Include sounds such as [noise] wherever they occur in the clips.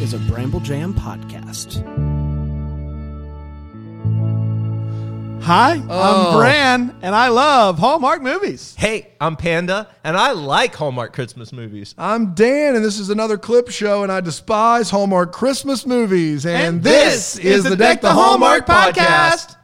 is a Bramble Jam podcast. Hi, Oh. I'm Bran, and I love Hallmark movies. Hey, I'm Panda, and I like Hallmark Christmas movies. I'm Dan, and this is another clip show, and I despise Hallmark Christmas movies. And, this, is the Deck the Hallmark podcast.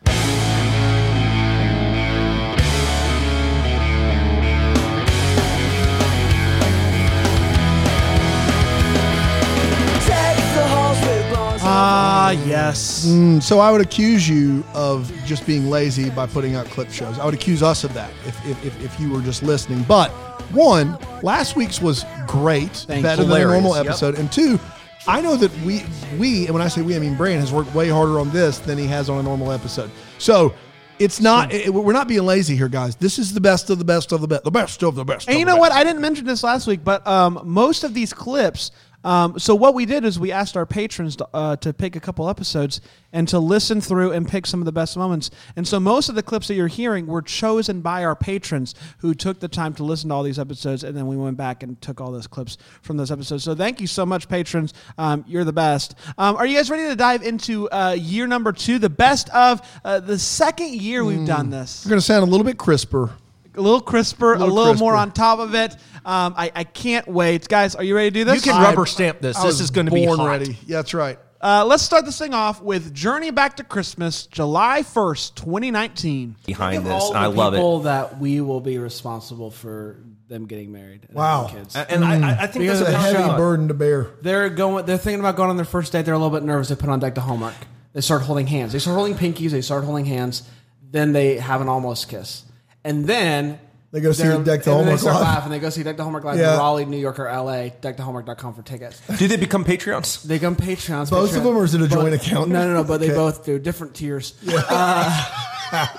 Ah, yes. Mm, So I would accuse you of just being lazy by putting out clip shows. I would accuse us of that if, if, if, if you were just listening. But one, last week's was great, Thank better you. than a normal Hilarious, episode. And two, I know that we we and when I say we, I mean Brand has worked way harder on this than he has on a normal episode. So. It's not. it- we're not being lazy here, guys. This is the best of the best of the best, the best of the best. And you of the know what? best. I didn't mention this last week, but um, most of these clips. Um, so what we did is we asked our patrons to, uh, to pick a couple episodes and to listen through and pick some of the best moments. And so most of the clips that you're hearing were chosen by our patrons who took the time to listen to all these episodes, and then we went back and took all those clips from those episodes. So thank you so much, patrons. Um, you're the best. Um, are you guys ready to dive into uh, year number two, the best of uh, the second year we've done this? You're going to sound a little bit crisper. a little crisper, a little, little more crisper. on top of it. Um, I, I can't wait, guys. Are you ready to do You this? can I- rubber stamp this. I This was is going to be born hot. ready. Yeah, that's right. Uh, let's start this thing off with Journey Back to Christmas, July first, 2019. behind Think of this, all and I the love it. people that we will be responsible for them getting married. and Wow. having kids. And I, I- I think that's Because a of big the heavy shock. burden to bear. They're going. They're thinking about going on their first date. They're a little bit nervous. They put on deck to homework. They start holding hands. They start holding pinkies. They start holding hands. Then they have an almost kiss, and then They go see they're- Deck the and then Hallmark They start Live. laughing. They go see Deck the Homework Live Yeah. in Raleigh, New York, or L.A. DeckTheHomework.com for tickets. Do they become Patreons? They go on Patreons. Both of them, or is it a But- joint account? No, no, no. But they Okay. both do [laughs] different tiers.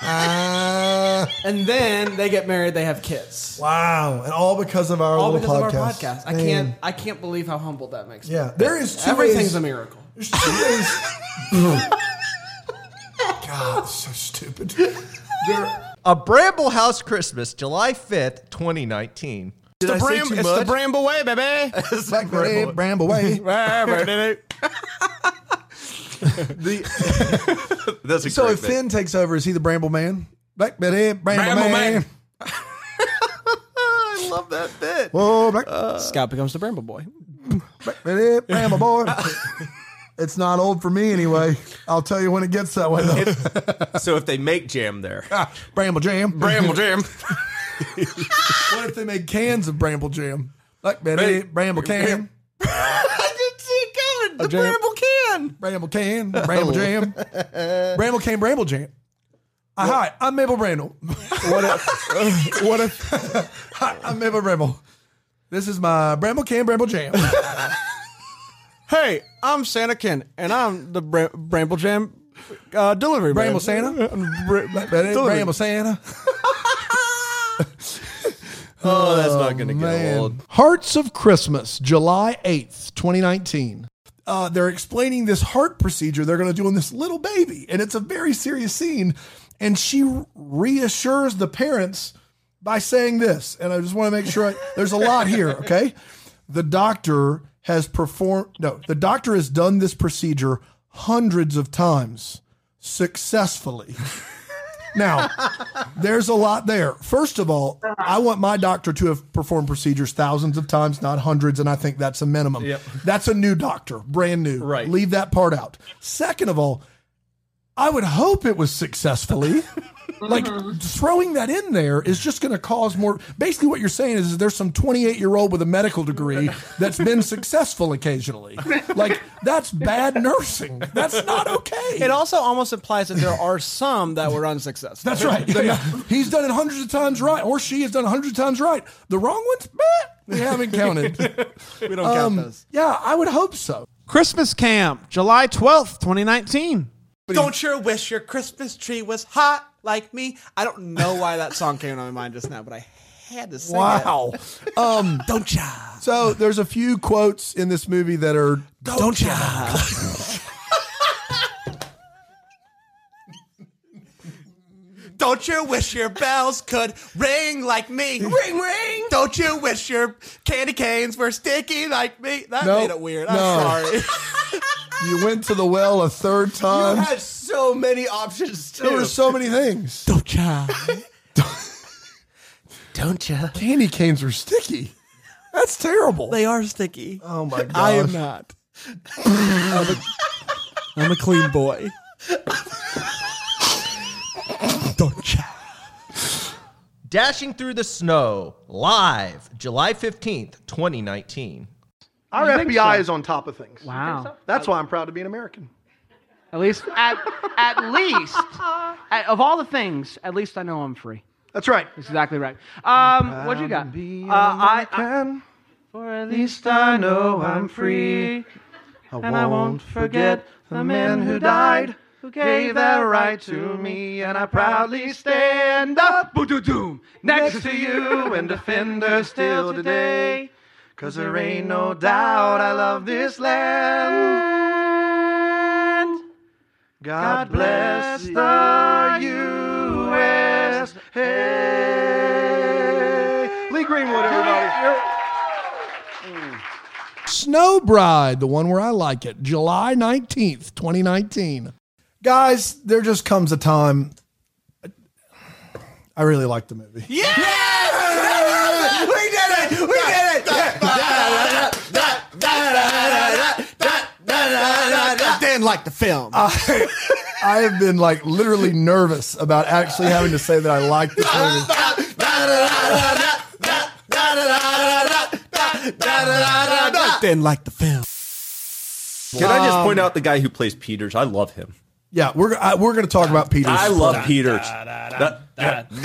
Uh, And then they get married. They have kids. wow. And all because of our All little because podcast. of our podcast. I Man. can't. I can't believe how humbled that makes me. Yeah. There is two ways- Everything's a miracle. [laughs] There's two ways. [laughs] God, it's so stupid. There, A Bramble House Christmas, July 5th, 2019. Did I say too much? Bramble way, [laughs] baby. It's back there, Bramble Way. [laughs] The- [laughs] That's a so great if bit. Finn takes over, is he the Bramble Man? Black Betty, Bramble, Bramble man. Man. [laughs] I love that bit. Uh, Oh, Black Scout becomes the Bramble Boy. Betty, Bramble Boy. it's not old for me anyway. I'll tell you when it gets that way, though. [laughs] so if they make jam there, Bramble Jam. Bramble jam. What if they made cans of Bramble Jam? Black Betty, Bramble Can. [laughs] I didn't see it coming. The jam. Bramble can. Bramble [laughs] Can, Bramble Oh. Jam, Bramble Can, Bramble Jam. Uh, hi, I'm Mabel Brandle. What if? [laughs] What if? [laughs] hi, I'm Mabel Bramble. This is my [laughs] Uh, Bramble Can, Bramble Jam. [laughs] Hey, I'm Santa Ken, and I'm the Bra- Bramble Jam uh, delivery Bramble man. Santa, Black Betty, Totally. Bramble Santa. Oh, that's not going to get Man. old. Hearts of Christmas, July 8th, 2019. Uh, they're explaining this heart procedure they're going to do on this little baby. And it's a very serious scene. And she reassures the parents by saying this. And I just want to make sure I, there's a [laughs] lot here, okay? The doctor has performed, no, the doctor has done this procedure hundreds of times successfully. [laughs] Now, there's a lot there. First of all, I want my doctor to have performed procedures thousands of times, not hundreds, and I think that's a minimum. That's a new doctor, brand new. Right. Leave that part out. Second of all, I would hope it was successfully. like throwing that in there is just going to cause more. Basically, what you're saying is, is there's some 28 year old with a medical degree that's been successful occasionally. Like that's bad nursing. That's not okay. It also almost implies that there are some that were unsuccessful. That's right. He's done it hundreds of times right, or she has done it hundreds of times right. The wrong ones, meh, we haven't [laughs] counted. we don't count Um, those. yeah, I would hope so. Christmas Camp, July 12th, 2019. Don't you wish your Christmas tree was hot like me? I don't know why that song came to my mind just now, but I had to sing Wow. Um, it. Don't ya? so there's a few quotes in this movie that are Don't ya? Don't Don't you wish your bells could ring like me? Ring, ring. Don't you wish your candy canes were sticky like me? That Nope. made it weird. I'm No. sorry. [laughs] [laughs] [laughs] You went to the well a third time. You had so many options too. Uh, there were so many things. Don't ya? [laughs] Don't ya? Candy canes were sticky. That's terrible. They are sticky. oh my god! I am [laughs] not. I'm a, I'm a clean boy. Don't ya? Dashing Through the Snow, live, July 15th, 2019. Our FBI is on top of things. Wow. That's why I'm proud to be an American. At least, at, at least, at, of all the things, at least I know I'm free. That's right. That's exactly right. Um, what you got? Uh, I, I- for at least I know I'm free, and I won't forget the man who died, who gave that right to me, and I proudly stand up, boo-doo-doom, next to you and defend her still today. Cause there ain't no doubt I love this land. God bless the USA. Lee Greenwood, everybody. Snow Bride, the one where I like it, July 19th, 2019. Guys, there just comes a time. I really like the movie. Yeah! Dan liked the film. I have been like literally nervous about actually having to say that I like this movie. Dan liked the film. Can I just point out the guy who plays Peters? I love him. Yeah, we're I, we're going to talk about Peter's. I love Peters. We've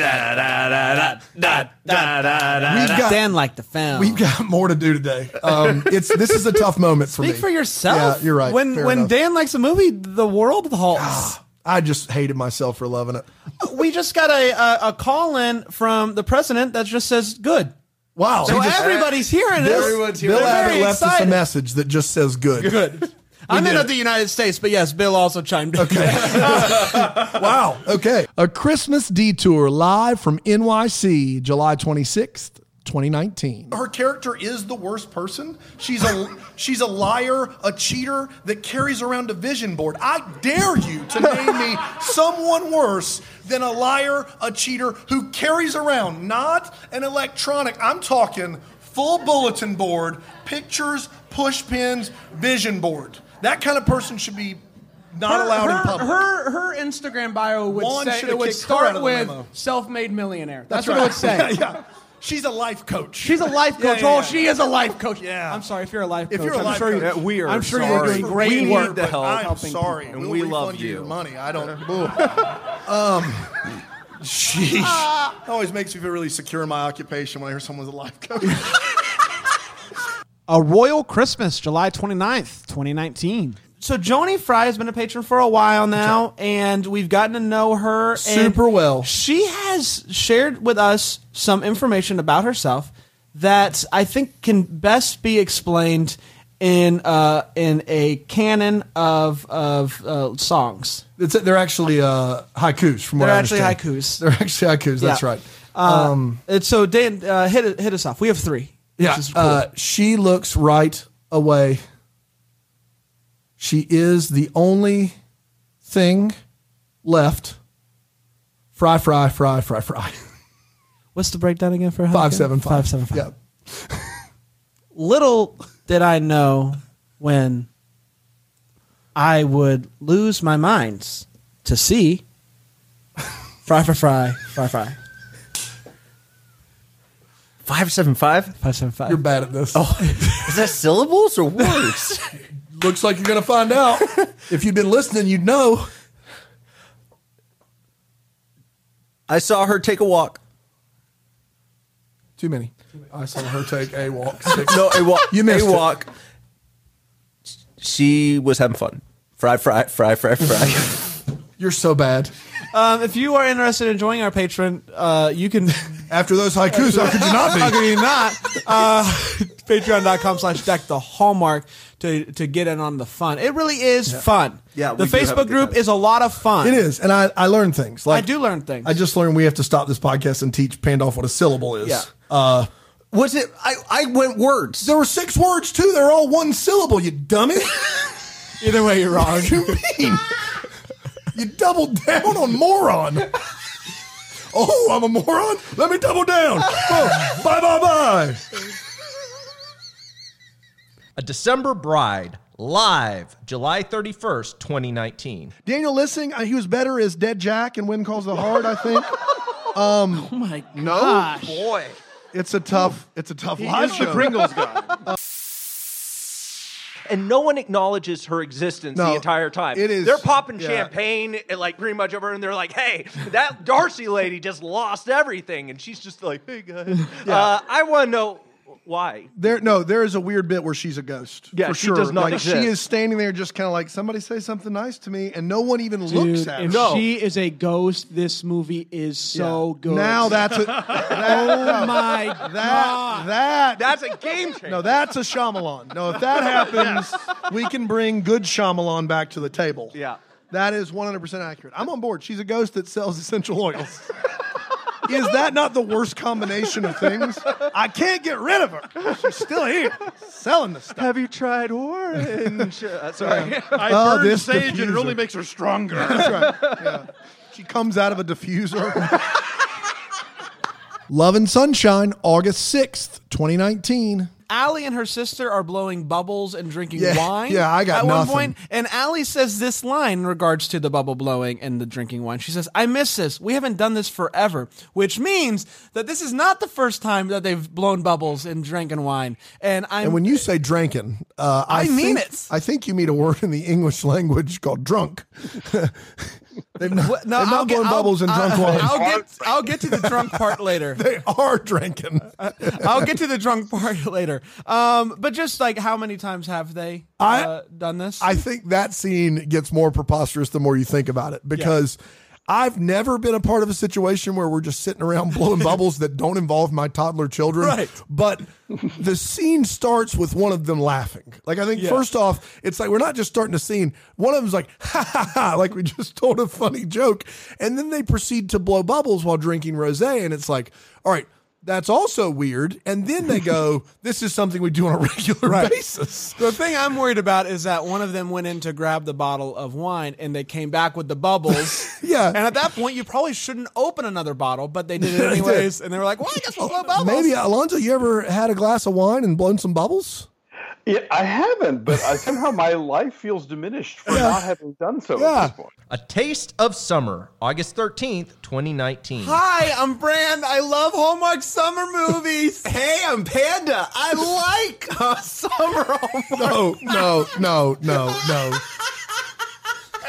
got Dan liked the film. we've got more to do today. Um, it's this is a tough moment for me. Speak for yourself. Yeah, you're right. When Fair when enough. Ah, Dan likes a movie, the world halts. I just hated myself for loving it. we just got a, a a call in from the president that just says good. Wow. So he just- everybody's hearing Bill- this. Bill They're Abbott very left us a excited. message that just says good. Good. I'm in of the United States, but yes, Bill also chimed in. Wow. Okay. A Christmas Detour live from NYC, July 26th, 2019. Her character is the worst person. She's a she's a liar, a cheater that carries around a vision board. I dare you to name me someone worse than a liar, a cheater who carries around not an electronic. I'm talking full bulletin board, pictures, push pins, vision board. That kind of person should be not allowed in public. Her her Instagram bio would Juan say shoulda it would kicked her out start of the with limo. self-made millionaire. That's, That's what right. it would say. [laughs] Yeah, yeah. She's a life coach. She's a life coach. yeah, yeah. Oh, she is a life coach. Yeah. I'm sorry if you're a life coach. If you're a I'm life sure you- coach- We are I'm sure sorry. you're doing great We need work. the but help. I'm I'm helping sorry, people. and we'll we refund love you. your you. money. I don't. Boo. um, sheesh. Always makes me feel really secure in my occupation when I hear someone's a life coach. A Royal Christmas, July 29th, 2019. So Joni Fry has been a patron for a while now, and we've gotten to know her and Super well. She has shared with us some information about herself that I think can best be explained in uh, in a canon of of uh, songs. It's, they're actually uh, haikus from what They're I actually understand. [laughs] haikus. They're actually haikus. That's Yeah. right. Um, Uh, Um, and so Dan, uh, hit it- hit us off. We have three. which Yeah. is cool. Uh, she looks right away. She is the only thing left. Fry, fry, fry, fry, fry. [laughs] What's the breakdown again for her? Five, seven, five. Five, seven, five. Yeah. [laughs] little did I know when I would lose my mind to see fry fry fry fry fry Five seven five. five seven five. You're bad at this. Oh. Is that syllables or words? Looks like you're going to find out. if you've been listening, you'd know. I saw her take a walk. Too many. I saw her take a [laughs] walk. Six. No, a walk. [laughs] You missed a it. walk. She was having fun. Fry, fry, fry, fry, fry. You're so bad. Um, if you are interested in joining our [laughs] patron, uh, you can After those haikus, how could you not be? not. Uh, [laughs] patreon.com slash deck the hallmark to, to get in on the fun. It really is fun. Yeah, we The do have a Facebook good group time. is a lot of fun. It is, and I I learned things. I Like do learn things. I just learned we have to stop this podcast and teach Pandolf what a syllable is. Yeah. Uh, Was it? I, I went words. there were six words too. They're all one syllable. You [laughs] dummy. Either way, you're wrong. you mean? you doubled down on moron. Oh, I'm a moron. Let me double down. Oh, [laughs] bye bye bye. A December Bride, live, July 31st, 2019. Daniel Lissing, uh, he was better as Dead Jack in When Calls the Heart, I think. Um, [laughs] Oh my No, gosh. boy. It's a tough, it's a tough He live is show. the Pringles guy. [laughs] and no one acknowledges her existence No, the entire time. it is- They're popping yeah. champagne and like pretty much over, and they're like, "Hey, that Darcy lady just lost everything," and she's just like, "Hey [laughs] guys, uh, I want to know why." There, no, there is a weird bit where she's a ghost. Yeah, for she sure. does not like, She exist. is standing there, just kind of like somebody say something nice to me, and no one even looks Dude, at her. if she is a ghost, this movie is so good. Now [laughs] [laughs] that's a that, oh my that, god, that That's a game changer. no, that's a Shyamalan. No, if [laughs] that happens, we can bring good Shyamalan back to the table. Yeah. that is one hundred percent accurate. I'm on board. She's a ghost that sells essential oils. [laughs] Is that not the worst combination of things? I can't get rid of her. She's still here, selling the stuff. Have you tried [laughs] orange? Uh, sorry. I Oh, burned this sage and it diffuser. only makes her stronger. That's right. Yeah. She comes out of a diffuser. Love and Sunshine, August 6th, 2019. Allie and her sister are blowing bubbles and drinking Yeah, wine. yeah, I got at nothing. one point, and Allie says this line in regards to the bubble blowing and the drinking wine. She says, "I miss this. We haven't done this forever," which means that this is not the first time that they've blown bubbles and drinking wine. And I'm And when you say drinking, uh, I, I mean think- it. I think you mean a word in the English language called drunk. They've not, What- no, they've not I'll get- blown I'll- bubbles and drunk wine. I'll get I'll get to the drunk part later. [laughs] they are drinking. [laughs] I'll get to the drunk part later. Um, but just like how many times have they I- uh, done this? I think that scene gets more preposterous the more you think about it because I've never been a part of a situation where we're just sitting around [laughs] blowing bubbles that don't involve my toddler children. Right. But the scene starts with one of them laughing. Like I think first off, it's like we're not just starting a scene. One of them's like ha ha ha, [laughs] like we just told a funny joke, and then they proceed to blow bubbles while drinking rosé, and it's like, all right. That's also weird. And then they go, this is something we do on a [laughs] regular basis. The thing I'm worried about is that one of them went in to grab the bottle of wine and they came back with the bubbles. [laughs] Yeah. And at that point, you probably shouldn't open another bottle, but they did [laughs] it They did. anyways. and they were like, well, I guess we'll blow bubbles. Maybe Alonzo, you ever had a glass of wine and blown some bubbles? yeah, I haven't, but I, somehow my life feels [laughs] diminished for not having done so Yeah. at this point. A Taste of Summer, August 13th, 2019. Hi, I'm Brand. I love Hallmark summer movies. Hey, I'm Panda. I like uh, summer. No, Oh, no, no, no, no.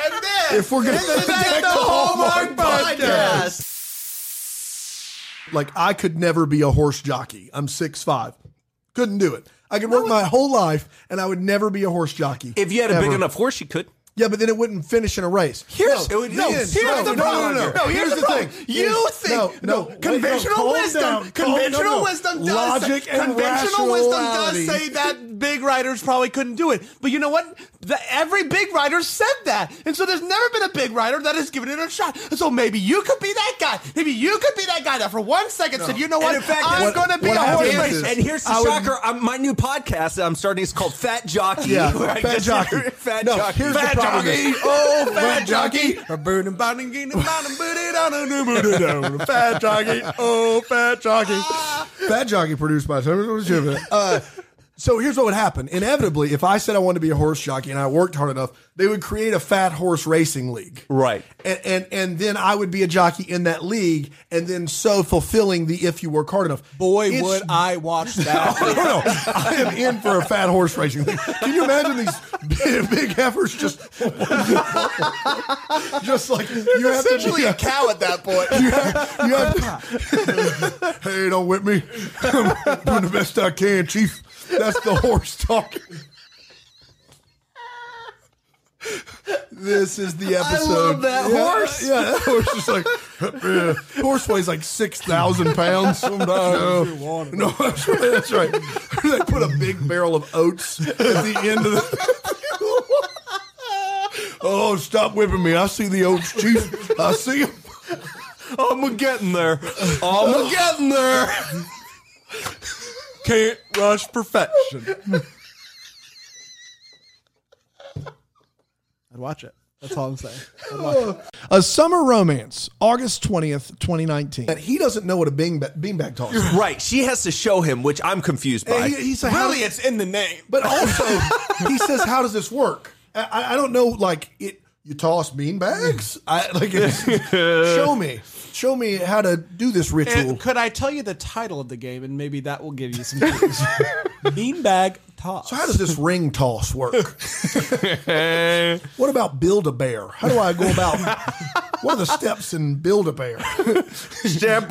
And then If we're gonna and [laughs] then protect the Hallmark podcast. [laughs] Like I could never be a horse jockey. I'm six five. Couldn't do it. I could work my whole life and I would never be a horse jockey. If you had a big Ever. enough horse, you could. yeah, but then it wouldn't finish in a race. Here's- no, it would- no, here's no, no, no, the no, problem no, no. here. No, Here's, the thing. You Here's- think- no, no, no, wait, conventional calm wisdom- down, calm- no, conventional no. wisdom does logic and Conventional wisdom rationality. does say that big writers probably couldn't do it. But you know what? The, every big writer said that. And so there's never been a big writer that has given it a shot. And so maybe you could be that guy. Maybe you could be that guy that for one second said, you know what? And in fact, I'm what- going to be what a horse happens racer. is- And here's the I would- shocker: I'm, my new podcast that I'm starting is called Fat Jockey. Yeah, [laughs] where I Fat just- Jockey. fat No, Jockey. here's the fat problem Jockey. is- Oh, Fat Fat [laughs] Jockey. fat jockey. Oh, fat jockey. [laughs] fat jockey produced by uh, So here's what would happen. Inevitably, if I said I wanted to be a horse jockey and I worked hard enough, they would create a fat horse racing league. Right. And and, and then I would be a jockey in that league and then so fulfilling the if you work hard enough. Boy, It's- would I watch that. I [laughs] don't know. [laughs] I am in for a fat horse racing league. Can you imagine these [laughs] big, big heifers just, just like you have to Essentially a cow at that point. [laughs] you have, you [laughs] have hey, don't whip me. [laughs] I'm doing the best I can, Chief. That's the horse talking. This is the episode. love that Yeah, horse. Yeah, that horse is like, yeah. horse weighs like 6,000 pounds sometimes. No, no, that's right. That's right. they put a big barrel of oats at the end of the. [laughs] oh, stop whipping me! I see the oats, chief. I see them. I'm getting there. Oh. I'm getting there. Can't rush perfection. [laughs] I'd watch it. That's all I'm saying. I'd watch it. A Summer Romance, August 20th, 2019. And he doesn't know what a bean ba- beanbag toss is. Right. She has to show him, which I'm confused by. He, he said, how- Really, it's in the name. but also, he says, how does this work? I- I, I don't know, like, it. you toss beanbags? I, [laughs] like, [laughs] it's, show me. Show me how to do this ritual. And could I tell you the title of the game, and maybe that will give you some [laughs] clues? Beanbag toss. So how does this ring toss work? what about build a bear? How do I go about? what are the steps in build a bear? Step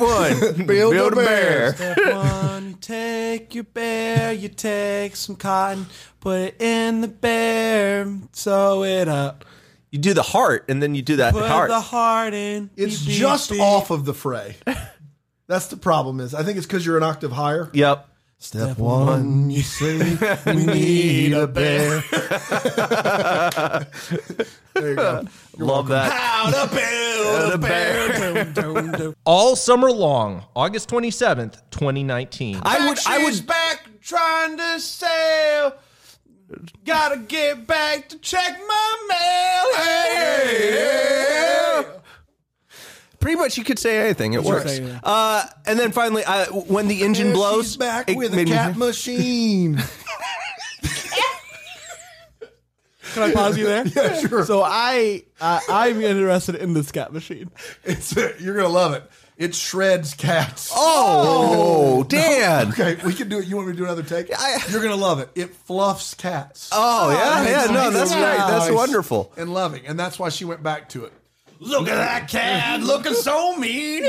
[laughs] one, build, a bear. Step one, you take your bear, you take some cotton, put it in the bear, sew it up, You do the heart, and then you do that put heart. the heart in. It's beep, beep, just beep. off of the [laughs] fray. That's the problem. Is I think it's because you're an octave higher. yep. Step one, you see, [laughs] we need a bear. [laughs] there you go. [laughs] Love that. How to build a bear. All summer long, August 27th, 2019. I would. I She's would. back trying to sail. Gotta get back to check my mail. Hey, Pretty much, you could say anything. It works. Uh, and then finally, uh, when the engine There blows, she's back it with a made me- cat machine. [laughs] Can I pause you [laughs] there? yeah, sure. So I, I I'm interested in this cat machine. It's you're gonna love it. It shreds cats. Oh, [laughs] Dan. Okay, we can do it. You want me to do another take? I- You're gonna love it. It fluffs cats. Oh, yeah, yeah. It's No, that's really great. That's nice wonderful. and loving, and that's why she went back to it. Look at that cat looking so mean.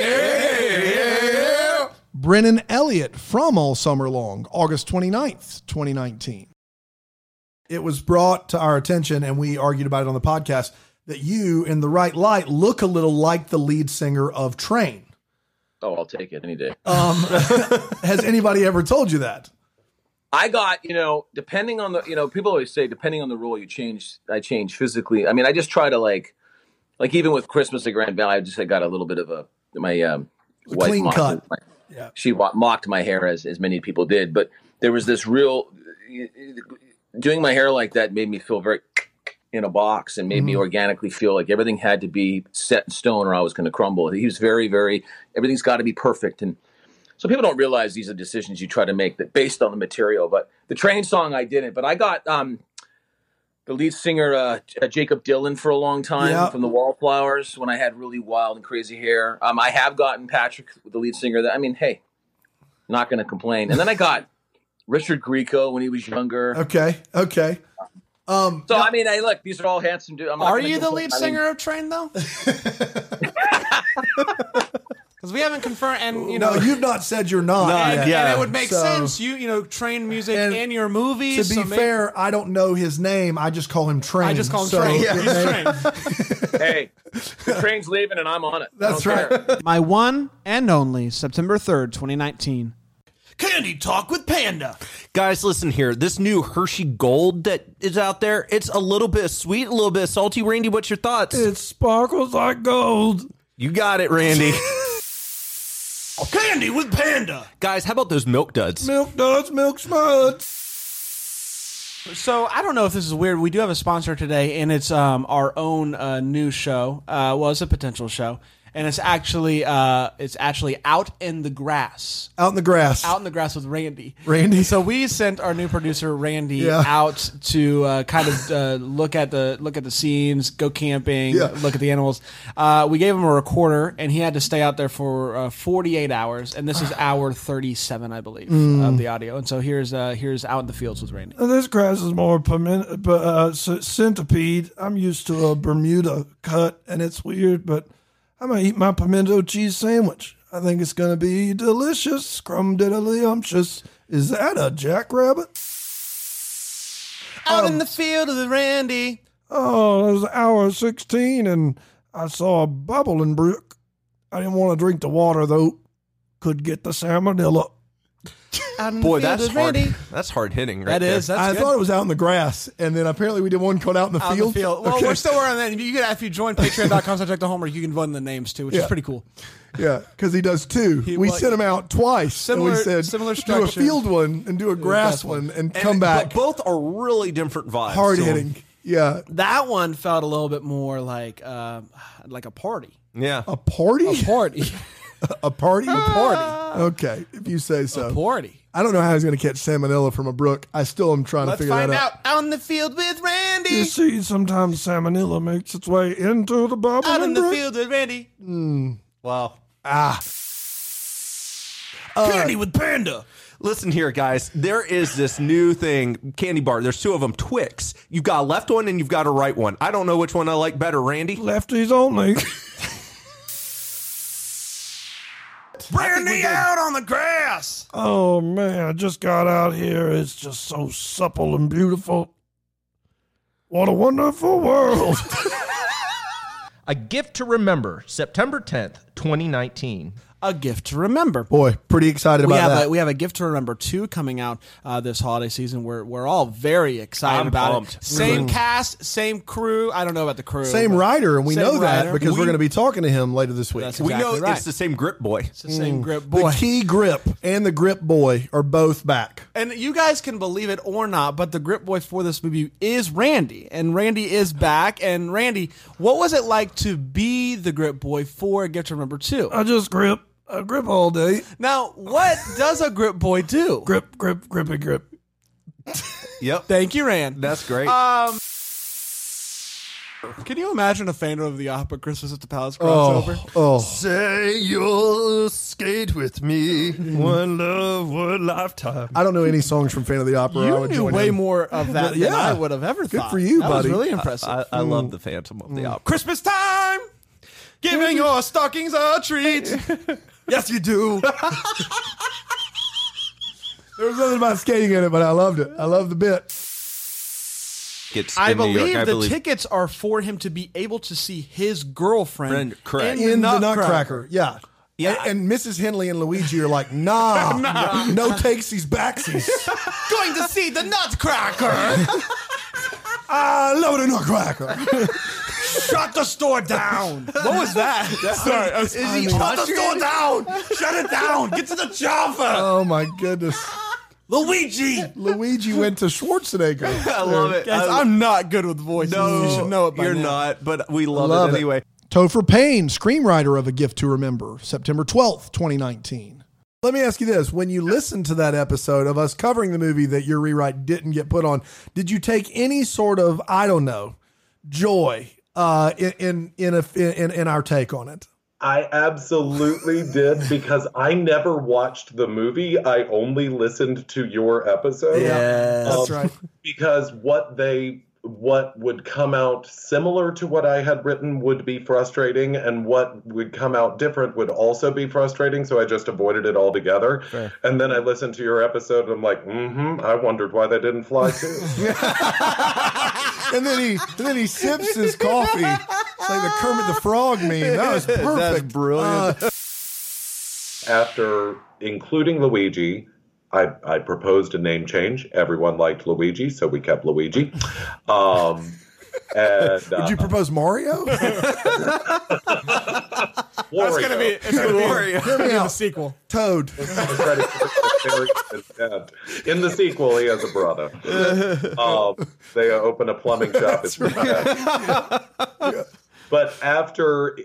Brennan Elliott from All Summer Long, August 29th, 2019. It was brought to our attention, and we argued about it on the podcast that you, in the right light, look a little like the lead singer of Train. Oh, I'll take it any day. Um, [laughs] has anybody ever told you that? I got, you know, depending on the, you know, people always say depending on the role you change, I change physically. I mean, I just try to like, like even with Christmas at Grand Valley, I just I got a little bit of a my um, wife clean mocked, cut. my- Yeah. she wa- mocked my hair as as many people did, but there was this real doing my hair like that made me feel very in a box and made Mm-hmm. me organically feel like everything had to be set in stone or I was going to crumble. He was very, very everything's got to be perfect and so people don't realize these are decisions you try to make that based on the material. But the train song, I didn't. But I got um, the lead singer uh, J- uh, Jacob Dylan for a long time Yeah. from the Wallflowers when I had really wild and crazy hair. Um, I have gotten Patrick, the lead singer. That I mean, hey, not going to complain. And then I got Richard Grieco when he was younger. [laughs] Okay, okay. Um, So I mean, hey, look, these are all handsome dudes. I'm not Are gonna you the complain. lead I mean, singer of [laughs] Train though? Because we haven't confirmed, and you know, no, you've not said you're not. and, yet. and yeah. it would make So- sense. You you know, Train music And in your To movies. be so may- fair, I don't know his name. I just call him Train. I just call him So Train. it He's may- Train. Hey, the train's leaving and I'm on it. [laughs] I That's don't right. care. My one and only September 3rd, 2019. Candy talk with Panda. Guys, listen here. This new Hershey Gold that is out there, it's a little bit sweet, a little bit salty. Randy, what's your thoughts? It sparkles like gold. You got it, Randy. Candy with Panda. Guys, how about those milk duds? Milk duds, milk smuds. So I don't know if this is weird. We do have a sponsor today, and it's um, our own uh, new show. Uh, well, it's a potential show, and it's actually uh, it's actually out in the grass, Out in the grass. out in the grass with Randy. Randy. So we sent our new producer Randy Yeah. out to uh, kind of uh, look at the look at the scenes, go camping, Yeah. look at the animals. Uh, we gave him a recorder, and he had to stay out there for uh, 48 hours. And this is hour 37, I believe, Mm. of the audio. And so here's uh, here's out in the fields with Randy. This grass is more permin- but, uh, c- centipede. I'm used to a Bermuda cut, and it's weird, but I'm gonna eat my pimento cheese sandwich. I think it's gonna be delicious. Scrum diddly umptious. Is that a jackrabbit? Out in the field with Randy. Oh, it was hour 16, and I saw a bubbling brook. I didn't want to drink the water, though. Could get the salmonella. out in Boy, the field that's with hard. Randy. That's hard hitting, right? That there. is, that's I good. thought it was out in the grass, and then apparently we did one cut out in the Out in field. Well, Okay. we're still wearing that. If you, if you join patreon.com slash Jack the homework, you can vote in the names too, which Yeah. is pretty cool. Yeah, because he does two. we well, sent him out twice. and we similar- said, similar do a structure. field one and do a grass one and, come but back. both are really different vibes. Hard to 'em. hitting. Yeah. That one felt a little bit more like uh, like a party. Yeah. A party? A party. [laughs] a party? A party. [laughs] Okay, if you say so. A party. I don't know how he's going to catch salmonella from a brook. I still am trying to Let's figure find that out. out on the field with Randy. You see, sometimes salmonella makes its way into the bubble. Out in the field with Randy. Mm. Wow. Ah. candy with panda. Uh, Listen here, guys. There is this new thing, candy bar. There's two of them, Twix. You've got a left one and you've got a right one. I don't know which one I like better, Randy. Lefties [laughs] only. Brandy out on the grass. Oh man, I just got out here. It's just so supple and beautiful. What a wonderful [laughs] world. A gift to remember, September 10th, 2019. A gift to remember. Boy, pretty excited we about have that. A, we have a gift to remember too coming out uh, this holiday season. We're we're all very excited I'm about pumped. it. Same Mhm. cast, same crew. I don't know about the crew. Same but- writer, and we Same know that writer. because we, We- are going to be talking to him later this week. Mm. That's We exactly know right. it's the same grip boy. It's the same grip boy. The key grip and the grip boy are both back. And you guys can believe it or not, but the grip boy for this movie is Randy, and Randy is back. And Randy, what was it like to be the grip boy for Get to Remember Two? I just grip. I grip all day. Now, what does a grip boy do? Grip, grip, grippy, grip. Yep. Thank you, Rand. That's great. Um, can you imagine a Phantom of the Opera Christmas at the Palace Oh, crossover? oh. Say you'll skate with me. One love, one lifetime. I don't know any songs from Fan of the Opera. I You would knew join way in. [laughs] more of that than I would have ever Good thought. for you, That was buddy. really impressive. Mm. I, I love the Phantom of the Opera. Christmas time. Mm-hmm. Giving your stockings a treat. [laughs] yes, you do. There was nothing about skating in it, but I loved it. I love the bit. Tickets I in New York, believe I the believe. tickets are for him to be able to see his girlfriend Friend, correct. in, the Nutcracker. Nutcracker. Yeah. Yeah. And, and Mrs. Henley and Luigi are like, nah, Nah. no takesies, backsies. Going to see the [laughs] Nutcracker. Ah, I love the Nutcracker. Shut the store down. What was that? Sorry, I was- Is I he mean- shut the store down? [laughs] Shut it down. Get to the Java. oh my goodness. Luigi. Luigi went to Schwarzenegger. I love it. Guys, I- I'm not good with voices. No, you should know it by you're now. not, but we love, Love it it. anyway. Topher Payne, screenwriter of A Gift to Remember, September 12th, 2019. Let me ask you this. When you listened to that episode of us covering the movie that your rewrite didn't get put on, did you take any sort of, I don't know, joy uh, in, in, in, a, in, in our take on it? I absolutely did because I never watched the movie. I only listened to your episode. Um, Yeah. That's right. Because what they what would come out similar to what I had written would be frustrating, and what would come out different would also be frustrating. So I just avoided it altogether. And then I listened to your episode, and I'm like, mm-hmm. I wondered why they didn't fly too. And then he and then he sips his coffee. It's like the Kermit the Frog meme. That was That's perfect. brilliant. Uh, after including Luigi, I, I proposed a name change. Everyone liked Luigi, so we kept Luigi. Um, and, [laughs] would you uh, propose [laughs] Mario? That's Wario. gonna be it's gonna be, Wario. it's gonna be the sequel. Toad. credit for the very intent. In the sequel, he has a brother. Um, they open a plumbing shop. It's But after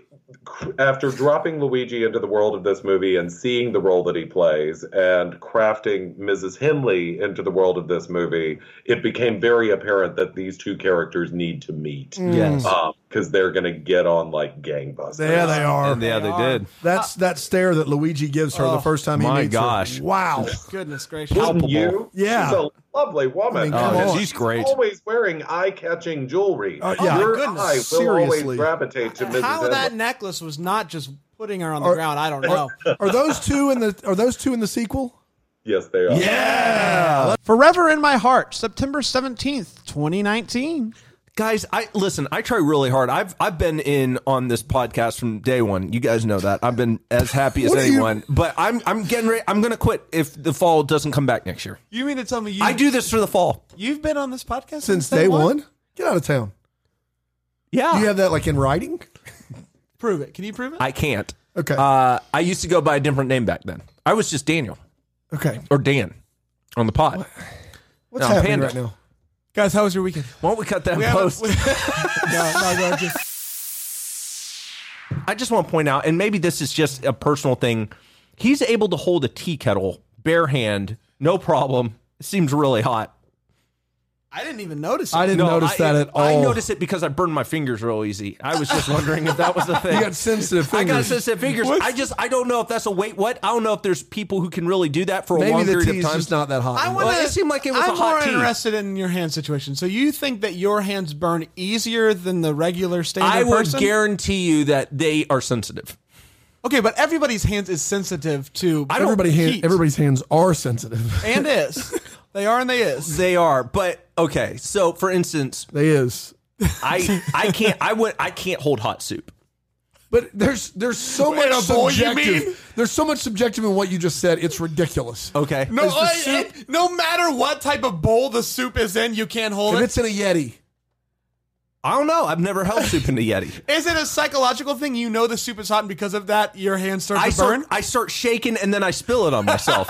after dropping Luigi into the world of this movie and seeing the role that he plays and crafting Mrs. Henley into the world of this movie, it became very apparent that these two characters need to meet. Yes. because they're going to get on like gangbusters. There they are. yeah, they did. That's that stare that Luigi gives her Oh, the first time he my meets her. gosh. Wow. [laughs] Goodness gracious. Wouldn't you? Yeah. She's a lovely woman. I mean, come Oh, on. she's great. Always wearing eye-catching jewelry. Uh, yeah. Your Oh, my goodness. eye will Seriously. always gravitate to Mrs. How Edwards. that necklace was not just putting her on the Are- ground, I don't are- know. [laughs] Are those two in the are those two in the sequel? Yes, they are. Yeah. Forever in My Heart, September 17th, 2019. Guys, I listen. I try really hard. I've I've been in on this podcast from day one. You guys know that. I've been as happy as What are you- anyone. But I'm I'm getting ready. I'm gonna quit if the fall doesn't come back next year. You mean to tell me you? I do this for the fall. You've been on this podcast Since day one? Get out of town. Yeah. You have that like in writing? Prove it. Can you prove it? I can't. Okay. Uh, I used to go by a different name back then. I was just Daniel. Okay. Or Dan on the pod. What's No, happening Panda. right now? Guys, how was your weekend? Why don't we cut that We in haven't- post? no, [laughs] no, [laughs] no, just I just want to point out, and maybe this is just a personal thing. He's able to hold a tea kettle bare hand, no problem. It seems really hot. I didn't even notice. It. No, I- I noticed it because I burned my fingers real easy. I was just wondering if that was the thing. [laughs] You got sensitive I got fingers. sensitive fingers. What's- I just I don't know if that's a wait. What I don't know if there's people who can really do that for a Maybe long the period tea's of time. just not that hot. I Well, want it seemed like it was I'm a hot more tea. interested in your hand situation. So you think that your hands burn easier than the regular standard I would person? guarantee you that they are sensitive. okay, but everybody's hands is sensitive to Everybody hand, heat. everybody's hands are sensitive. and [laughs] is. They are and they is. They are, but okay. So for instance, they is. I I can't I would I can't hold hot soup. [laughs] But there's there's so Wait, much a boy, you mean? subjective. There's so much subjective in what you just said. It's ridiculous. Okay. No, I- I- no matter what type of bowl the soup is in, you can't hold if it. it's in a Yeti, I don't know. I've never held soup in a Yeti. Is it a psychological thing? You know the soup is hot, and because of that, your hands start I to burn. start, I start shaking and then I spill it on myself.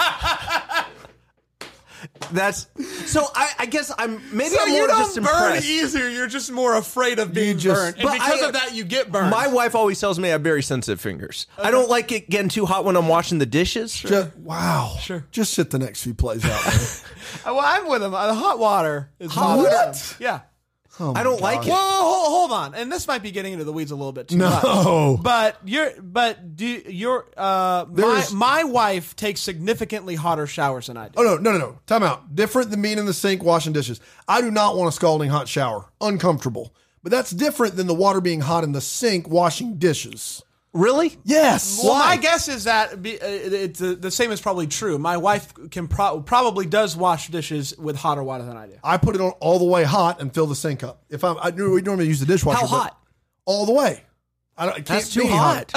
That's so. I, I guess I'm maybe so I'm you more don't just burn impressed. easier. You're just more afraid of being just- burned, and But because I- of that, you get burned. My wife always tells me I have very sensitive fingers. I don't like it getting too hot when I'm washing the dishes. Ju- wow. Sure. Just sit the [laughs] next few plays out. man. Uh, Well, I'm with him. Uh, The hot water is Hot bothering what? him. Yeah. Oh my gosh. Whoa, hold, hold on. And this might be getting into the weeds a little bit too No. much. But you're but do your uh my, There's- my wife takes significantly hotter showers than I do. Oh no, no, no, no. Time out. Different than being in the sink washing dishes. I do not want a scalding hot shower. Uncomfortable. But that's different than the water being hot in the sink washing dishes. Really? Yes. Well, my guess is that be, uh, it's uh, the same is probably true. My wife can pro- probably does wash dishes with hotter water than I do. I put it on all the way hot and fill the sink up. If I'm, I do we normally use the dishwasher. How but hot? All the way. I don't. It can't That's be too hot.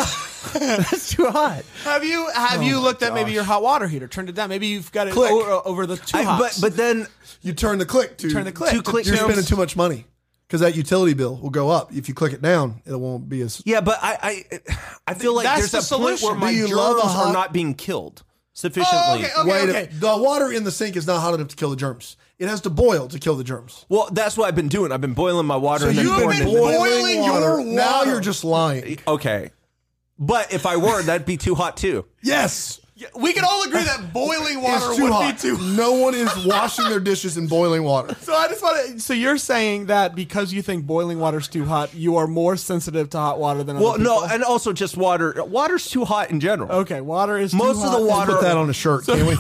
[laughs] That's too [laughs] hot. Have you have Oh you my looked at maybe gosh. your hot water heater? Turned it down. Maybe you've got it Click. o- over the two I, but [laughs] hots. but then You turn the click to turn the click. Two click You're counts. spending too much money because that utility bill will go up. If you click it down, it won't be as. yeah, but I I, I feel like That's there's the a point where solution. my Do you germs love a are hot- Oh, not being killed sufficiently. Wait, the water in the sink is not hot enough to kill the germs. It has to boil to kill the germs. Well, that's what I've been doing. I've been boiling my water. and then you've pouring been it in. boiling water. Now you're just lying. Okay. But if I were, that'd be too hot too. Yes. we can all agree that boiling water It's would too be hot. too. No one is [laughs] washing their dishes in boiling water. so I just want to. So you're saying that because you think boiling water's too hot, you are more sensitive to hot water than other Well, no, people? and also just water. Water's too hot in general. Okay, water is Most too of the hot. water. Put that on a shirt, can [laughs] we?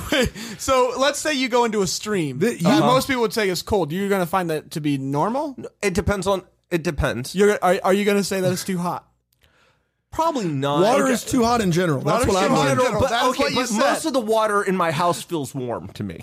So let's say you go into a stream. you- Uh, Most people would say it's cold. You're going to find that to be normal. It depends on. It depends. You're are, are you going to say that it's too hot? Probably not. Water is Uh, too hot in general. That's what Water's I'm too hot in doing. general, But, That was okay, what you but said. most of the water in my house feels warm to me.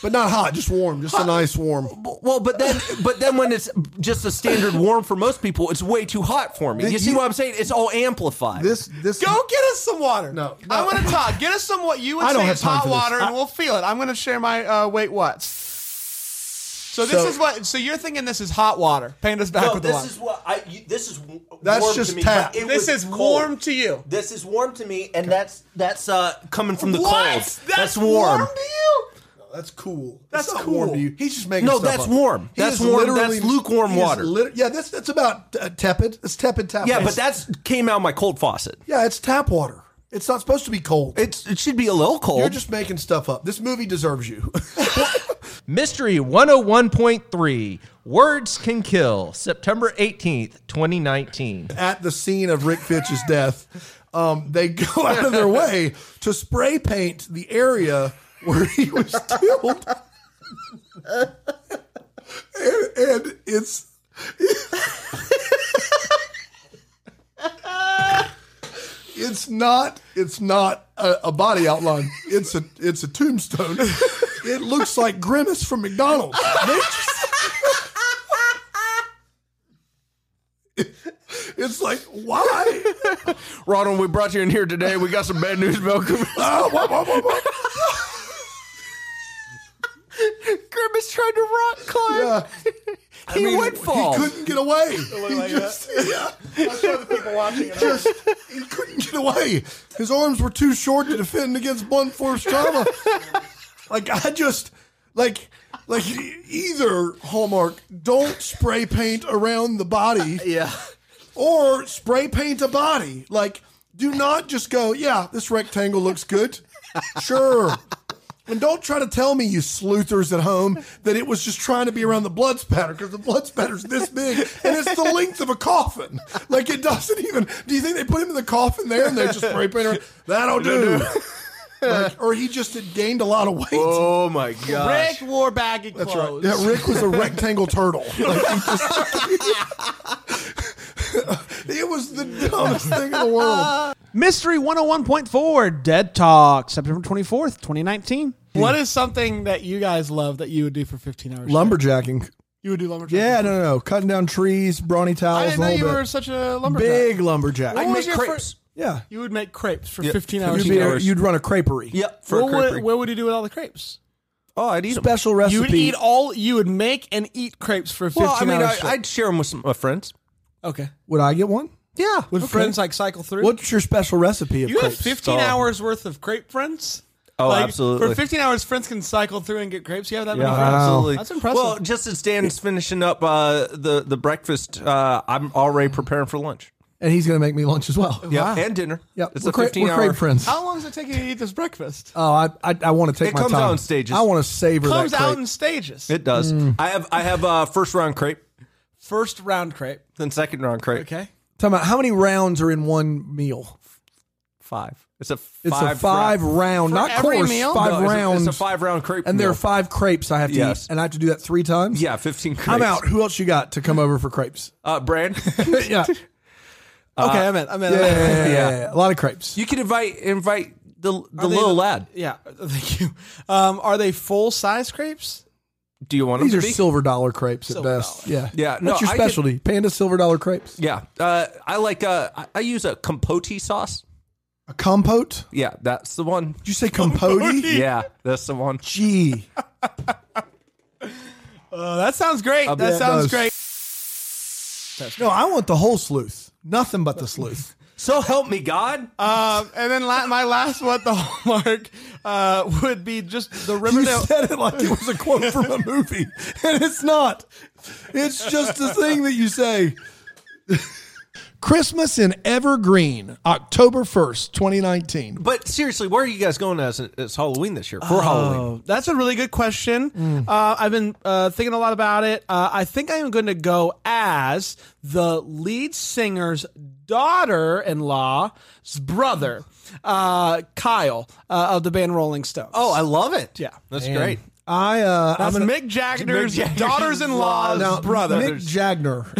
But not hot, just warm, just a nice warm. well, but then, but then when it's just a standard warm for most people, it's way too hot for me. You see what I'm saying? It's all amplified. This this Go get us some water. No, I want to talk. Get us some what you would I don't say have is time hot for this. water, I- and we'll feel it. I'm going to share my uh, wait what. So this So- is what. So you're thinking this is hot water. Paint us back no, with the this water. is what I. You, this is w- That's warm just to me. tap. but it this was is cold. warm to you. This is warm to me, and that's that's uh coming from the what? cold. That's, warm. warm to you. That's cool. That's not cool. warm to you. He's just making No, stuff that's up. warm. He That's is warm. That's literally- lukewarm he is water. lit- yeah, that's that's about uh, tepid. It's tepid tap. Yeah, water. but that's came out of my cold faucet. yeah, it's tap water. It's not supposed to be cold. It's it should be a little cold. You're just making stuff up. This movie deserves you. Mystery 101.3 Words Can Kill, September 18th, 2019. At the scene of Rick Fitch's death, um, they go [laughs] out of their way to spray paint the area where he was killed. [laughs] and, and it's it's not it's not a, a body outline. It's a it's a tombstone. It looks like Grimace from McDonald's. They just- [laughs] It's like, why? Ronald, we brought you in here today. We got some bad news about Grimace. Grimace tried to rock [laughs] climb. I He mean, would fall. He couldn't get away. Something he like just, yeah. I saw the people watching. It just he couldn't get away. His arms were too short to defend against blunt force trauma. like I just like like either Hallmark don't spray paint around the body. Yeah. Or spray paint a body. Like do not just go, yeah, this rectangle looks good. Sure. And don't try to tell me, you sleuthers at home, that it was just trying to be around the blood spatter because the blood spatter's this big and it's the length of a coffin. [laughs] Like it doesn't even. Do you think they put him in the coffin there and they just spray paint? [laughs] around? That'll do. [laughs] Like, or he just had gained a lot of weight. Oh my Rick wore baggy That's clothes. right. Yeah, Rick was a rectangle [laughs] turtle. Like, he just- [laughs] it was the [laughs] dumbest thing in the world. Mystery 101.4 Dead Talk, September 24th, 2019. What is something that you guys love that you would do for 15 hours? Lumberjacking. You would do lumberjack. Yeah, no, no, no. Cutting down trees, brawny towels. I didn't the know whole you bit. were such a lumberjack. Big lumberjack. What was your fir- yeah. You would make crepes for Yeah. 15 You'd hours. be a- you'd run a creperie. Yep. for a what, would, creperie. what would you do with all the crepes? Oh, I'd eat 'em. Special recipe. You would eat all. You would make and eat crepes for 15 Well, I mean, I, hours. I'd share them with some, my friends. okay. Would I get one? Yeah. Would Okay. friends like cycle through? What's your special recipe of you have crepes? 15 hours worth of crepe friends. Oh, Like, absolutely. For 15 hours, friends can cycle through and get crepes. You have that Yeah, many friends. absolutely. That's impressive. Well, [laughs] just as Dan's finishing up uh, the the breakfast, uh, I'm already preparing for lunch. And he's going to make me lunch as Oh, well. Yeah, and dinner. Yep. it's We're a cra- 15 we're hour. crepe friends. How long does it take you to eat this breakfast? Oh, I I, I want to It take my comes time. out in stages. I want to savor Comes that. out crepe. in stages. It does. Mm. I have I have uh, first round crepe, First round crepe. then second round crepe. Okay. Talking about how many rounds are in one meal? Five. It's a five It's a five round, not course. Five No, it's a- rounds. It's a, five round crepe. and there are meal. five crepes I have to Yes. eat, and I have to do that three times. Yeah, 15 crepes. I'm out. Who else you got to come over for crepes? Uh, Brand. [laughs] yeah. Okay, I'm in. I'm in. Yeah, I'm in. yeah, yeah, yeah, [laughs] yeah. A lot of crepes. You can invite invite the the Are they little lad. Yeah, [laughs] thank you. Um, are they full size crepes? Do you want These them are to be? silver dollar crepes at Silver best. dollar. Yeah. Yeah, [laughs] What's no, your I could- specialty? Panda silver dollar crepes. Yeah. Uh, I like uh, I, I use a compote sauce. A compote? Yeah, that's the one. Did you say [laughs] compote? Yeah, that's the one. Gee. Uh, that sounds great. Uh, that yeah. sounds Those- great. No, I want the whole sleuth. Nothing but the sleuth. So help me God. Um, and then la- my last one, the [laughs] hallmark uh, would be just the You Riverdale. [laughs] said it like it was a quote from a movie, [laughs] and it's not. It's just a thing that you say. [laughs] Christmas in Evergreen, October 1st, 2019. But seriously, where are you guys going as it's Halloween this year for Halloween? Mm. Oh, that's a really good question. Uh, I've been uh, thinking a lot about it. Uh, I think I am going to go as the lead singer's daughter-in-law's brother, uh, Kyle uh, of the band Rolling Stones. Oh, I love it. Yeah. that's great. I uh, That's I'm gonna, Mick Jagger's Mick Jagger's daughters-in-law's now, brother. Mick [laughs] Jagner.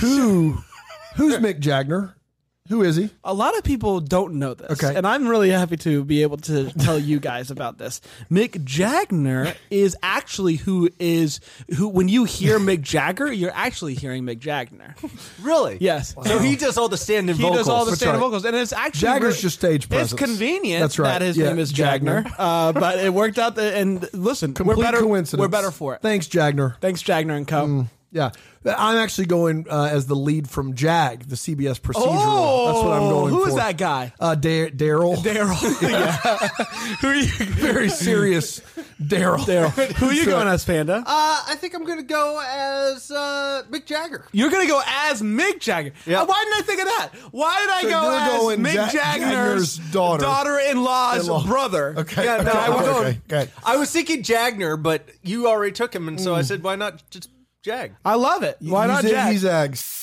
Who? Who's Mick Jagner? Who is he? A lot of people don't know this. Okay. And I'm really happy to be able to tell you guys about this. Mick Jagner is actually who is who when you hear Mick Jagger, you're actually hearing Mick Jagner. Really? Yes. So he does all the standing He vocals. does all the That's stand right. vocals, and it's actually Jagger's re- just stage presence. It's convenient That's right. that his Yeah, name is Jagner. Jagner, uh, but it worked out. That, and listen, Complete we're better. coincidence. We're better for it. Thanks, Jagner. Thanks, Jagner and Co. Yeah, I'm actually going uh, as the lead from Jag, the CBS [laughs] procedural. That's what I'm going Oh, Who for. is that guy? Uh, Dar- [laughs] Daryl. Daryl. Who are you? [laughs] Very serious. Daryl. Daryl. Who are you going as, Panda? Uh, I think I'm gonna go as uh, Mick Jagger. You're gonna go as Mick Jagger. Uh, Why didn't I think of that? Why did I So go you're as going Mick Ja- Jagger's, Jagger's daughter. Oh, daughter-in-law's In-law. brother? Okay. Yeah, no, okay. I was okay. going- okay. I was thinking Jagner, but you already took him, and so I said, why not just Jag? I love it. Why not He's a- Jack? He's Zags.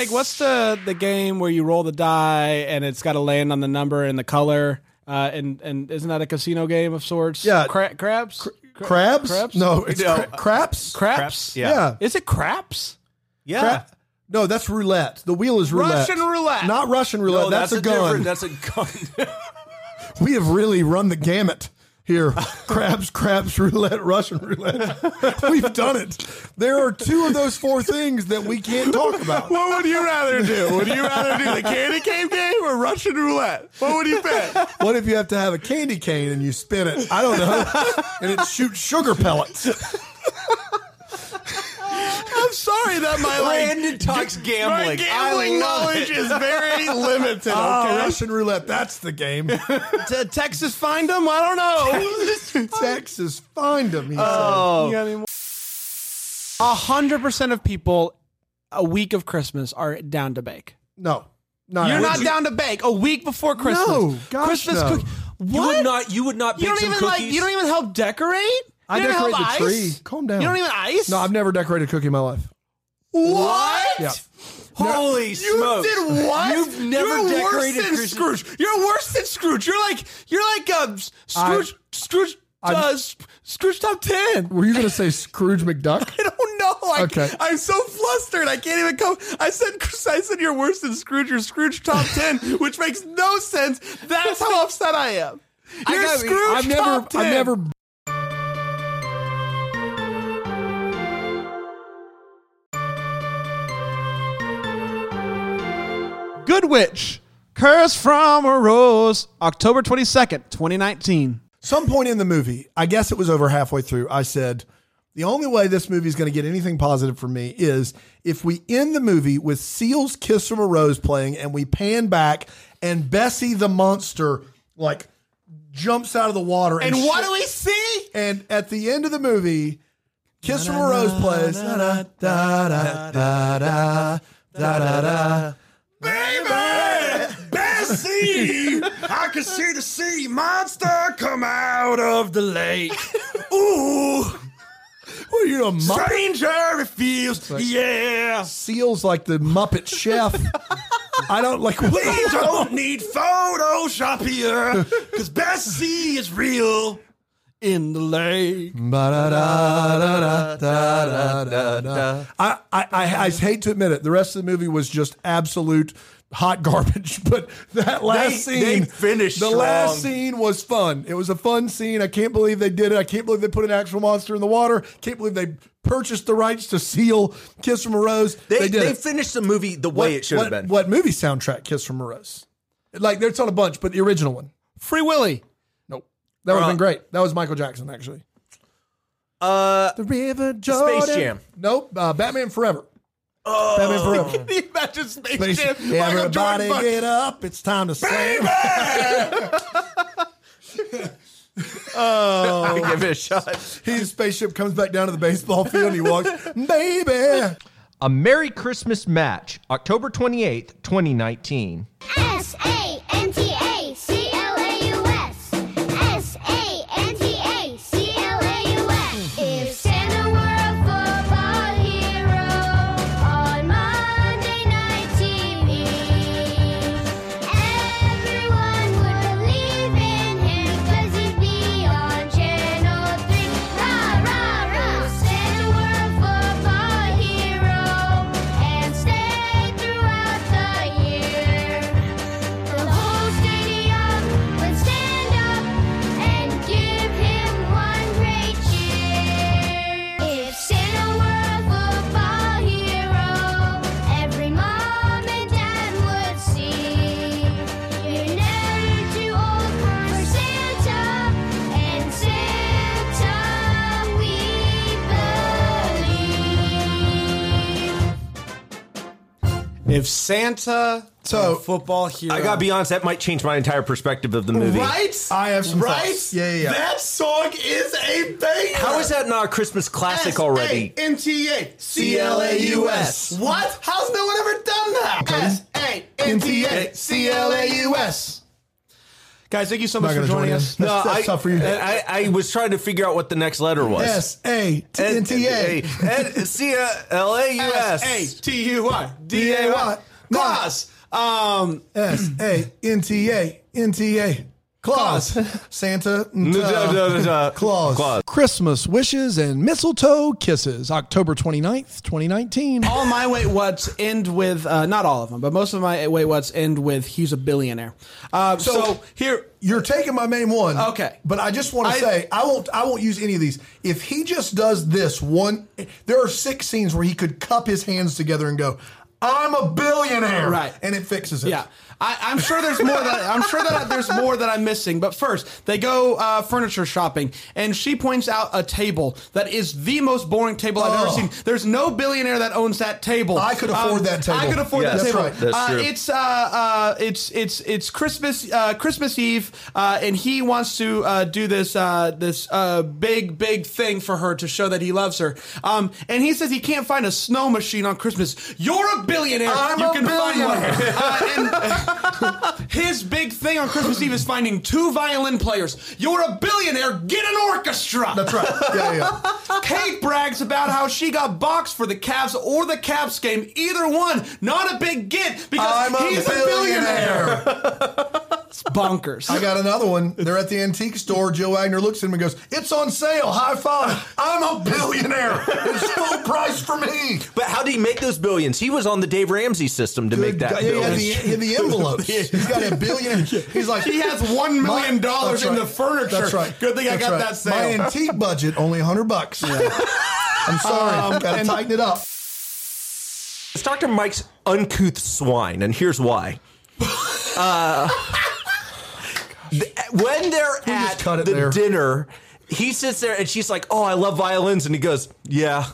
Like, what's the the game where you roll the die and it's got to land on the number and the color? Uh, and and isn't that a casino game of sorts? Yeah. Cra- crabs. Cra- Crabs? Crabs? No, it's No. cra- craps. Craps. Yeah. Yeah. Is it craps? Yeah. Cra- no, that's roulette. The wheel is roulette. Russian roulette. Not Russian roulette. No, that's, a gun. different- That's a gun. we have really run the gamut [laughs] Here, crabs, crabs, roulette, Russian roulette. We've done it. There are two of those four things that we can't talk about. What would you rather do? Would you rather do the candy cane game or Russian roulette? What would you pick? What if you have to have a candy cane and you spin it? I don't know. And it shoots sugar pellets. I'm sorry that my like, Brandon talks my gambling. gambling I love knowledge it. [laughs] is very limited. Ah, okay? Russian roulette. That's the game. [laughs] Te- Texas find them? I don't know. [laughs] Texas find them. He said. Oh. You got any more? A hundred percent of people a week of Christmas are down to bake. No, not you're at- not Would you- down to bake a week before Christmas. No, gosh, Christmas no. cook- What? You would not. You would not. You Bake don't some even cookies. like. You don't even help decorate. You I don't even decorate help the tree. ice? Calm down. You don't even ice. No, I've never decorated a cookie in my life. What? Yeah. Holy smokes! You did what? You've never You're decorated worse than Christmas- Scrooge. You're worse than Scrooge. You're like you're like um S- Scrooge Scrooge I'm- uh, S- Scrooge top ten. Were you going to say Scrooge [laughs] McDuck? I don't know. I, Okay. I'm so flustered. I can't even come. I said I said you're worse than Scrooge. You're Scrooge [laughs] top ten, which makes no sense. That's how upset I am. I You're gotta be- Scrooge I've never, top ten. I've never. Good Witch, Curse from a Rose, October 22nd, 2019. Some point in the movie, I guess it was over halfway through, I said, the only way this movie is going to get anything positive for me is if we end the movie with Seal's Kiss from a Rose playing and we pan back and Bessie the monster, like, jumps out of the water. And what sh- do we see? And at the end of the movie, Kiss from a Rose plays. Da, da, da, da, da, da, da, da. Bessie, I can see the sea monster come out of the lake. Ooh, What are you, a Muppet? stranger it feels. yeah. Seal's like the Muppet chef. I don't like. We don't need Photoshop here, because Bessie is real. in the lake. I, I, I, I hate to admit it. The rest of the movie was just absolute hot garbage. [laughs] But that last They- scene, they finished The last strong. scene was fun. It was a fun scene. I can't believe they did it. I can't believe they put an actual monster in the water. Can't believe they purchased the rights to seal "Kiss from a Rose." They, They, did they it. finished the movie the way it should what, have been. What movie soundtrack? "Kiss from a Rose." Like there's not a bunch, but the original one. Free Willy. Nope. That would have Uh, been great. That was Michael Jackson actually. Uh, The River Jordan. Space Jam. Nope. Uh, Batman Forever. Oh, Batman [laughs] Forever. Can you imagine Space, Space- Jam? Michael Everybody Jordan fucking- get up. It's time to [laughs] slam. I oh. give [laughs] it a shot. [laughs] His spaceship comes back down to the baseball field and he walks, baby. A Merry Christmas Match, October 28th, 2019. S A N T A C L A U S. S A N T A C L A U S. If Santa were a football hero on Monday night TV, everyone would believe in him 'cause he'd be on Channel 3. Rah, rah, rah. If Santa were a football hero and stayed throughout the year. The whole stadium would stand up and give him one great cheer. If Santa were a football hero, every mom and dad would see. You're never too old for Santa, and Santa we believe. If Santa so football hero, I got to be honest. That might change my entire perspective of the movie. Right? I have some Right? thoughts. Yeah, yeah, yeah. That song is a banger. How is that not a Christmas classic already? S A N T A C L A U S. What? How's no one ever done that? S A N T A C L A U S. guys, thank you so Not much for gonna joining join us. in. That's- that's I, tough for you. I, I was trying to figure out what the next letter was. S A T N T A. C L A U S. S A T U Y D A Y. Claus. Um, S A N T A N T A. Claus. Santa. Da, da, da, [laughs] da. Claus. Claus. Christmas wishes and mistletoe kisses. October 29th, 2019. all my wait whats end with uh, not all of them, but most of my wait whats end with he's a billionaire. Um, so, here you're taking my main one. Okay. but I just want to I- say I won't. I won't use any of these. If he just does this one, there are six scenes where he could cup his hands together and go, "I'm a billionaire," Right. and it fixes it. yeah, I, I'm sure there's more that I'm sure that I, there's more that I'm missing. But first, they go uh, furniture shopping, and she points out a table that is the most boring table I've ever Oh. seen. There's no billionaire that owns that table. Um, I could afford that table. I could afford Yes, that table. that's right. That's Uh, true. It's uh, uh, it's it's it's Christmas uh, Christmas Eve, uh, and he wants to uh, do this uh, this uh, big big thing for her to show that he loves her. Um, and he says he can't find a snow machine on Christmas. You're a billionaire. I'm you a can find one. billionaire. Uh, and his big thing on Christmas Eve is finding two violin players. You're a billionaire. Get an orchestra. That's right. Yeah, yeah. Kate brags about how she got boxed for the Cavs or the Caps game. Either one, not a big get because I'm a he's a billionaire. it's bonkers. I got another one. They're at the antique store. Joe Wagner looks at him and goes, "It's on sale. High five! I'm a billionaire. It's full price for me." But how did he make those billions? He was on the Dave Ramsey system to make that God, billion. He had the, he had the envelopes. He's got a billion. He's like He has $1 million My- that's in the furniture. That's right. Good thing I That's got right. that sale. My antique budget only hundred bucks. I'm sorry. Um, Got to and- tighten it up. It's Dr. Mike's uncouth swine, and here's why. [laughs] uh, th- when they're at it the there. dinner, he sits there and she's like, Oh, I love violins. And he goes, Yeah.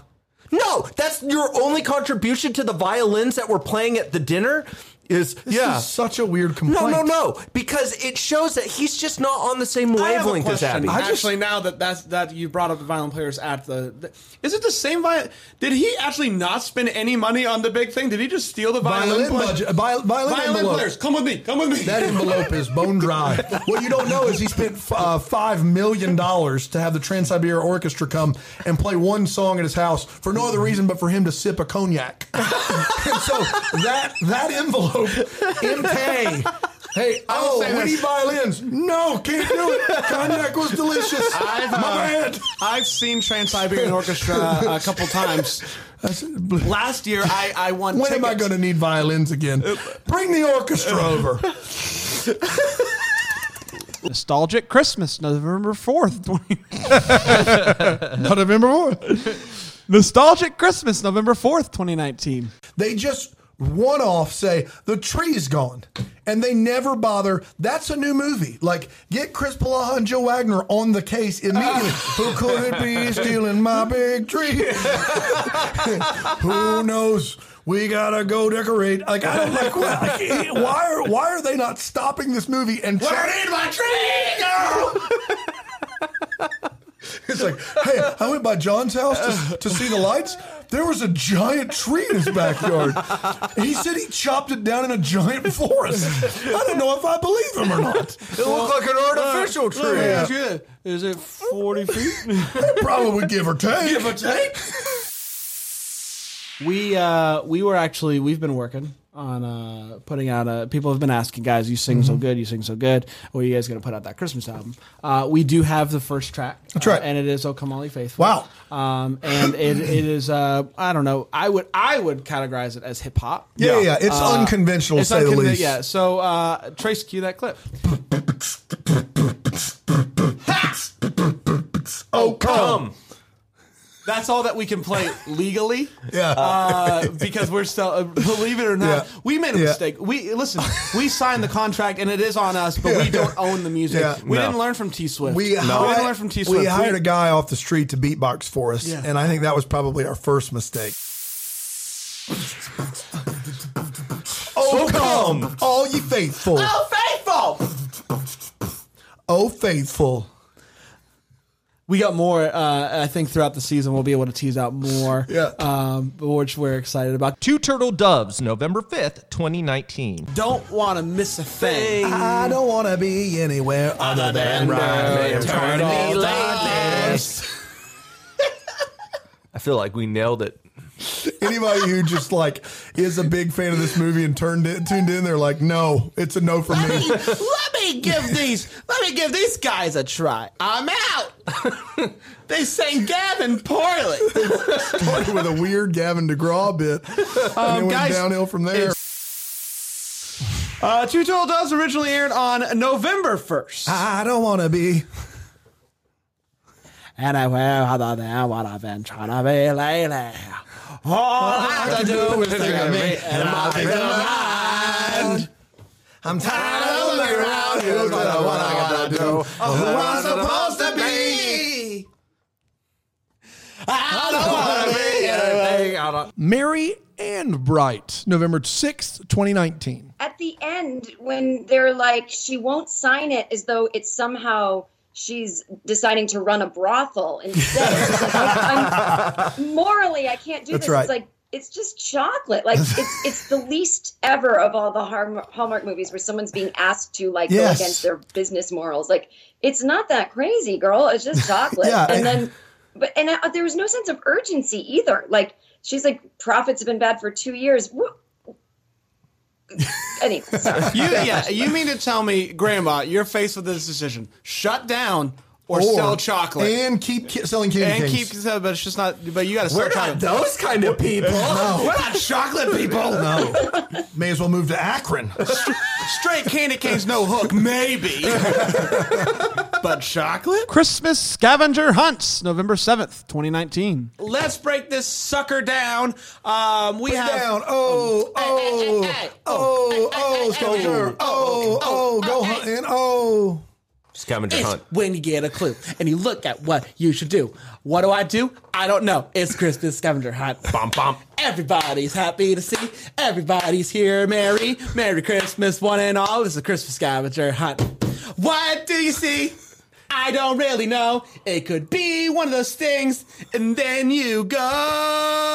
No, that's your only contribution to the violins that we're playing at the dinner is yeah. This is such a weird no, complaint. no, no, because it shows that he's just not on the same I have a wavelength as question. Abby. Actually, now that that's, that you brought up the violin players at the, th- is it the same violin? Did he actually not spend any money on the big thing? Did he just steal the violin? Violin play- budget. Violin, violin, Violin envelope. players, come with me. Come with me. That envelope is bone dry. What you don't know is he spent uh, five million dollars to have the Trans Siberia Orchestra come and play one song at his house for no other reason but for him to sip a cognac. and [laughs] so that that envelope, [laughs] MK. Hey, will oh, say we this. need violins. No, can't do it. Cognac was delicious. I've, My uh, bad. I've seen Trans Siberian Orchestra uh, a couple times. Last year, I, I won. When tickets. Uh, am I going to need violins again? Bring the orchestra over. Nostalgic Christmas, November 4th. [laughs] Not November 4th. Nostalgic Christmas, November 4th, 2019. They just one off say the tree's gone, and they never bother. That's a new movie. Like get Chris Palaha and Joe Wagner on the case [laughs] immediately. Who could it be stealing my big tree? [laughs] Who knows? We gotta go decorate. Like I don't like. Why, like, why are why are they not stopping this movie and Where try- did my tree go? It's like, hey, I went by John's house to, to see the lights. There was a giant tree in his backyard. He said he chopped it down in a giant forest. I don't know if I believe him or not. It looked like an Uh, artificial tree. Is it 40 feet? [laughs] Probably give or take. Give or take. We uh we were actually we've been working on uh putting out a people have been asking guys you sing Mm-hmm. so Mhm. good you sing so good when are you guys gonna put out that Christmas album uh we do have the first track that's right and it is O Come All Ye Faithful wow um and it [clears throat] it is uh I don't know I would I would categorize it as hip hop Uh, Yeah, yeah, yeah. It's unconventional, to say the least. yeah so uh Trace cue that clip oh come that's all that we [laughs] can play legally. Yeah. Uh, because we're still, uh, believe it or not, we made a Yeah. mistake. We listen. We signed the contract, and it is on us, but we don't own the music. Yeah. We No. didn't learn from T Swift. We, didn't hired, learn from T Swift. we hired a guy off the street to beatbox for us, Yeah. and I think that was probably our first mistake. Oh, come, all ye faithful. Oh, faithful. Oh, faithful. We got more. Uh, I think throughout the season, we'll be able to tease out more. Yeah. Um, which we're excited about. Two Turtle Doves, November 5th, 2019. Don't want to miss a thing. I don't want to be anywhere other than right. Eternally lost. I feel like we nailed it. Anybody who just like is a big fan of this movie and turned it, tuned in, they're like, no, it's a no for me. let me give these. Let me give these guys a try. I'm out. [laughs] they sang Gavin poorly. [laughs] Started with a weird Gavin DeGraw bit. and it went Um, guys, downhill from there. Uh, Two Total Doves originally aired on November 1st. I don't want to be. And I will other than what I've been trying to be lately. All I have to do is think of me and I'll be blind. I'm tired of looking around. Here's what I want, I gotta do. Who Uh-huh. I'm supposed to be. I don't wanna be anything. I don't. Merry and Bright, November 6th, 2019. at the end when they're like she won't sign it as though it's somehow she's deciding to run a brothel instead It's like, I'm- I'm- morally i can't do That's this right. it's like it's just chocolate like it's [laughs] it's the least ever of all the Har- hallmark movies where someone's being asked to like Yes. go against their business morals like it's not that crazy girl it's [laughs] just chocolate Yeah, and and- then but and uh, there was no sense of urgency either like she's like profits have been bad for two years Wh- anyway sorry. [laughs] you, yeah, you mean to tell me, Grandma, you're faced with this decision: shut down or, Or- sell chocolate, and keep ki- selling candy and canes. keep. But it's just not. But you got to sell We're not chocolate. those kind of [laughs] people. No. We're not chocolate people. No. May as well move to Akron. Straight candy canes, no hook, maybe. but chocolate. Christmas scavenger hunts, November 7th, 2019. Let's break this sucker down. Um, we have down. um, Oh, oh, oh, oh, sculpture. Oh, oh, go hunting. Oh. Scavenger It's hunt. when you get a clue and you look at what you should do. What do I do? I don't know. It's Christmas scavenger hunt. Bum bum. Everybody's happy to see. Everybody's here. Merry, Merry Christmas, one and all. This is a Christmas scavenger hunt. What do you see? I don't really know. It could be one of those things. And then you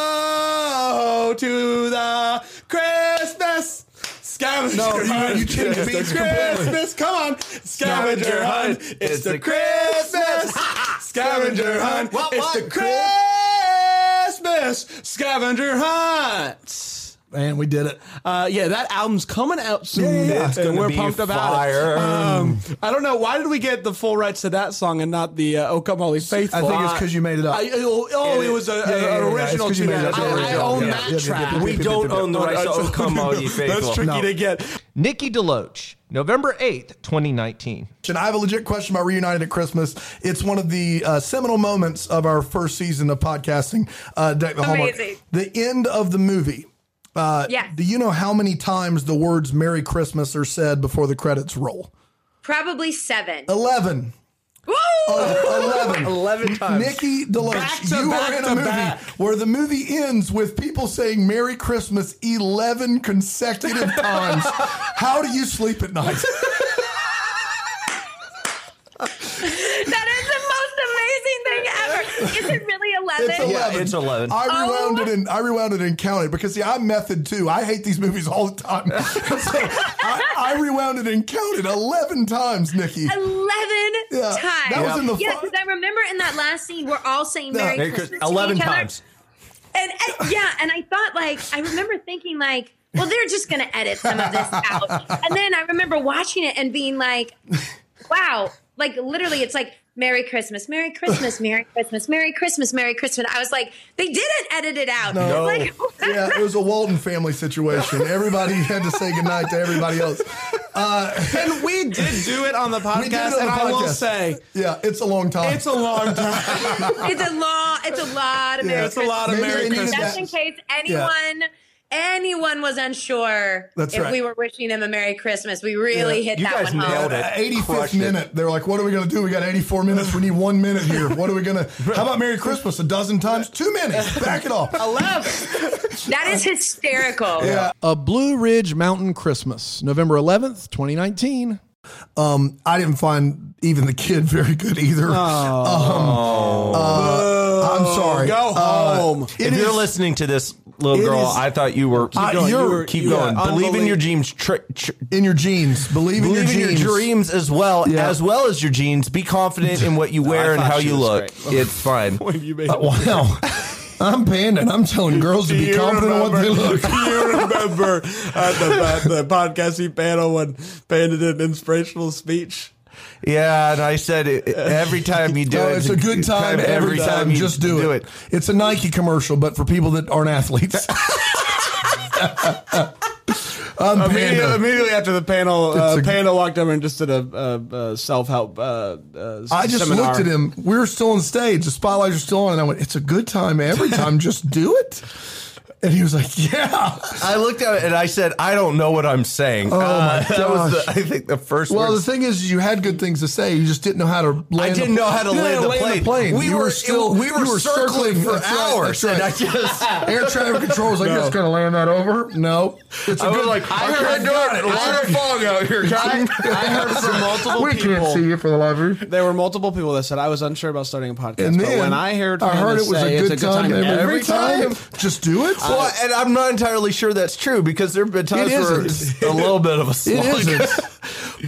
go to the Christmas scavenger No, you- hunt. you It's changed it the completely. Christmas. Come on. Scavenger hunt. It's the Christmas scavenger hunt. What, It's what? the Christmas scavenger hunt. [laughs] And we did it. Uh, yeah, that album's coming out soon. yeah, yeah. It's and gonna we're be pumped about fire. it. Um, I don't know why did we get the full rights to that song and not the uh, "Oh Come Holy Faithful." I think it's 'cause you made it up. I- oh, oh, it, was a, Yeah, yeah, yeah, yeah. an It's original 'cause you tune. made it up. I, It's I original. own Yeah, that yeah, yeah, track. yeah, yeah, We don't own the rights. to Oh, come [laughs] on, ye faithful. get. Nikki DeLoach, November 8th, 2019. And I have a legit question about Reunited at Christmas. It's one of the uh, seminal moments of our first season of podcasting. Uh, Deck the Hallmark. Amazing. The end of the movie. Uh, Yes. Do you know how many times the words "Merry Christmas" are said before the credits roll? Probably seven. Eleven. Uh, Woo! Oh, [laughs] Eleven. 11 times. Nikki DeLoach, Back to you back are in to a movie back. where the movie ends with people saying Merry Christmas 11 consecutive [laughs] times. How do you sleep at night? that is the most amazing thing ever. Is it really eleven? Oh, It's 11. I rewound it and I rewound it and counted because see, I'm method too. I hate these movies all the time. [laughs] so I, I rewound it and counted 11 times, Nikki. 11 Yeah, times. that was in the yeah, fi- because I remember in that last scene, we're all saying Merry, Christmas. to each other. And, and- yeah, and I thought, like, I remember thinking, like, well, they're just going to edit [laughs] some of this out. And then I remember watching it and being like, wow, like, literally, it's like, Merry Christmas, Merry Christmas, Merry Christmas, Merry Christmas, Merry Christmas. I was like, they didn't edit it out. No. Like, yeah, it was a Walden family situation. Everybody had to say goodnight to everybody else. Uh, and we did do it on the We did it podcast, on and the I will podcast. say yeah, it's a long time. it's [laughs] a long time. it's a lot. It's a lot of Yeah, Merry it's a lot of Christmas. Merry Maybe they Just in needed case anyone anyone was unsure That's if right. we were wishing them a Merry Christmas, we really hit that one home. Uh, 85th minute. They're like, what are we going to do? We got 84 minutes. We need one minute here. What are we [laughs] going to? How about Merry Christmas a dozen times? Two minutes. Back it [laughs] off. That is hysterical. Oh, Yeah. A Blue Ridge Mountain Christmas, November 11th, 2019. Um, I didn't find even the kid very good either. Um, uh, I'm sorry. Uh, Go home. Uh, if you're listening to this, little it girl, is- I thought you were. Keep going. you're- You were- keep you going. were Believe in unbelie- your dreams. Tr- tr- in your jeans. Believe, Believe in your dreams. dreams as well Yeah. as well as your jeans. Be confident in [laughs] what you wear and how you look. It's [laughs] fine. [laughs] Uh, wow. I'm panda and I'm telling girls to be confident in what they [laughs] look. you remember at the, at the podcast we panel when Panda did an inspirational speech? Yeah, and I said it, every time you do No, it, it's a good time every time. you Just do, it. It's a Nike commercial, but for people that aren't athletes. I'm Immediately, Panda. immediately after the panel, It's uh, a- Panda walked over and just did a, a, a self-help. Uh, uh, I just seminar. looked at him. We were still on stage. The spotlights are still on, and I went, "It's a good time every time. Just do it." And he was like, "Yeah." I looked at it and I said, I don't know what I'm saying. Oh my Uh, [laughs] That was gosh. the, I think the first Well, words- the thing is, you had good things to say. You just didn't know how to. land I didn't know how [laughs] to You didn't land know the how to plane. We You were- were still. it- we were you circling for That's right, hours, that's and right. I just- [laughs] air traffic control was like, No. "It's going to land that over." No, it's a I was good. [laughs] like, I can't heard- do I heard- I heard from multiple We people. can't see you for the love of you. There were multiple people that said I was unsure about starting a podcast, And but then when I heard, I heard Panda it was say, a "It's good time every, time. Just do it. Well, and I'm not entirely sure that's true because there have been times isn't. where it's a little bit of a It slog. isn't.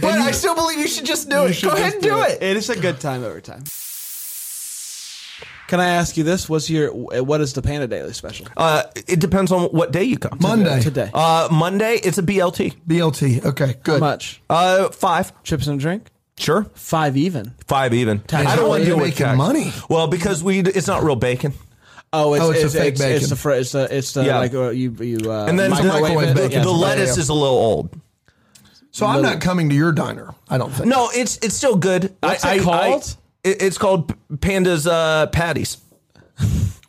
[laughs] but I still believe you should just do it. Go ahead and do it. It is a good time every time. Can I ask you this? What's your what is the Panda Daily special? Uh, it depends on what day you come. Monday. Today. Uh, Monday. It's a BLT. BLT. Okay. Good. How much? Uh, five. Chips and a drink. Sure. Five even. Five even. Tax. I How don't want are to you deal with making tax. money? Well, because we it's not real bacon. Oh, it's, Oh, it's, it's a it's, fake it's, bacon. the fr- it's the it's the Yeah. like uh, you you uh, and then the, microwave it. the, Yeah. the lettuce is a little old. [laughs] So I'm not coming to your diner. I don't think. No, it's it's still good. What's it called? it- it's called Panda's uh, Patties.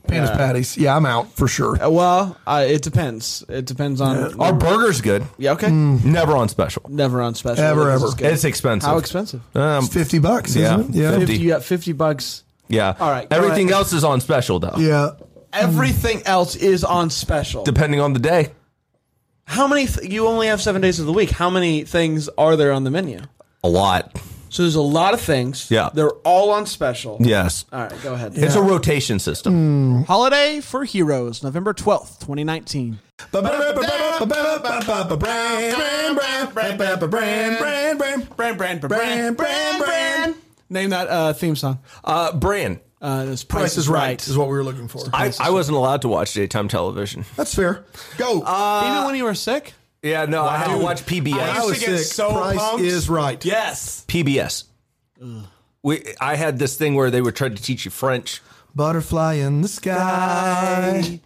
Panda's Yeah. patties. Yeah, I'm out for sure. Uh, well, uh, it depends. It depends on Our burger's good. Yeah, okay. Mm. Never on special. Never on special. Ever, This ever. is good. It's expensive. How expensive? Um, It's 50 bucks, yeah, isn't it? Yeah. 50. You got fifty bucks. Yeah. All right, go Everything ahead. else is on special though. Yeah. Everything else is on special. Depending on the day. How many? Th- you only have seven days of the week. How many things are there on the menu? A lot. So there's a lot of things. Yeah. They're all on special. Yes. All right, go ahead. It's a rotation system. Hmm. Holiday for Heroes, November twelfth, twenty nineteen. Name that uh, theme song. Uh, Bran. Uh, this Price, is right. is what we were looking for. I, I wasn't allowed to watch daytime television. That's fair. Go. Uh, Even when you were sick. Yeah, no, I had to watch PBS. I was sick. Price is right. Yes. PBS. We, I had this thing where they would try to teach you French. Butterfly in the sky.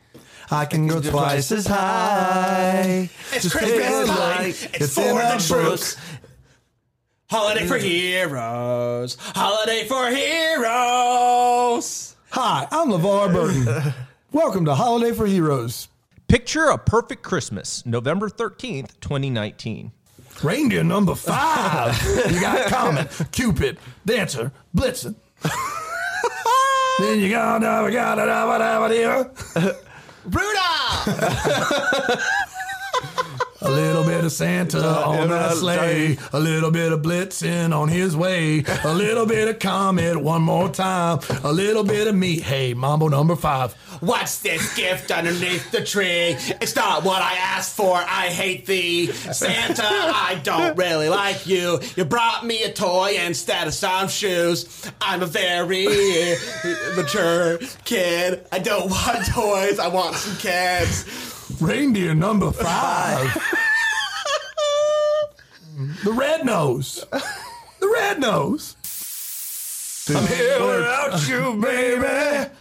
I can go twice as high. It's Just Christmas take a time. look. It's for in the a troops. book. Holiday for heroes. Holiday for heroes. Hi, I'm LeVar [laughs] Burton. Welcome to Holiday for Heroes. Picture a perfect Christmas, November 13th, 2019. Reindeer number five. [laughs] you got Comet, Cupid, Dancer, Blitzen. then you got uh, got it, uh, whatever, dear. A little bit of Santa on that sleigh, a little bit of Blitzen on his way, a little bit of Comet one more time, a little bit of me. Hey, Mambo number five. What's this gift underneath the tree? It's not what I asked for. I hate thee. Santa, I don't really like you. You brought me a toy instead of some shoes. I'm a very mature kid. I don't want toys. I want some kids. Reindeer number [laughs] five. the red nose. The red nose. I'm here without you, baby.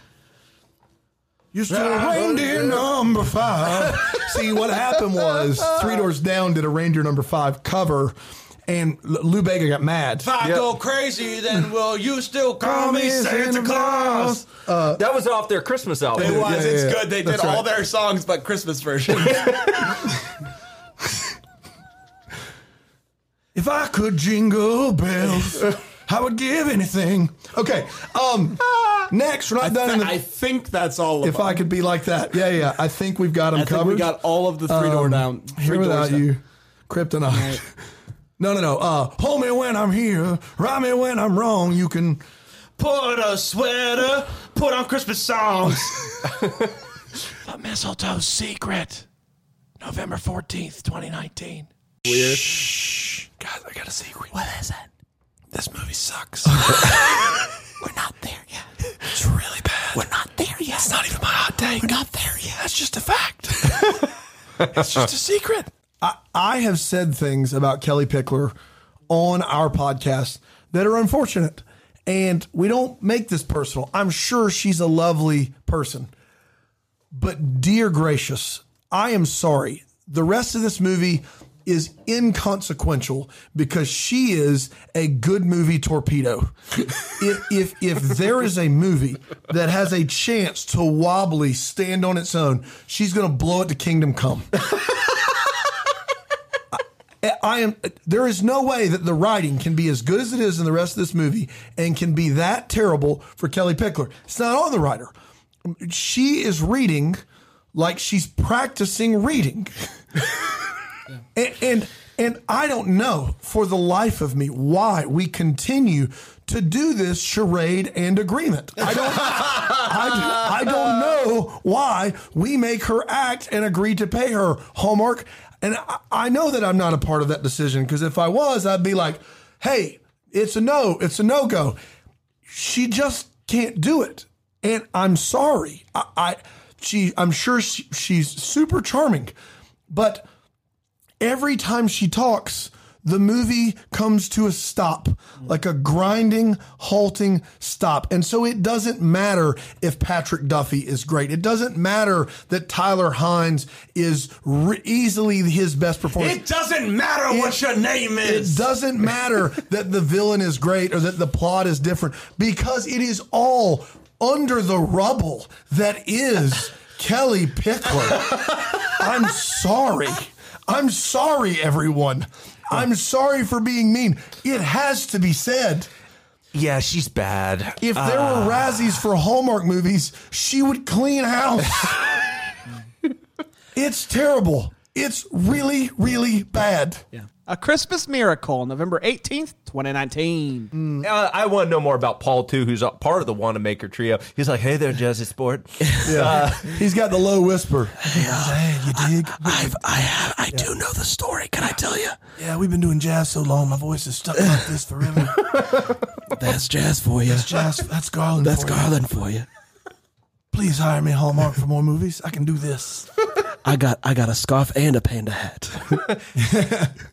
You're still reindeer number five. See, what happened was Three Doors Down did a reindeer number five cover, and L- Lou Bega got mad. If I go crazy, then will you still call me Santa Claus? Uh, that was off their Christmas album. It was. Oh, Yeah, it's yeah, good. They did that's all right. their songs but Christmas [laughs] versions. If I could jingle bells, I would give anything. Okay. Um. Next, we're not done. in the, I think that's all. if of I could be like that, yeah, yeah. I think we've got them I think covered. Um, we got all of the three door down. Here Three doors without down. you, kryptonite. [laughs] No, no, no. Uh, hold me when I'm here, rhyme me when I'm wrong. You can. Put a sweater, put on Christmas [laughs] songs. The mistletoe secret, November fourteenth, twenty nineteen. Weird. Guys, I got a secret. What is it? This movie [laughs] sucks. We're not there yet. It's really bad. We're not there yet. It's not even my hot day. We're not there yet. That's just [laughs] a fact. it's just a secret. I, I have said things about Kelly Pickler on our podcast that are unfortunate. And we don't make this personal. I'm sure she's a lovely person. But dear gracious, I am sorry. The rest of this movie is inconsequential because she is a good movie torpedo. if, if if there is a movie that has a chance to wobbly stand on its own, she's going to blow it to kingdom come. I, I am there is no way that the writing can be as good as it is in the rest of this movie and can be that terrible for Kelly Pickler. It's not on the writer. She is reading like she's practicing reading. and, and and I don't know for the life of me why we continue to do this charade and agreement. I don't I, I don't know why we make her act and agree to pay her Hallmark. And I, I know that I'm not a part of that decision because if I was, I'd be like, "Hey, it's a no, it's a no go." She just can't do it, and I'm sorry. I, I she I'm sure she, she's super charming, but every time she talks, the movie comes to a stop, like a grinding, halting stop. And so it doesn't matter if Patrick Duffy is great. It doesn't matter that Tyler Hines is re- easily his best performance. It doesn't matter what your name is. It doesn't matter that the villain is great or that the plot is different because it is all under the rubble that is Kelly Pickler. I'm sorry. I'm sorry, everyone. I'm sorry for being mean. It has to be said. Yeah, she's bad. If there Ah. were Razzies for Hallmark movies, she would [laughs] clean house. it's terrible. Oh, It's really, really bad. Yeah. A Christmas Miracle, November 18th, 2019. Uh, I want to know more about Paul too, who's a part of the Wanamaker trio. He's like, "Hey there, Jazzy Sport." Yeah. Uh, He's got the low whisper. you dig? I've, I have, I do know the story. Can I tell you? Yeah, we've been doing jazz so long, my voice is stuck like this forever. [laughs] That's jazz Oh, for you. That's jazz. That's [laughs] Garland. That's for you. Garland for you. Please hire me, Hallmark, for more movies. I can do this. I got, I got a scarf and a panda hat.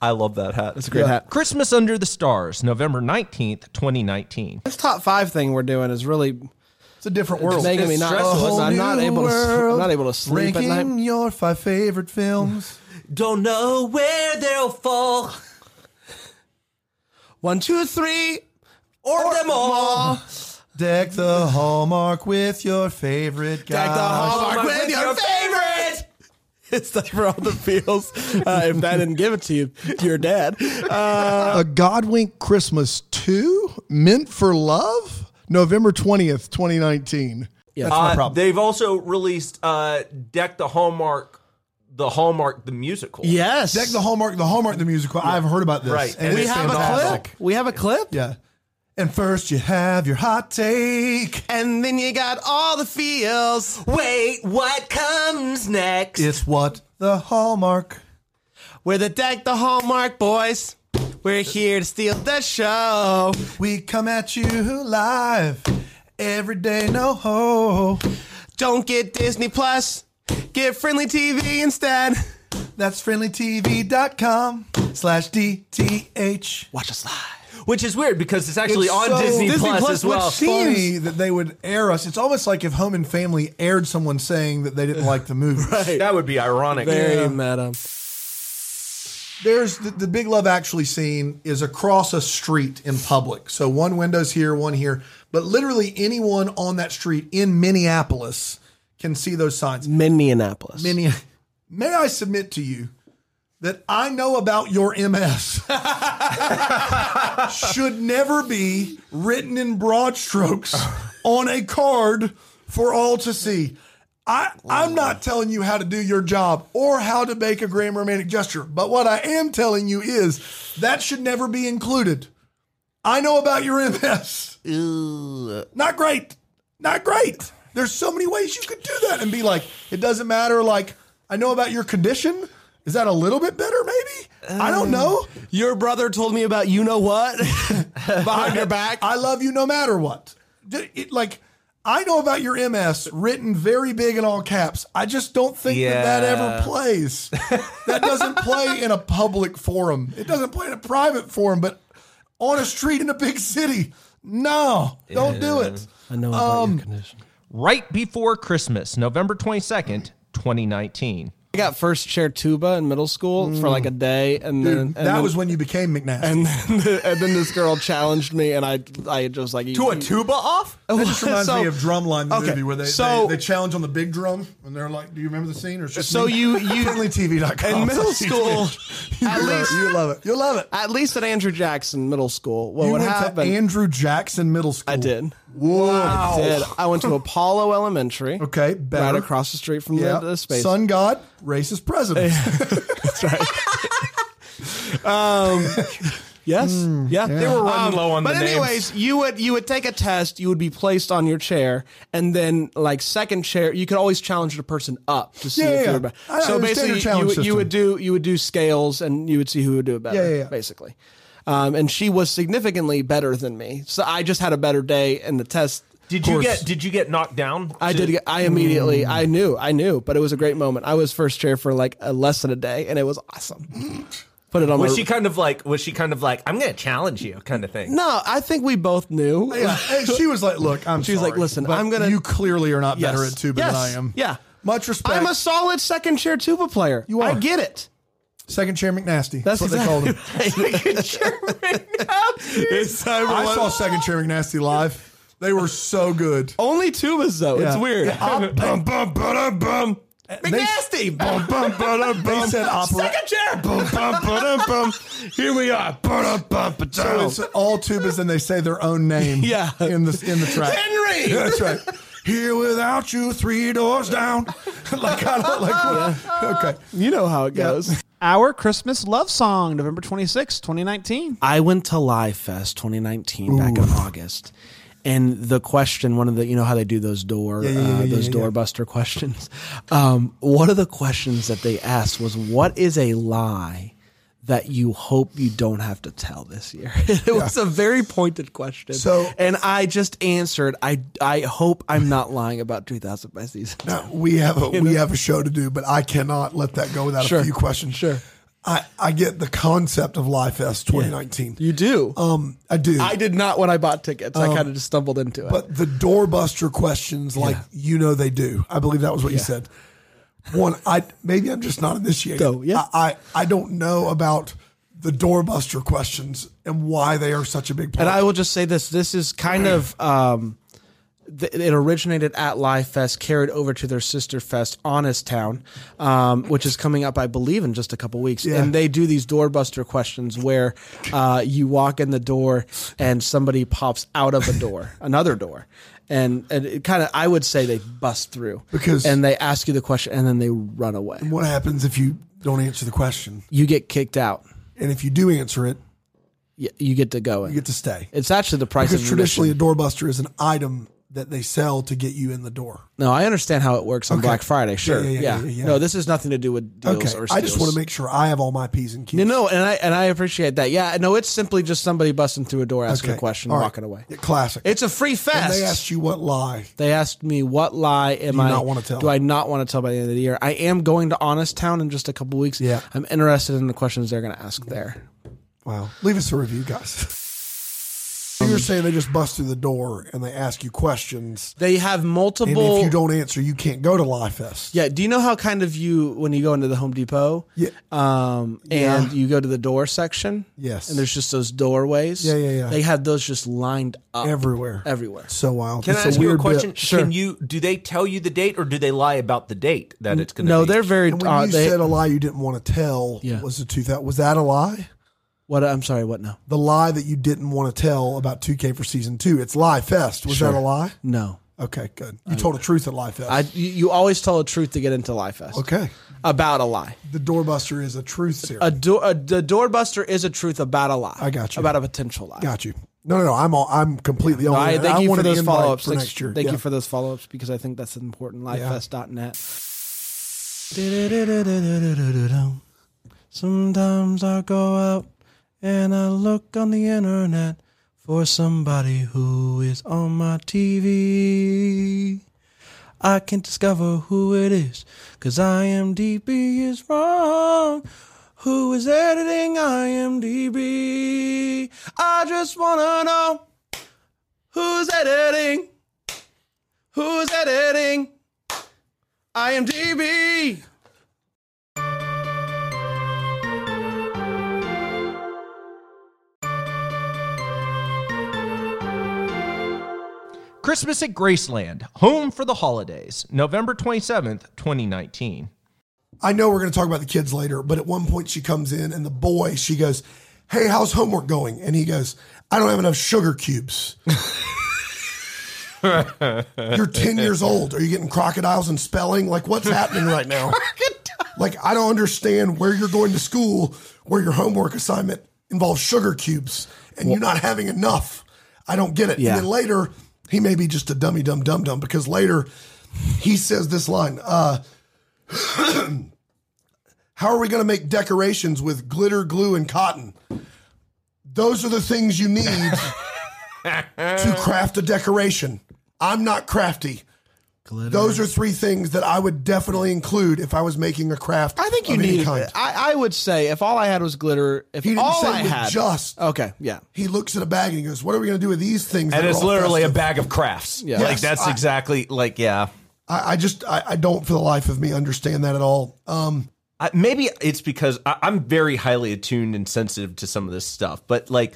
I love that hat. That's a great hat. Christmas Under the Stars, November nineteenth, twenty nineteen. This top five thing we're doing is really It's a different It's world. making me not- A listen, whole I'm not new able to s- I'm world. not able to sleep at Ranking night. your five favorite films. Don't know where they'll fall. One, two, three, or, them Oh. all. Deck the hallmark with your favorite guy. Deck the Oh, hallmark with your favorite. It's like for all the feels. Uh, if that didn't give it to you, to your [laughs] dad. Uh, a Godwink Christmas 2 meant for love November 20th, 2019. Uh, They've also released uh, Deck the Hallmark, the Hallmark, the musical. Yes. Deck the Hallmark, the Hallmark, the musical. I've heard about this. Right. And We it's have a fantastic. clip. We have a clip. Yeah. And first you have your hot take. And then you got all the feels. Wait, what comes next? It's what the hallmark. We're the Deck the Hallmark boys. We're here to steal the show. We come at you live every day, no ho. Don't get Disney Plus. Get friendly TV instead. That's friendlytv.com slash DTH. Watch us live. Which is weird because it's actually on Disney, Plus, as well. Which seems that they would air us. It's almost like if Home and Family aired someone saying that they didn't like the [laughs] movie. That would be ironic. meta. There's the, the Big Love Actually scene is across a street in public. So one window's here, one here, but literally anyone on that street in Minneapolis can see those signs. Minneapolis. Minne- [laughs] May I submit to you that I know about your [laughs] MS should never be written in broad strokes on a card for all to see. I, I'm not telling you how to do your job or how to make a grand romantic gesture, but what I am telling you is that should never be included. I know about your MS. Not great. Not great. There's so many ways you could do that and be like, it doesn't matter. Like, I know about your condition. Is that a little bit better, maybe? I don't know. Um, Your brother told me about you know what [laughs] behind your back. I love you no matter what. D- it- like, I know about your MS written very big in all caps. I just don't think that that Yeah. ever [laughs] plays. that doesn't play in a public forum. It doesn't play in a private forum, but on a street in a big city. No, don't do it. Um, I know about Um, your condition. Right before Christmas, November 22nd, 2019. I got first chair tuba in middle school Mm. for like a day, and Dude, then and that then- was when you became McNasty. And then, [laughs] and then this girl challenged me, and I I just like To a tuba [laughs] off. That [laughs] just reminds me of Drumline, the okay, movie where they, so- they they challenge on the big drum, and they're like, "Do you remember the scene?" Or it's just So me? [laughs] you- you- friendlytv.com. [laughs] in middle slash school, You at love it. least You love it. You love it. At least at Andrew Jackson Middle School, what you would went happen? to Andrew Jackson Middle School. I did. Whoa! I did. I went to Apollo Elementary. Okay, better. right across the street from Yeah. the, the space. Sun God, racist president. [laughs] That's [laughs] right. [laughs] um, yes. yeah. They were running low on But the names. [laughs] anyways, you would you would take a test. You would be placed on your chair, and then like second chair, you could always challenge the person up to see Yeah, if yeah, you yeah. were better. I So understand basically, the challenge you would, you system. would do you would do scales, and you would see who would do it better. Yeah, yeah, yeah. Basically. Um, and she was significantly better than me, so I just had a better day in the test. Did you course. get did you get knocked down? I to- did. get- I immediately. Mm. I knew. I knew. But it was a great moment. I was first chair for like a less than a day, and it was awesome. [laughs] Put it on. Was my, she kind of like was she kind of like I'm going to challenge you kind of thing? No, I think we both knew. Oh, Yeah. And she was like, "Look, I'm." [laughs] She was like, sorry, "Listen, but I'm gonna- You clearly are not better Yes. at tuba Yes. than I am. Yeah. Much respect. I'm a solid second chair tuba player. You are. I get it. Second chair McNasty. That's, what they [laughs] called him. [laughs] It's time for I one- saw Second Chair McNasty live. They were so good. Only tubas Oh, though. Yeah. It's weird. [laughs] Yeah, [laughs] op- bum bum bum bum. McNasty! Bum, bum, bum, bum. [laughs] They said opera- Second chair! Bum, bum, bum, bum. Here we are. Bum, bum, bum, So it's all tubas, and they say their own [laughs] name. yeah. in the in the track. [laughs] Henry! That's right. Here without you, three [laughs] doors down. like I don't [laughs] like. Okay. You know how it goes. Our Christmas love song, November 26, 2019. I went to Live Fest 2019 back in August. And the question, one of the, you know how they do those door, Yeah, yeah, yeah, uh, yeah, those yeah, yeah. doorbuster questions. [laughs] Um, one of the questions that they asked was, "What is a lie that you hope you don't have to tell [laughs] this year?" it was a very pointed question. So- and I just answered, "I I hope I'm not lying about 2000 by season." No, we have a we have a show to do, but I cannot let that go without Sure. a few questions. Sure. I, I get the concept of Live Fest 2019. You do. Um, I do. I did not when I bought tickets. I Um, kind of just [laughs] stumbled into it. But the doorbuster questions, like you know they do. I believe that was what you Yeah. said. One, I maybe I'm just not initiated. Go, yeah. I, I I don't know about the doorbuster questions and why they are such a big part. And I will just say this: this is kind of um, th- it originated at Live Fest, carried over to their sister fest, Honest Town, um, which is coming up, I believe, in just a couple weeks. Yeah. And they do these doorbuster questions where uh, you walk in the door and somebody pops out of a [laughs] door, another door. And, and it kind of, I would say they bust through Because- and they ask you the question and then they run away. what happens if you don't answer the question? You get kicked out. And if you do answer it, you, you get to go in. You get to stay. It's actually the price because of traditionally traditionally. a doorbuster is an item that they sell to get you in the door. No, I understand how it works on Okay. Black Friday. Yeah, Sure, yeah, yeah, yeah, yeah, yeah. No, this has nothing to do with deals okay, or steals. I just want to make sure I have all my p's and q's. You know, and I and I appreciate that. Yeah, no, it's simply just somebody busting through a door, asking a question, All right. walking away. Yeah, classic. It's a free And fest. they asked you what lie. They asked me what lie am Do you I not wanna tell? Do I not want to tell by the end of the year? I am going to Honest Town in just a couple weeks. Yeah, I'm interested in the questions they're going to ask there. Wow, leave us a review, guys. So you're saying they just bust through the door and they ask you questions. They have multiple. And if you don't answer, you can't go to Live Fest. Yeah. Do you know how kind of you when you go into the Home Depot? Yeah. Um, Yeah. and you go to the door section. Yes. And there's just those doorways. Yeah, yeah, yeah. They have those just lined up Everywhere. Everywhere. So wild. Can It's I ask you a weird question? bit. Sure. Can you do they tell you the date or do they lie about the date that it's going to No, be? they're very. And when uh, you they- said a lie you didn't want to tell, Yeah. was the two that was that a lie? What? I'm sorry. What now? The lie that you didn't want to tell about 2K for season two. It's Live Fest. Was Sure. that a lie? No. Okay, good. You told the truth at Live Fest. I, you, you always tell a truth to get into Life Fest. Okay. About a lie. the doorbuster is a truth series. A door, a, the doorbuster is a truth about a lie. I got you. About a potential lie. Got you. No, no, no. I'm all, I'm completely No, on. I it. thank you want for an those invite follow ups. for next year. Thank Yeah. you for those follow ups because I think that's important. Yeah. Livefest.net. Sometimes I go out and I look on the internet for somebody who is on my TV. I can't discover who it is because I am DB is wrong. Who is editing IMDb? I just wanna know who's editing. Who's editing IMDb? Christmas at Graceland, Home for the Holidays, November 27th, 2019. I know we're going to talk about the kids later, but at one point she comes in and the boy, she goes, Hey, how's homework going? And he goes, I don't have enough sugar cubes. [laughs] You're 10 years old. Are you getting crocodiles and spelling? Like, what's happening right now? like, I don't understand where you're going to school where your homework assignment involves sugar cubes and you're not having enough. I don't get it. Yeah. And then later, he may be just a dummy, dumb, dumb, dumb because later he says this line uh, [clears throat] How are we going to make decorations with glitter, glue, and cotton? Those are the things you need to craft a decoration. I'm not crafty. Those are three things that I would definitely include if I was making a craft. I think you of any need. kind. I, I would say if all I had was glitter, if He didn't all say I with had just. okay, yeah. He looks at a bag and he goes, "What are we going to do with these things?" that And are it's all literally festive?" a bag of crafts. Yeah. Like Yes, that's I- exactly like yeah. I, I just I, I don't for the life of me understand that at all. Um, I, maybe it's because I, I'm very highly attuned and sensitive to some of this stuff. But like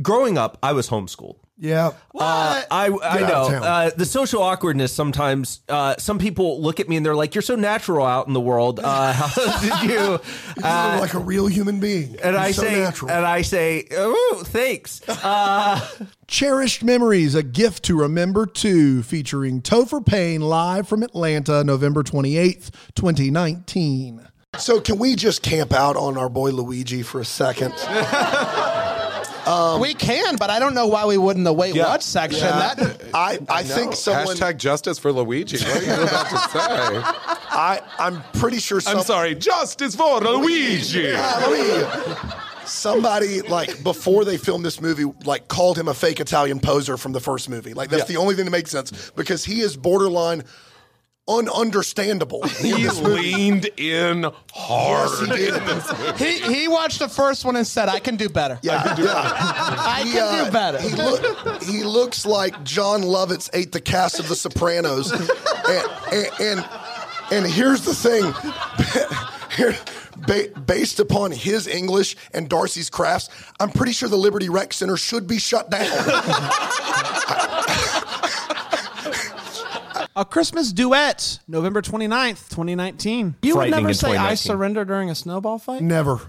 growing up, I was homeschooled. Yeah. Uh, I, I Get out know of town. uh, the social awkwardness. Sometimes uh, some people look at me and they're like, "You're so natural out in the world. Uh, [laughs] how [laughs] did you?" You're Uh, like a real human being. and You're I so say, natural. and I say, "Oh, [laughs] thanks." Uh, Cherished Memories, a gift to remember too, featuring Topher Payne live from Atlanta, November 28th, 2019. So, can we just camp out on our boy Luigi for a second? Um, we can, but I don't know why we wouldn't the wait what section. Yeah. That I, I know. think someone Hashtag justice for Luigi. What are you about to say? [laughs] I, I'm pretty sure. I'm sorry. Justice for Luigi. Yeah, Luigi. Somebody like before they filmed this movie, like called him a fake Italian poser from the first movie. Like that's Yeah. the only thing that makes sense because he is borderline [laughs] ununderstandable. He's leaned in Yes, hard. he did. in [laughs] this movie. he he watched the first one and said, "I can do better." Yeah, I can do better. I He, can uh, do better. He, look, he looks like John Lovitz ate the cast of The Sopranos. and, and, and, and here's the thing. [laughs] Here, ba- based upon his English and Darcy's crafts, I'm pretty sure the Liberty Rec Center should be shut down. A Christmas duet, November 29th, 2019. You would never say I surrender during a snowball [laughs] fight. Never.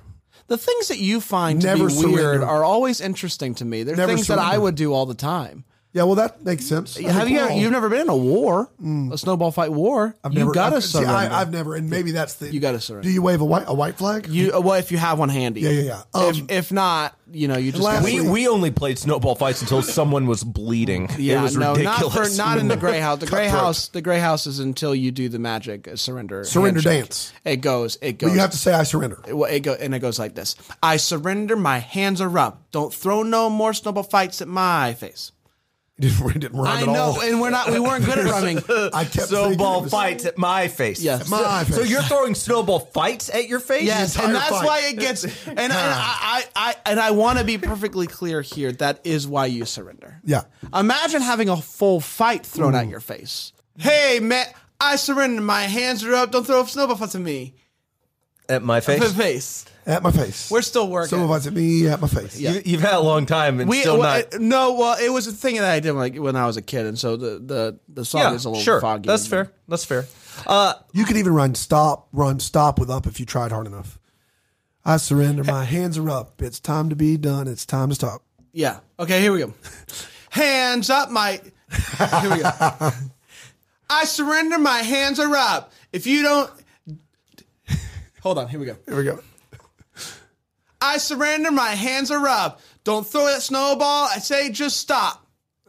The things that you find Never to be weird surrender. are always interesting to me. They're Never things that I surrender. would do all the time. yeah, well, that makes sense. Mm. Have you? Ever, you've never been in a war, a snowball fight war. I've you never- gotta I've- see, I- surrender. I've never, and maybe that's the. You gotta surrender. Do you wave a white a white flag? You uh, well, if you have one handy. Yeah, yeah, yeah. Um, if, if not, you know, you just we we only played snowball fights until someone was bleeding. it Yeah, was no, ridiculous. not for not [laughs] in the gray house. The gray house, the gray house is until you do the magic uh, surrender Surrender handshake. dance. It goes, it But goes. you have to say I surrender. It, well, it go and it goes like this. I surrender. My hands are up. Don't throw no more snowball fights at my face. It didn't rhyme I at know, all. and we're not. We weren't [laughs] good at running. I kept thinking snowball it was- fights at my face. Yes. At my so, face. so you're throwing snowball fights at your face. Yes, and that's why it [laughs] gets. And, and I, I, I, and I want to be perfectly clear here. That is why you surrender. Yeah. Mm. Imagine having a full fight thrown at your face. Hey, man, I surrender. My hands are up. Don't throw snowball fights at me. at my At face. my face. At my face. We're still working. Some of us at me at my face. You, you've had a long time and we still well, not. it- no. Well, it was a thing that I did like when I was a kid, and so the the, the song is a little sure. foggy. That's fair. That's fair. you could even run stop, run stop with up if you tried hard enough. I surrender. My hands are up. It's time to be done. It's time to stop. Yeah. Okay. Here we go. [laughs] hands up, my. Here we go. [laughs] I surrender. My hands are up. If you don't, hold on. Here we go. Here we go. I surrender. My hands are up. Don't throw that snowball. I say just stop.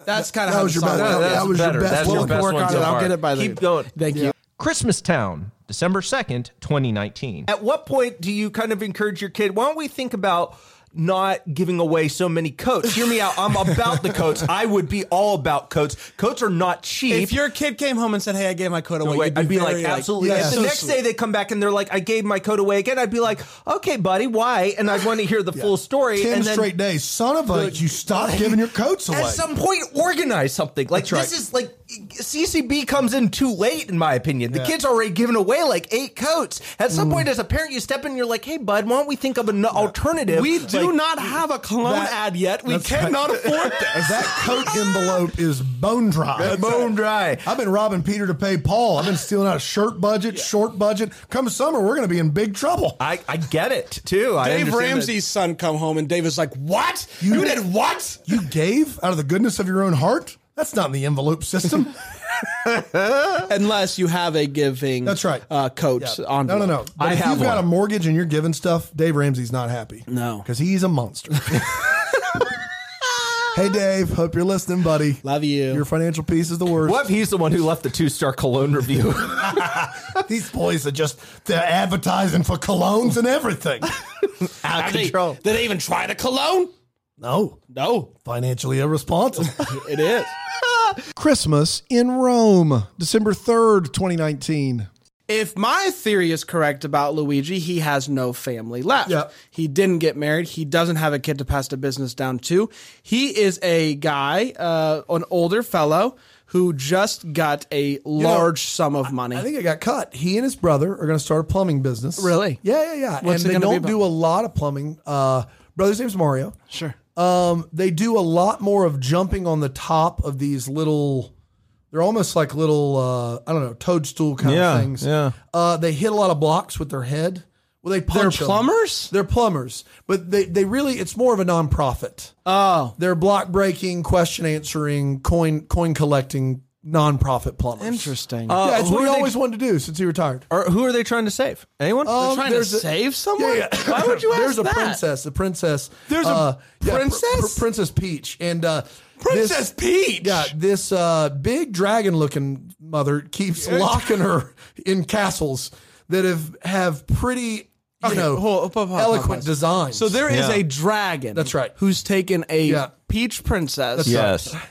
That's kind of that how was the your song best- went. that was your Better. best That's your one. best Work one on so it. far. I'll get it by the Keep going. Thank you. Christmas Town, December 2nd, 2019. At what point do you kind of encourage your kid? Why don't we think about not giving away so many coats. Hear me out. I'm about [laughs] the coats. I would be all about coats. Coats are not cheap. If your kid came home and said, "Hey, I gave my coat away," Wait, you'd be I'd be very, like, absolutely. Yeah, and the so next sweet. day they come back and they're like, I gave my coat away again. I'd be like, okay, buddy, why? And I'd want to [laughs] hear the full story. Ten and then straight days, son of a! Look, you [laughs] stop giving your coats away. at some point organize something. Like That's right. this is like CCB comes in too late, in my opinion. The Yeah. kid's already given away like eight coats. At Mm. some point, as a parent, you step in, and you're like, hey, bud, why don't we think of an alternative? We do Like- not have a cologne That- ad yet. We That's cannot right. [laughs] afford this. that coat envelope is bone dry. That's bone dry. I've been robbing Peter to pay Paul. I've been stealing out of shirt budget, short budget. Come summer, we're going to be in big trouble. I, I get it too. I Dave understand Ramsey that. His son come home and Dave is like, "What? You, did what? You gave out of the goodness of your own heart? That's not in the envelope [laughs] system. [laughs] Unless you have a giving, that's right. Uh, coats Yeah. on. No, no, no. But I if have you've got a one. mortgage and you're giving stuff, Dave Ramsey's not happy. No, because he's a monster. hey, Dave. Hope you're listening, buddy. Love you. Your financial piece is the worst. What if he's the one who left the two star cologne [laughs] review? These boys are just they're advertising for colognes and everything. Out of control." Did they even try the cologne? No, no, financially irresponsible. [laughs] it is. Christmas in Rome, December third, twenty nineteen. If my theory is correct about Luigi, he has no family left. He didn't get married. He doesn't have a kid to pass the business down to. He is a guy, uh, an older fellow who just got a large sum of money. I think it got cut. He and his brother are going to start a plumbing business. Really? Yeah, yeah, yeah. What's and they it gonna be don't about? do a lot of plumbing. Uh, brother's name's Mario. Sure. Um, they do a lot more of jumping on the top of these little. They're almost like little, uh, I don't know, toadstool kind Yeah, of things. yeah. Uh, they hit a lot of blocks with their head. Well, they punch They're 'em. plumbers? They're plumbers, but they, they really it's more of a nonprofit. Oh, they're block breaking, question answering, coin coin collecting nonprofit plumbers. Interesting. yeah, it's who what are he they- always wanted to do since he retired. Or who are they trying to save? Anyone? Um, They're trying to there's a- save someone? Yeah, yeah. Why would you [coughs] There's ask a that? princess. The princess. uh, There's a yeah, pr- princess? pr- princess Peach and uh, Princess Peach? Yeah, this uh, big dragon looking mother keeps locking her in castles that have have pretty. You Okay, know, hold- hold- hold- hold- eloquent hold- hold. designs. Oh, So there is a dragon. That's right. Who's taken a Yeah. peach princess? That's Yes. right.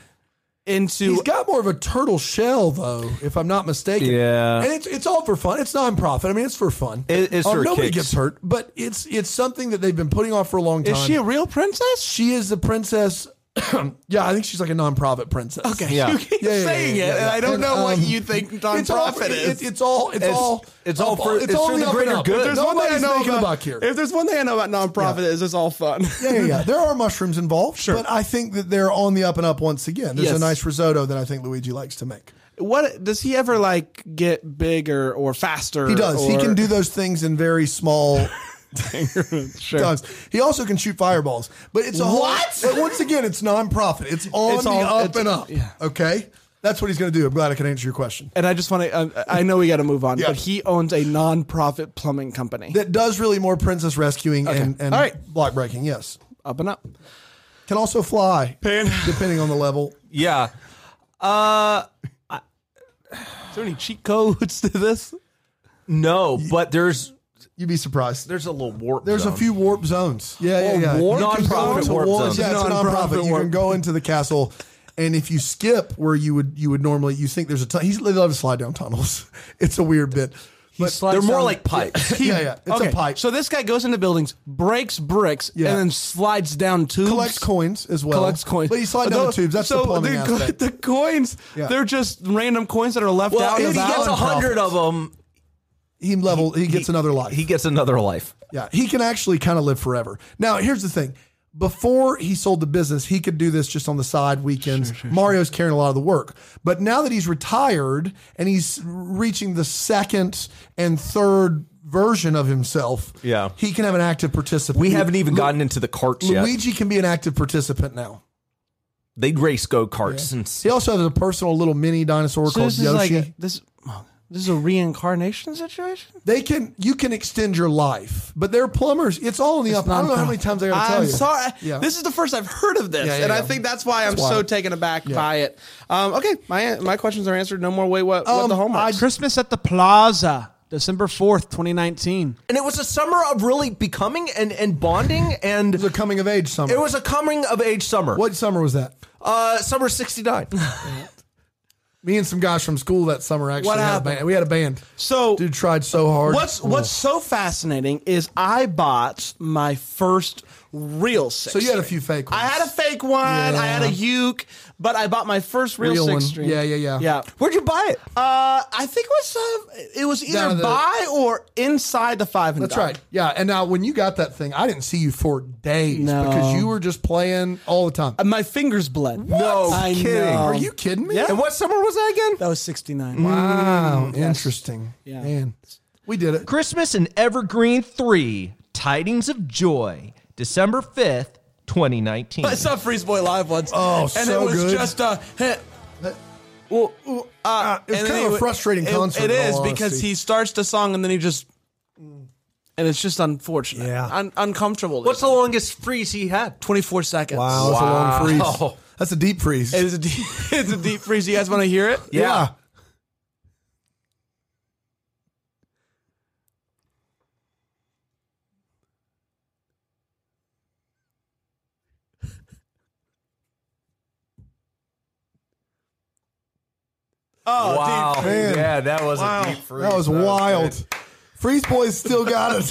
Into He's got more of a turtle shell, though, if I'm not mistaken. Yeah. and it's, it's all for fun. It's nonprofit. I mean, it's for fun. Um, It- it's for nobody kicks. gets hurt, but it's it's something that they've been putting off for a long time. Is she a real princess? She is the princess. [clears throat] yeah, I think she's like a nonprofit princess. Okay, [laughs] [laughs] you keep saying it, and I don't know what you think um, it's all- nonprofit it- is. It's, all. It's, It's- all. it's all for- it's for only the up and greater up. good. If There's one thing I Nobody's know making a about- buck here. If there's one thing I know about nonprofit, is it's all fun. [laughs] Yeah, yeah, yeah. There are mushrooms involved, but I think that they're on the up and up once again. There's Yes. a nice risotto that I think Luigi likes to make. [laughs] What does he ever like get bigger or faster? He does. He or- can do those things in very [laughs] small. Sure. Does. He also can shoot fireballs, but it's a What? whole. But once again, it's nonprofit. It's on It's the all- up it's- and up. yeah. Okay, that's what he's going to do. I'm glad I can answer your question. [laughs] And I just want to. Um, I know we got to move on, Yeah. but he owns a nonprofit plumbing company. That does really more princess rescuing and, and All right. block breaking. Yes, up and up. Can also fly, depending on the level. Yeah. Uh, Is there any cheat codes to this? No, but there's. You'd be surprised. There's a little warp. There's a zone. few warp zones. Yeah, Oh, yeah, yeah. warp You can go nonprofit into warp warp- zones. Yeah, it's a Nonprofit nonprofit. You can warp. go into the castle, and if you skip where you would you would normally you think there's a ton. He's they love to slide down tunnels. [laughs] It's a weird bit. But slides down- [laughs] yeah, yeah. It's okay. a pipe. So this guy goes into buildings, breaks bricks, Yeah. and then slides down tubes. Collects coins as well. Collects coins. But he slid down the Those- tubes. That's the so plumbing co- aspect. the coins, Yeah. they're just random coins that are left Well, out. if he gets a hundred of them, he level. He gets another life. He gets another life. Yeah, he can actually kind of live forever. Now, here's the thing. Before he sold the business, he could do this just on the side weekends. Mario's carrying a lot of the work. But now that he's retired and he's reaching the second and third version of himself, Yeah. he can have an active participant. We haven't even gotten into the carts yet. Luigi can be an active participant now. They race go karts and He also has a personal little mini dinosaur So called this is like Yoshi. a- this. This is a reincarnation situation. they can you can extend your life, but they're plumbers. It's all in the up. I don't know how many times I got to tell I'm you. sorry. Yeah. This is the first I've heard of this, Yeah, yeah, and I yeah. think that's why I'm That's so wild. taken aback Yeah. by it. Um, okay, my my questions are answered. No more. Wait, what? what Um, the homework? Christmas at the Plaza. December 4th, 2019. And it was a summer of really becoming and, and bonding and it was a coming of age summer. It was a coming of age summer. What summer was that? Uh, summer [laughs] '69. Me and some guys from school that summer actually. What had a happened? band. We had a band. So dude tried so hard. Oh. What's what's so fascinating is I bought my first real six. So you had a few string. fake ones. I had a fake one. I had a uke, but I bought my first real, Real six one. string. Yeah, yeah, yeah. Yeah. Where'd you buy it? Uh, I think it was uh, it was Down either to the- buy or inside the five hundred. That's right. Yeah. And now when you got that thing, I didn't see you for days No. Uh, because you were just playing all the time. My fingers bled. No I kidding. know. Are you kidding me? Yeah. And what summer was that again? That was sixty nine. Wow. Mm, Interesting. Yeah. Man. We did it. Christmas in Evergreen 3 Tidings of Joy, December 5th, 2019. But I saw Freeze Boy live once. Oh, and so it was good. just uh, a. Heh, well, ooh, uh, it was kind and then of he a would- frustrating it- concert, It in all is honesty. because he starts the song and then he just, and it's just unfortunate. Yeah, Un- uncomfortable. What's the longest freeze he had? Twenty four seconds. Wow, that's a [laughs] long freeze. That's a deep freeze. It is a deep, [laughs] it's a deep freeze. You guys want to hear it? Yeah. Oh, wow. deep freeze. Yeah, that was Wow. a deep freeze. That was wild. Freeze Boys still got it.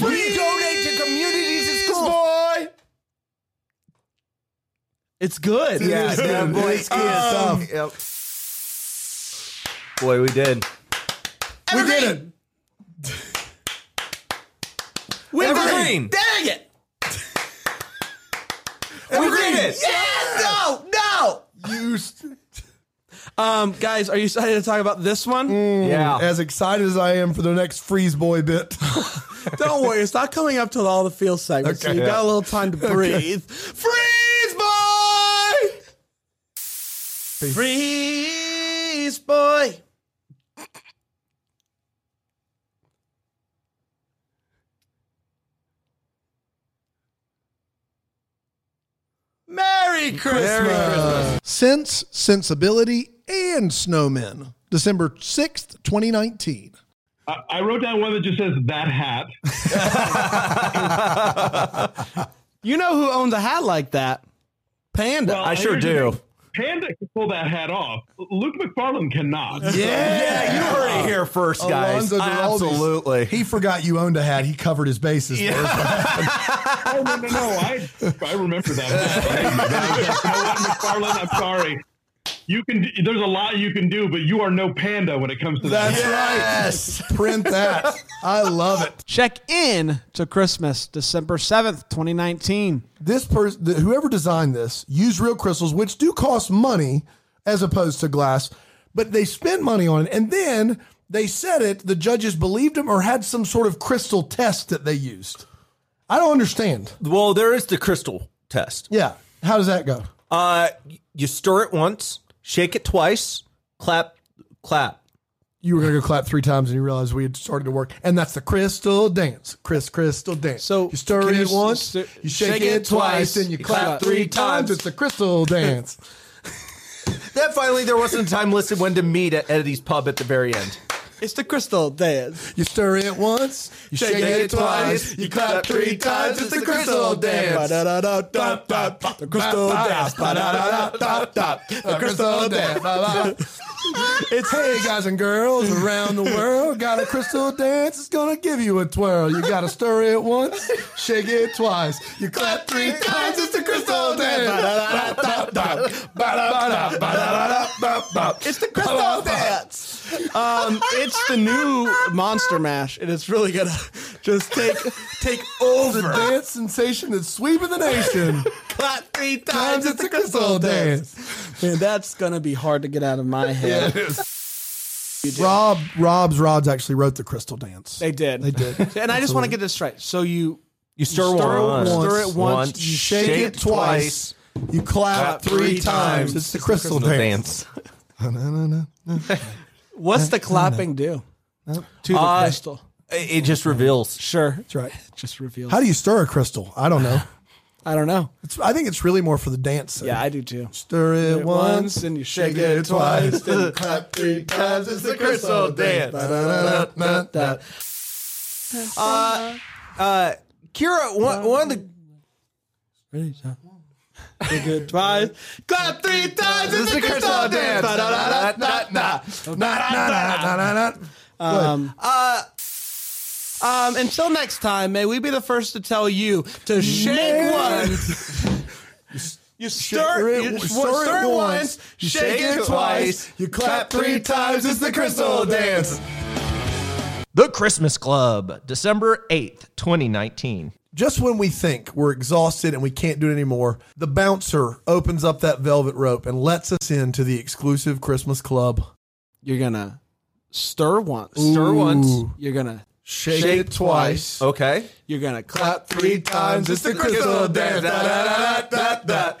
We donate to communities at school. Boy. It's good. Um, Yeah, that boy is good uh, stuff. Yep. Boy, we did. We did it. Evergreen. Dang it! [laughs] We did it. Yes! No! No! You. [laughs] Um, guys, are you excited to talk about this one? Yeah. Mm, As excited as I am for the next Freeze Boy bit. [laughs] Don't worry, it's not coming up till all the field segments, so Okay. you Yeah. got a little time to [laughs] Okay. breathe. [laughs] Freeze, boy! Freeze, boy! Merry Christmas! Sense, Sensibility, and Snowmen. December 6th, 2019. I, I wrote down one that just says that [laughs] hat. You know who owns a hat like that? Panda. Well, here's the thing. Panda can pull that hat off. Luke McFarlane cannot. Yeah, you heard it here first, Alonzo Giraldi's- He forgot you owned a hat. He covered his bases. Yeah. [laughs] oh no no no! I I remember that. [laughs] hat. You know what, McFarlane, I'm sorry. You can. There's a lot you can do, but you are no panda when it comes to that. That's right. Print [laughs] that. I love it. Check in to Christmas, December 7th, 2019. This person, whoever designed this, used real crystals, which do cost money as opposed to glass, but they spent money on it. And then they said it, the judges believed them or had some sort of crystal test that they used. I don't understand. Well, there is the crystal test. Yeah. How does that go? Uh, you stir it once, shake it twice, clap, clap. You were going to go clap three times and you realized we had started to work. And that's the crystal dance. Chris, crystal dance. So you stir can it you s- once, stir- you shake, it twice, and you clap, three times. It's the [laughs] crystal dance. Then finally, there wasn't a time listed when to meet at Eddie's pub at the very end. It's the crystal dance. You stir it once, you shake, it twice, you clap three times. It's the crystal dance. The crystal dance. The crystal dance. It's hey guys and girls around the world. Got a crystal dance? It's gonna give you a twirl. You gotta stir it once, shake it twice, you clap three times. It's the crystal dance. It's the crystal dance. Um, it's the new Monster Mash, and it's really gonna just take take over. The dance sensation that's sweeping the nation. Clap three times. It's the crystal dance. Man, that's gonna be hard to get out of my head. Rob, Rob's rods actually wrote the crystal dance. They did. They did. [laughs] and I just want to get this straight. So you you stir once, stir it once, once, you shake it twice, you clap three times. It's the crystal dance. [laughs] What's the clapping do to the Uh, crystal? It just reveals. Sure, that's right. Just reveals. How do you stir a crystal? I don't know. I don't know. It's, I think it's really more for the dance. Yeah, I do too. Stir it once, and you shake it twice, then clap three times. It's the Crystal Dance. Da-da-da-da-da. Uh, uh, Kira, one, one of the Ready, John? Say goodbye. Clap three times. It's the Crystal Dance. Um, uh, Um, until next time, may we be the first to tell you to shake one. you stir it, you stir it once, you shake it twice, you clap three times. It's the Crystal Dance. The Christmas Club, December 8th, 2019. [laughs] Just when we think we're exhausted and we can't do it anymore, the bouncer opens up that velvet rope and lets us into the exclusive Christmas club. You're gonna stir once. Stir once. You're gonna Shake it twice. Okay. You're gonna clap Three times it's the Crystal Dance. Uh,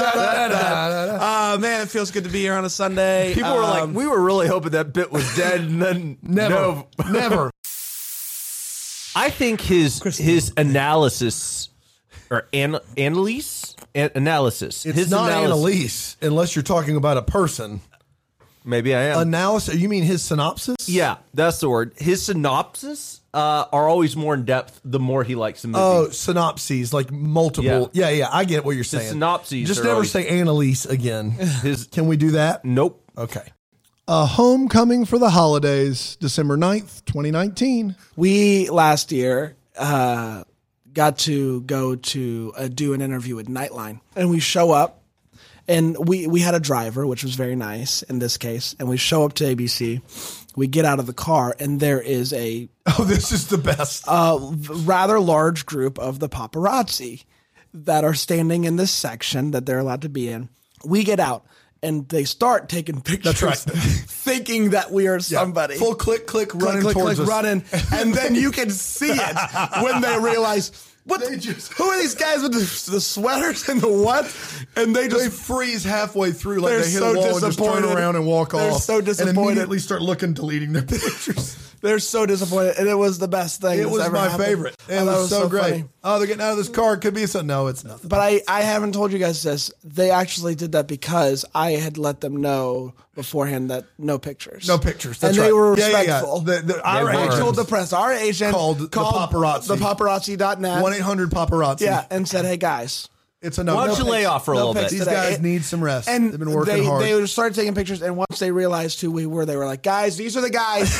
Oh man, it feels good to be here on a Sunday. People were um, like, we were really hoping that bit was [laughs] dead, and then never, never. I think his his analysis or an, analysis an, analysis. It's his not analysis- Annalise unless you're talking about a person. Maybe I am. Analysis? You mean his synopsis? Yeah, that's the word. His synopsis uh, are always more in depth the more he likes the movie. Oh, synopses, like multiple. Yeah, yeah, I get what you're The saying. synopses Just are never always- say Annalise again. Can we do that? Nope. Okay. A homecoming for the holidays, December 9th, 2019. We last year uh, got to go to uh, do an interview with Nightline, and we show up, and we we had a driver, which was very nice in this case, and we show up to ABC. We get out of the car, and there is a [laughs] oh, this is the best, a rather large group of the paparazzi that are standing in this section that they're allowed to be in. We get out. And they start taking pictures, [laughs] right. thinking that we are somebody. Full click, click, Click, running click, towards us. click, running, and then you can see it when [laughs] they realize what the- who are these guys with the, the sweaters and the what and they just freeze halfway through like they're they hit so a wall and just disappointed turn around and walk they're off. so And disappointed immediately start looking, deleting their pictures. they're so disappointed and it was the best thing It that's was ever my happened. favorite. I It thought was, so great. funny. Oh, they're getting out of this car. It could be something. No, it's nothing. But I, I haven't told you guys this. They actually did that because I had let them know beforehand that no pictures. No pictures. That's and they right. were Yeah, yeah, yeah. respectful. The- the- our they agent told the press. Our agent called the paparazzi. The paparazzi.net. 1-800-paparazzi. Yeah, and said, hey, guys. It's a no- Why don't no you lay pics. off for a little bit? These guys need some rest. And They've been working they, hard. They would start taking pictures, and once they realized who we were, they were like, "Guys, these are [laughs] the guys.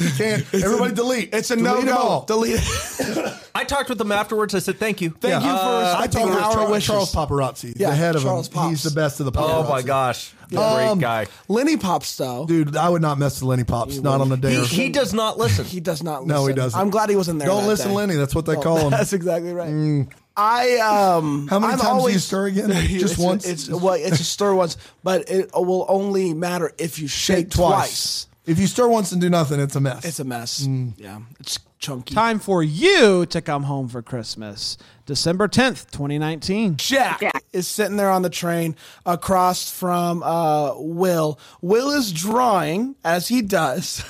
we can't. Everybody, delete. It's a no Delete them all. go. Delete. it. [laughs] I talked with them afterwards. I said, "Thank you, Thank you for Uh, I talked with Charles, Charles Paparazzi, Yeah, the head of Charles him. He's the best of the paparazzi. Oh my gosh, Um, great guy, Lenny Pops, though. dude! I would not mess with Lenny Pops, not on a day. He, or he does not listen. He does not. listen. No, he doesn't. I'm glad he wasn't there. Don't that listen, day. Lenny. That's what they Oh, call him. [laughs] Mm. That's exactly right. I um. How many I'm times do you always, stir [laughs] again? Just it's, once? It's well, it's a stir once, but it will only matter if you shake, twice. If you stir once and do nothing, it's a mess. Mm. It's a mess. Yeah, it's chunky. Time for you to come home for Christmas, December 10th, 2019. Jack, is sitting there on the train across from uh, Will. Will is drawing as he does,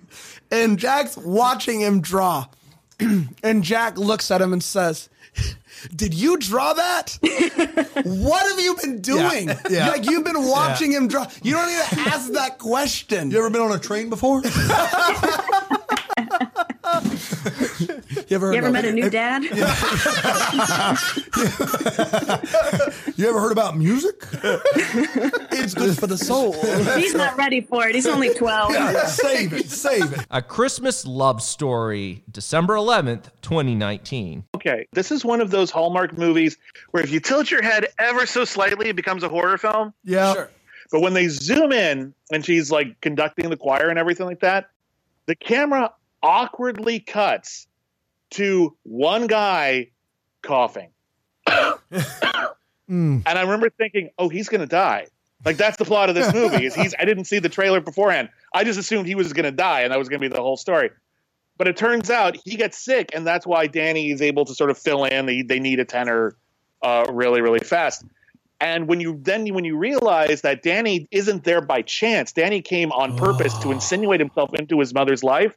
[laughs] and Jack's watching him draw. [clears throat] and Jack looks at him and says, [laughs] "Did you [laughs] draw that? what have you been doing? Yeah. Yeah. Like you've been watching him draw. You don't even ask that question. You ever been on a train [laughs] before? you ever, You ever met a new [laughs] dad? You ever heard about music? it's good for the soul. He's not ready for it. He's only [laughs] 12. save it, save it. A Christmas Love Story, December 11th, 2019. Okay, this is one of those Hallmark movies where if you tilt your head ever so slightly, it becomes a horror film. Yeah. But when they zoom in and she's like conducting the choir and everything like that, the camera awkwardly cuts to one guy coughing. And I remember thinking, oh, he's going to die. Like that's the plot of this movie. Is he's I didn't see the trailer beforehand. I just assumed he was going to die and that was going to be the whole story. But it turns out he gets sick and that's why Danny is able to sort of fill in. They, they need a tenor uh, really really fast. And when you then when you realize that Danny isn't there by chance, Danny came on purpose Oh. to insinuate himself into his mother's life.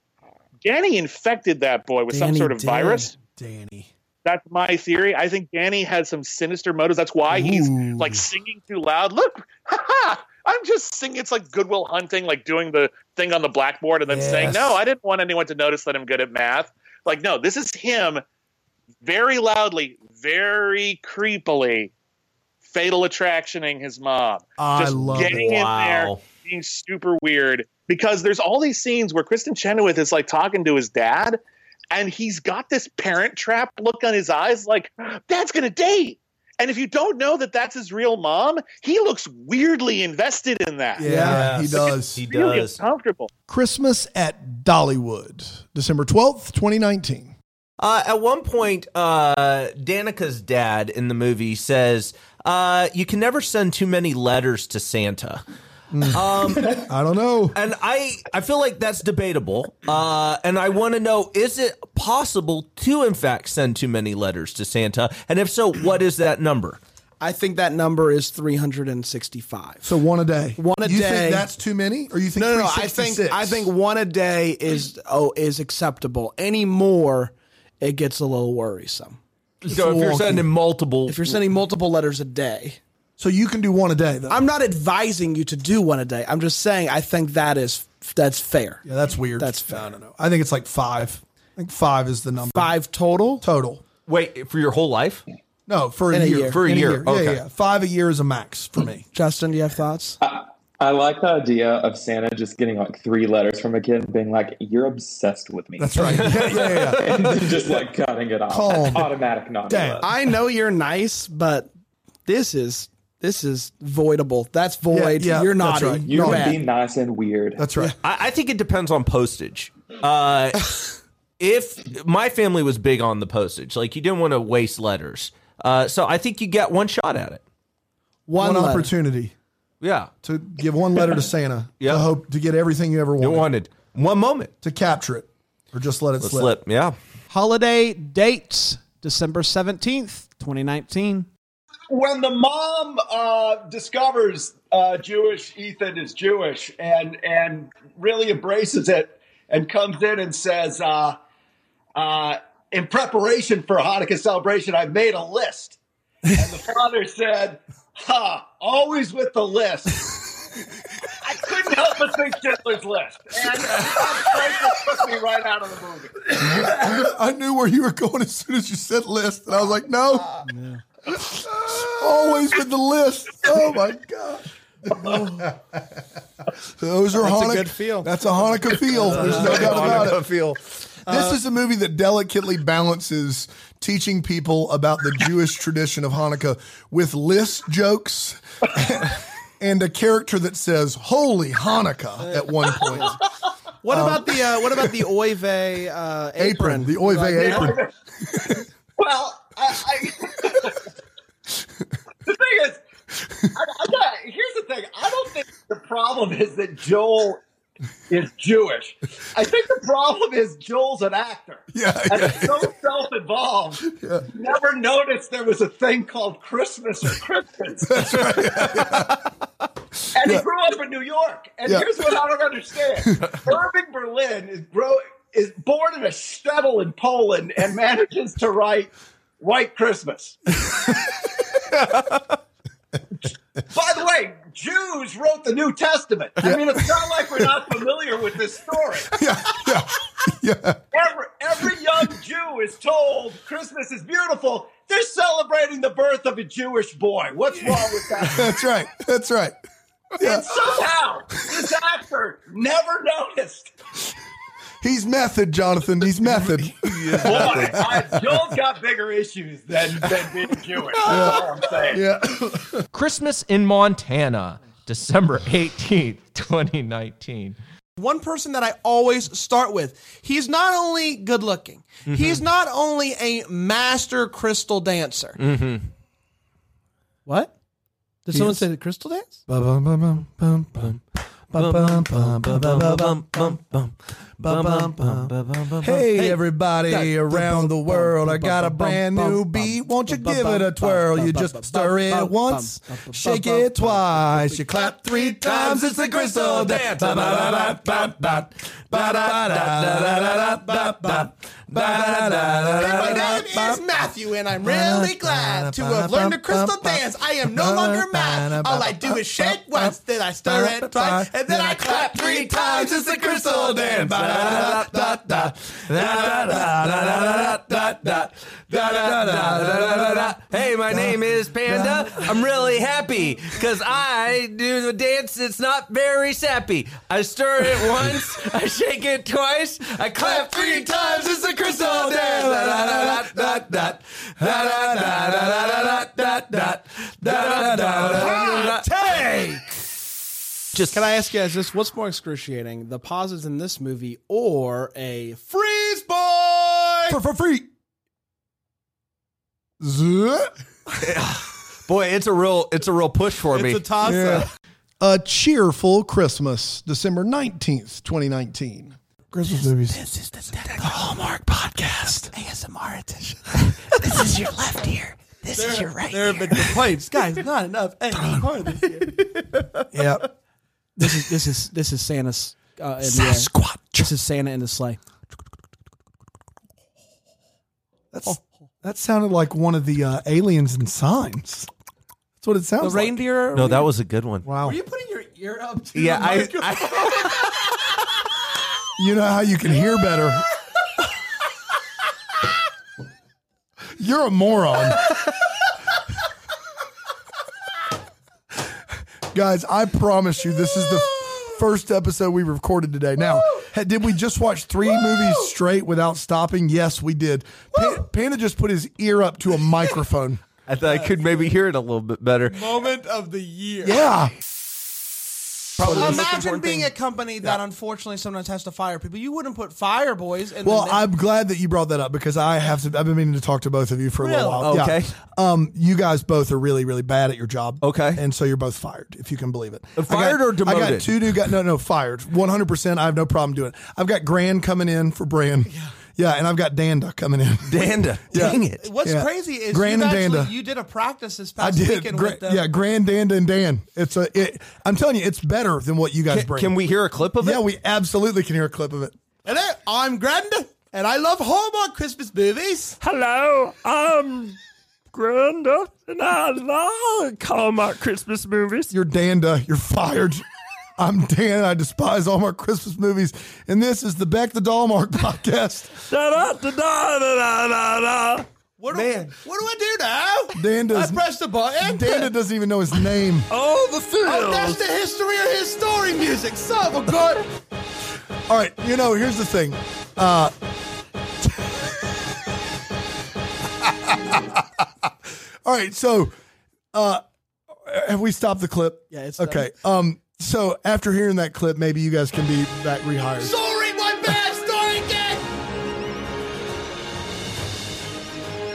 Danny infected that boy with some Danny sort of did. virus. Danny. That's my theory. I think Danny has some sinister motives. That's why he's like singing too loud. Look, [laughs] haha, I'm just singing. It's like Goodwill Hunting, like doing the thing on the blackboard and then saying, Yes. "No, I didn't want anyone to notice that I'm good at math." Like, no, this is him, very loudly, very creepily, fatal attractioning his mom. I just love getting it. in Wow. there, being super weird. Because there's all these scenes where Kristen Chenoweth is like talking to his dad, and he's got this parent trap look on his eyes, like dad's gonna date. And if you don't know that that's his real mom, he looks weirdly invested in that. Yeah, he Like, does. it's He really does. Uncomfortable. Christmas at Dollywood, December 12th, 2019. Uh, at one point, uh, Danica's dad in the movie says, uh, "You can never send too many letters to Santa." Mm. [laughs] Um, [laughs] I don't know, and I I feel like that's debatable. Uh, and I want to know: is it possible to, in fact, send too many letters to Santa? And if so, what is that number? I think that number is 365. So one a day. One a you day. think that's too many, or you think no, no, no. I think 366? I think one a day is oh is acceptable. Any more, it gets a little worrisome. So if you're sending multiple, if you're sending multiple letters a day, so you can do one a day. Though I'm not advising you to do one a day. I'm just saying I think that is that's fair. Yeah, that's weird. That's fair. I don't know. I think it's like five. I think five is the number. Five total. Total. Wait for your whole life? No, for a, In a year. year. For a In year, Yeah, okay. yeah, yeah. Five a year is a max for me. Justin, do you have thoughts? I like the idea of Santa just getting like three letters from a kid and being like, "You're obsessed with me." That's right. Yeah, yeah, yeah. [laughs] and then just like cutting it off. Calm. [laughs] Automatic non. I know you're nice, but this is this is voidable. That's void. yeah, you're that's naughty. right. You You're can bad. be nice and weird. That's right. I, I think it depends on postage. Uh, if my family was big on the postage, like you didn't want to waste letters, uh, so I think you get one shot at it. One, letter. opportunity Yeah, to give one letter to Santa. Yeah. To hope to get everything you ever wanted. wanted. One moment to capture it, or just let it Let's slip. slip. Yeah. Holiday dates December 17th, 2019. when the mom uh, discovers uh, Jewish Ethan is Jewish and and really embraces it and comes in and says, uh, uh, "In preparation for Hanukkah celebration, I've made a list." And the father said, "Ha! Always with the list." I couldn't help but think Schindler's List, and I'm grateful it took me right out of the movie. I knew where you were going as soon as you said list, and I was like, no. Always with the list. Oh my god. Those are That's a Hanukkah. good feel. That's a Hanukkah feel. There's no doubt about it. feel. Uh, This is a movie that delicately balances teaching people about the Jewish tradition of Hanukkah with list jokes [laughs] and a character that says "Holy Hanukkah" at one point. What Um, about the uh, what about the Oive uh, apron? Apron, the Oive apron. Well, I, [laughs] I the thing is, I, I got, here's the thing. I don't think the problem is that Joel is Jewish. I think the problem is Joel's an actor. Yeah, and he's so self-involved. Never noticed there was a thing called Christmas or Christmas. [laughs] and he grew up in New York. And Yeah. here's what I don't understand: [laughs] Irving Berlin is grow is born in a shtetl in Poland and manages to write White Christmas. By the way, Jews wrote the New Testament. I mean, it's not like we're not familiar with this story. Every, every young Jew is told Christmas is beautiful. They're celebrating the birth of a Jewish boy. What's wrong with that? That's right. That's right. And somehow, this actor never noticed. He's method, Jonathan. He's method. Boy, I, Joel's got bigger issues than, than being Jewish. That's all I'm saying. [coughs] Christmas in Montana, December 18th, 2019. One person that I always start with. He's not only good looking, Mm-hmm. he's not only a master crystal dancer. Mm-hmm. What? Did He someone is- say the crystal dance? Hey, everybody around the world, I got a brand new beat. Won't you give it a twirl? You just stir it once, shake it twice, you clap three times. It's the crystal dance. Ba, ba, ba, ba, ba, ba. My name is Matthew, and I'm really glad to have learned the crystal dance. I am no longer mad. All I do is shake once, then I stir it twice, and then I clap three times. It's the crystal dance. Hey, my name is Panda. I'm really happy because I do the dance that's not very sappy. I stir it once, [laughs] I shake it twice, I clap three times. It's a crystal dance. La, la, la, la, la, la. La, la, la, la, la, la, la, la, la. Da, da, da, da, da, da. Just can I ask you guys this? What's more excruciating, the pauses in this movie or a freeze boy for, for free? [laughs] Boy, it's a real it's a real push for me. Yeah. A cheerful Christmas, December 19th, 2019. Christmas movies. This is the, Hallmark podcast. ASMR edition. [laughs] this is your left ear. This is your right. There have been complaints, guys. Not enough. Yep. [laughs] This is this is this is Santa's uh, in the air. Sasquatch. This is Santa in the sleigh. That's, That sounded like one of the uh, aliens in signs. That's what it sounds like. reindeer? No, that was a good one. Wow. putting your ear up to Yeah, I- You know how you can hear better. You're a moron. Guys, I promise you, this is the first episode we recorded today. Now, ha- did we just watch three movies straight without stopping? Yes, we did. Pa- Panda just put his ear up to a microphone. I thought I could maybe hear it a little bit better. [laughs] Moment of the year. Yeah. Imagine being a company that unfortunately sometimes has to fire people. You wouldn't put fire boys in Well, the I'm glad that you brought that up because I have to. I've been meaning to talk to both of you for a little Really? while. Yeah. Okay. Um, you guys both are really, really bad at your job. Okay. Uh, And so you're both fired, if you can believe it. I fired got- or I demoted? got two new guys. No, no, fired. 100. percent I have no problem doing it. I've got Grand coming in for Brand. Yeah. and I've got Danda coming in. [laughs] Danda. Dang it. What's crazy is Grand you and actually, Danda. you did a practice this I past did. weekend Gra- with the yeah, Grand Danda and Dan. It's a. It, I'm telling you, it's better than what you guys Can- bring. can we hear a clip of it? Yeah, we absolutely can hear a clip of it. Hello, I'm Grand, and I love Hallmark Christmas movies. Hello, I'm Grand, and I love Hallmark Christmas movies. You're Danda. You're fired. I'm Dan. I despise all my Christmas movies. And this is the Beck the Dollmark [laughs] podcast. What Man. What do I do now? Dan does- I press the button. Danda doesn't even know his [laughs] name. Oh, the field. Oh, that's the history of his story music. So good. All right. You know, here's the thing. Uh, [laughs] all right. So, uh, have we stopped the clip? Yeah, it's done. okay. Um, so after hearing that clip, maybe you guys can be back rehired. Sorry, my bad story again.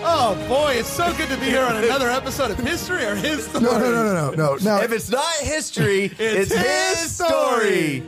Oh boy, it's so good to be [laughs] here on another episode of History or His Story. no, no, no, no, no, no. Now, If it's not [laughs] history, it's, his, story.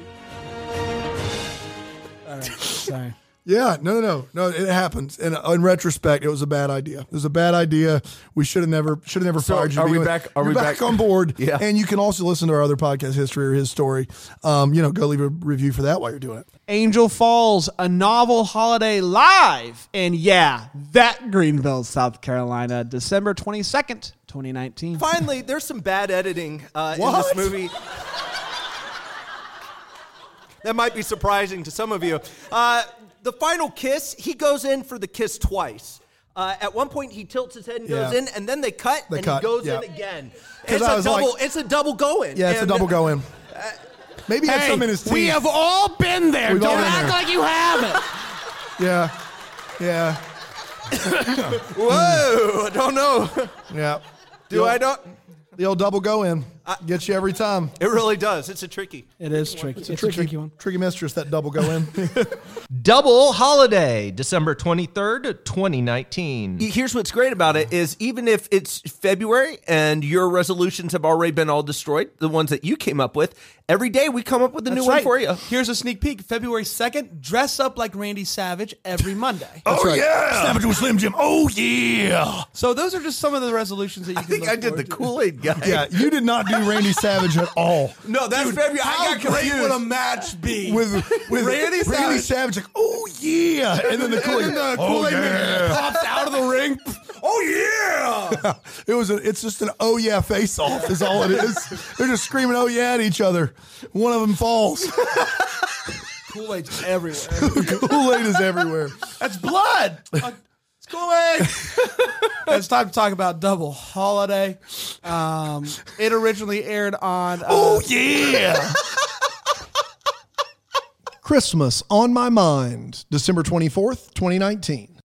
Sorry. Yeah, no, no, no, no. It happens. And uh, in retrospect, it was a bad idea. It was a bad idea. We should have never should have never So, fired you. to are we begin with. back- are You're we back, back- on board? [laughs] Yeah. And you can also listen to our other podcast, History or His Story. Um, you know, go leave a review for that while you're doing it. Angel Falls, a novel holiday live. And yeah, that Greenville, South Carolina, December 22nd, 2019. Finally, there's some bad editing uh, in this movie. That might be surprising to some of you. Uh, the final kiss, he goes in for the kiss twice. Uh, at one point, he tilts his head and goes Yeah. in, and then they cut, They and cut, he goes yeah. in again. 'Cause It's I a was like- double. it's a double go in. Yeah, it's a And- uh, double go in. Maybe he had Hey, some in his teeth. we have all been there. We've all Don't been act there. like you haven't. Yeah, yeah, Whoa! I don't know. yeah. Do I don't? The old double go in gets you every time. It really does. It's a tricky. It is tricky. It's a tricky, one. Tricky mistress that double go in. [laughs] Double holiday, December 23rd, 2019. Here's what's great about it is even if it's February and your resolutions have already been all destroyed, the ones that you came up with, every day we come up with a new one for you. Here's a sneak peek. February 2nd, dress up like Randy Savage every Monday. [laughs] That's right. Snap into a Slim Jim. Oh yeah. So those are just some of the resolutions that you I can think I did the Kool Aid guy. Yeah, you did not do be Randy Savage at all. No, that's Dude, February. how I got great confused. would a match be With with Randy Savage? uh, Savage, like, oh yeah, and then the cool, And then the oh Kool-Aid Man yeah, pops out of the ring. oh yeah. [laughs] it was. A, it's just an oh yeah face off. Is all it is. They're just screaming oh yeah at each other. One of them falls. [laughs] Kool Aid's everywhere. Kool Aid is everywhere. [laughs] That's blood. Uh, It's Kool-Aid. [laughs] it's time to talk about Double Holiday. Um, it originally aired on. Uh, oh yeah. Christmas on my mind, December twenty fourth, twenty nineteen. [laughs]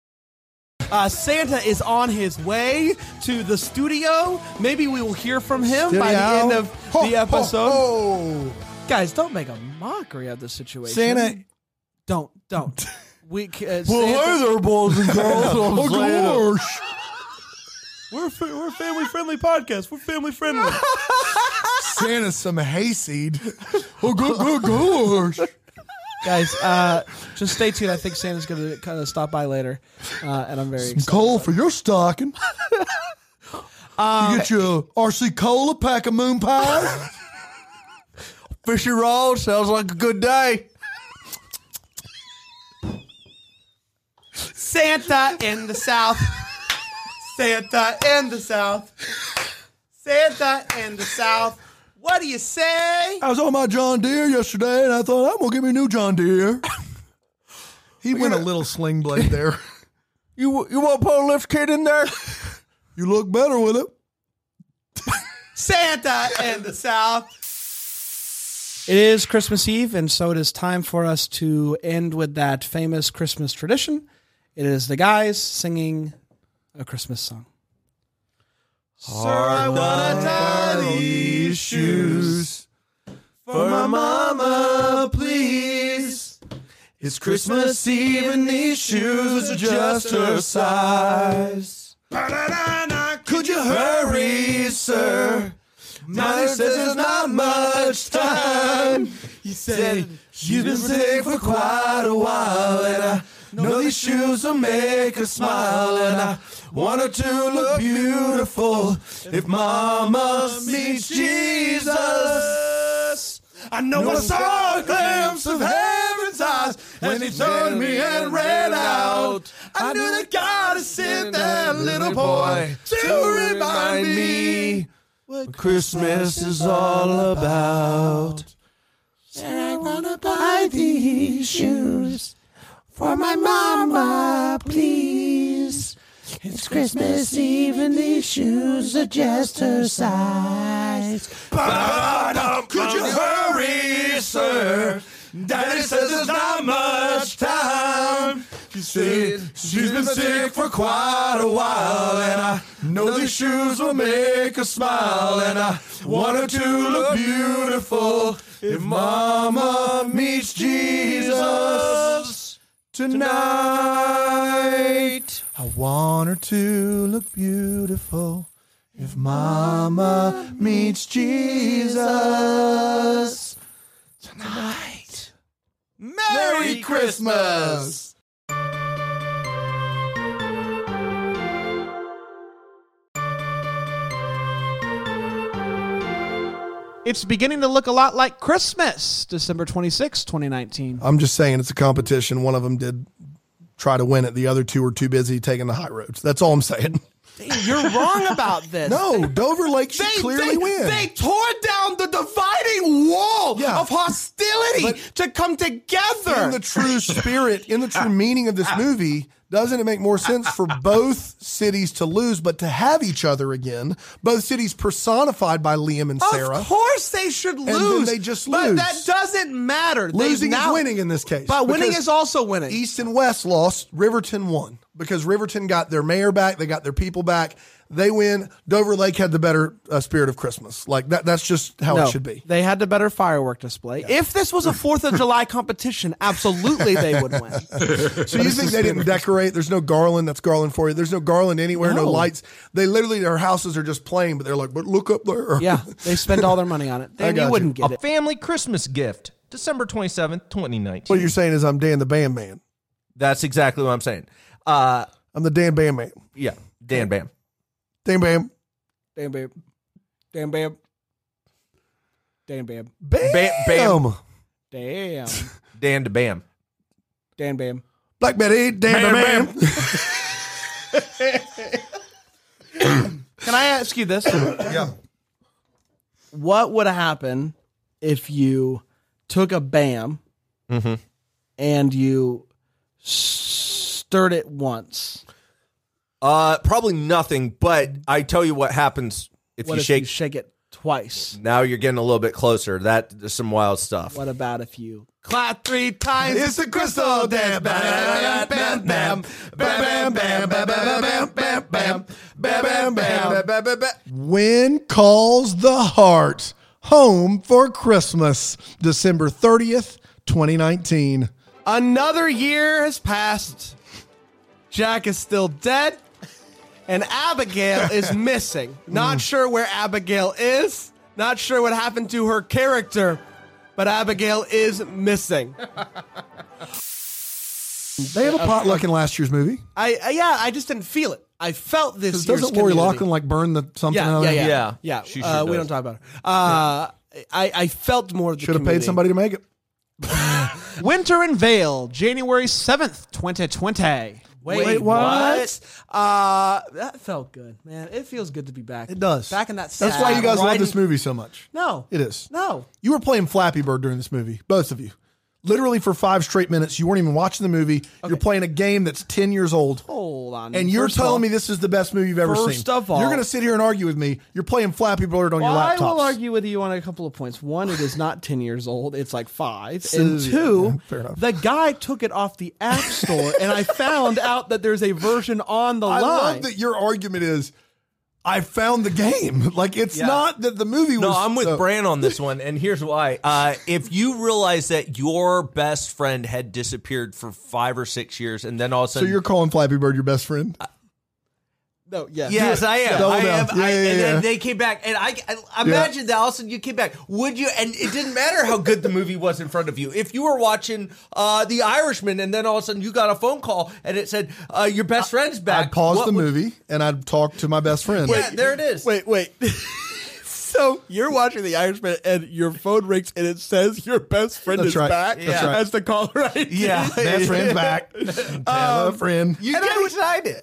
Uh, Santa is on his way to the studio. Maybe we will hear from him by the Studio. end of Ho, the ho, episode. Oh, guys, don't make a mockery of the situation. Santa- don't [laughs] don't. We c- uh, Well, Santa- hey there, boys and girls. I'm [laughs] Santa. Oh, gosh. We're fa- we're a family friendly podcast. We're family [laughs] friendly. Santa's some hayseed. Oh, go, go, gosh. Guys, uh, just stay tuned. I think Santa's going to kind of stop by later, uh, and I'm very Some excited. coal for your [laughs] stocking. Uh, Um, you get your RC Cola pack of moon pies. Fisher roll sounds like a good day. Santa in the South. Santa in the South. Santa in the South. What do you say? Oh. I was on my John Deere yesterday, and I thought I'm gonna get me a new John Deere. [laughs] He went a little sling blade there. [laughs] you you want to put a lift kit in there? you look better with it. Santa in the South. It is Christmas Eve, and so it is time for us to end with that famous Christmas tradition. It is the guys singing a Christmas song. Sir, I wanna tie these shoes for my mama, please. It's Christmas Eve and these shoes are just her size. Could you hurry, sir? Mother says there's not much time. You said she's been sick for quite a while, and I know these shoes will make her smile, and I want her to look beautiful if Mama meets Jesus. I know I saw a glimpse of heaven's eyes when he turned me and ran out. I knew that God had sent that little boy to remind me what Christmas is all about. And I wanna buy these shoes for my mama, please. It's Christmas Eve and these shoes are just her size. Could you hurry, sir? Daddy says there's not much time. You see, she's been sick for quite a while, and I know these shoes will make her smile, and I want her to look beautiful if Mama meets Jesus tonight. I want her to look beautiful if Mama meets Jesus tonight. Merry Christmas! It's beginning to look a lot like Christmas, December twenty sixth, 2019. I'm just saying it's a competition. One of them did try to win it. The other two were too busy taking the high roads. That's all I'm saying. You're wrong about this. [laughs] No, Dover Lake should clearly win. They tore down the dividing wall of hostility to come together. in the true spirit, in the true meaning of this movie, doesn't it make more sense for both cities to lose, but to have each other again? Both cities personified by Liam and Sarah. Of course they should then lose. they just But lose. that doesn't matter. They've Losing now- is winning in this case. But winning Because is also winning. East and West lost. Riverton won because Riverton got their mayor back. They got their people back. They win. Dover Lake had the better uh, spirit of Christmas. Like that. That's just how No, it should be. They had the better firework display. If this was a 4th of July competition, absolutely they would [laughs] win. so you think they didn't decorate? There's no garland. That's garland for you. There's no garland anywhere. No, No. lights. They literally their houses are just plain, but they're like, but look up there. Yeah, [laughs] they spend all their money [laughs] on it. Then you wouldn't get a it. family Christmas gift, December 27th, 2019. What you're saying is I'm Dan the Band Man. That's exactly what I'm saying. Uh, I'm the Dan Band Man. yeah, Dan Bam. Dan Bam. Damn, babe. Damn, babe. Dan Bam. Bam. Bam. Damn. Dan to Bam. Dan Bam. Black Betty, Dan Bam. [coughs] [laughs] Can I ask you this? yeah. What would happen if you took a Bam Mhm. and you stirred it once? Uh, probably nothing, but I tell you what happens if What you if shake you shake it twice? Now you're getting a little bit closer. That there's some wild stuff. What about if you Clap three times. It's the crystal dance. Bam, bam, bam, bam, bam, bam, bam, bam, bam, bam, bam, bam, bam, bam, bam, bam, bam. When Calls the Heart Home for Christmas, December 30th, 2019. Another year has passed. Jack is still dead, and Abigail [laughs] is missing. Mm. Not sure where Abigail is, not sure what happened to her character, but Abigail is missing. They had a potluck in last year's movie. I, I yeah, I just didn't feel it. I felt this. Because year's doesn't Lori community. Loughlin like burn the something Yeah, out yeah, of yeah, it? yeah, yeah. She uh, sure we does. don't talk about her. Uh, I I felt more of the Should have paid community. somebody to make it. [laughs] Winter in Vale, January 7th, 2020. Wait, what? Uh, that felt good, man. It feels good to be back. It does. Back in that. That's sad why you guys love riding- this movie so much. No, It is. No. You were playing Flappy Bird during this movie, both of you. Literally for five straight minutes, you weren't even watching the movie. You're playing a game that's 10 years old. Hold on. And you're First of telling all- me this is the best movie you've ever First seen. of all- you're going to sit here and argue with me. You're playing Flappy Bird on your Well, I laptop. will argue with you on a couple of points. One, it is not 10 years old, it's like five. So, and yeah, two, [laughs] yeah, fair enough. the guy took it off the App Store, and I found [laughs] out that there's a version on the I line. love that your argument is I found the game. [laughs] Like it's not that the movie No, was I'm with so- Bran on this one, and here's why. [laughs] Uh, if you realize that your best friend had disappeared for five or six years, and then all of a So sudden you're calling Flappy Bird your best friend? Uh, No, yeah. Yes, I am. Double I down. am. I, Yeah, yeah, and yeah. then they came back, and I, I imagine that all of a sudden you came back. Would you? And it didn't matter how good the movie was in front of you. If you were watching uh, The Irishman, and then all of a sudden you got a phone call, and it said uh, your best friend's back. I'd pause what the would- movie and I'd talk to my best friend. Yeah, there it is. Wait, wait. [laughs] so you're watching The Irishman, and your phone rings, and it says your best friend That's is right. back. That's right. That's the caller Um, ID. [laughs] Yeah. Best friend's [laughs] back. Hello, friend. You and I would,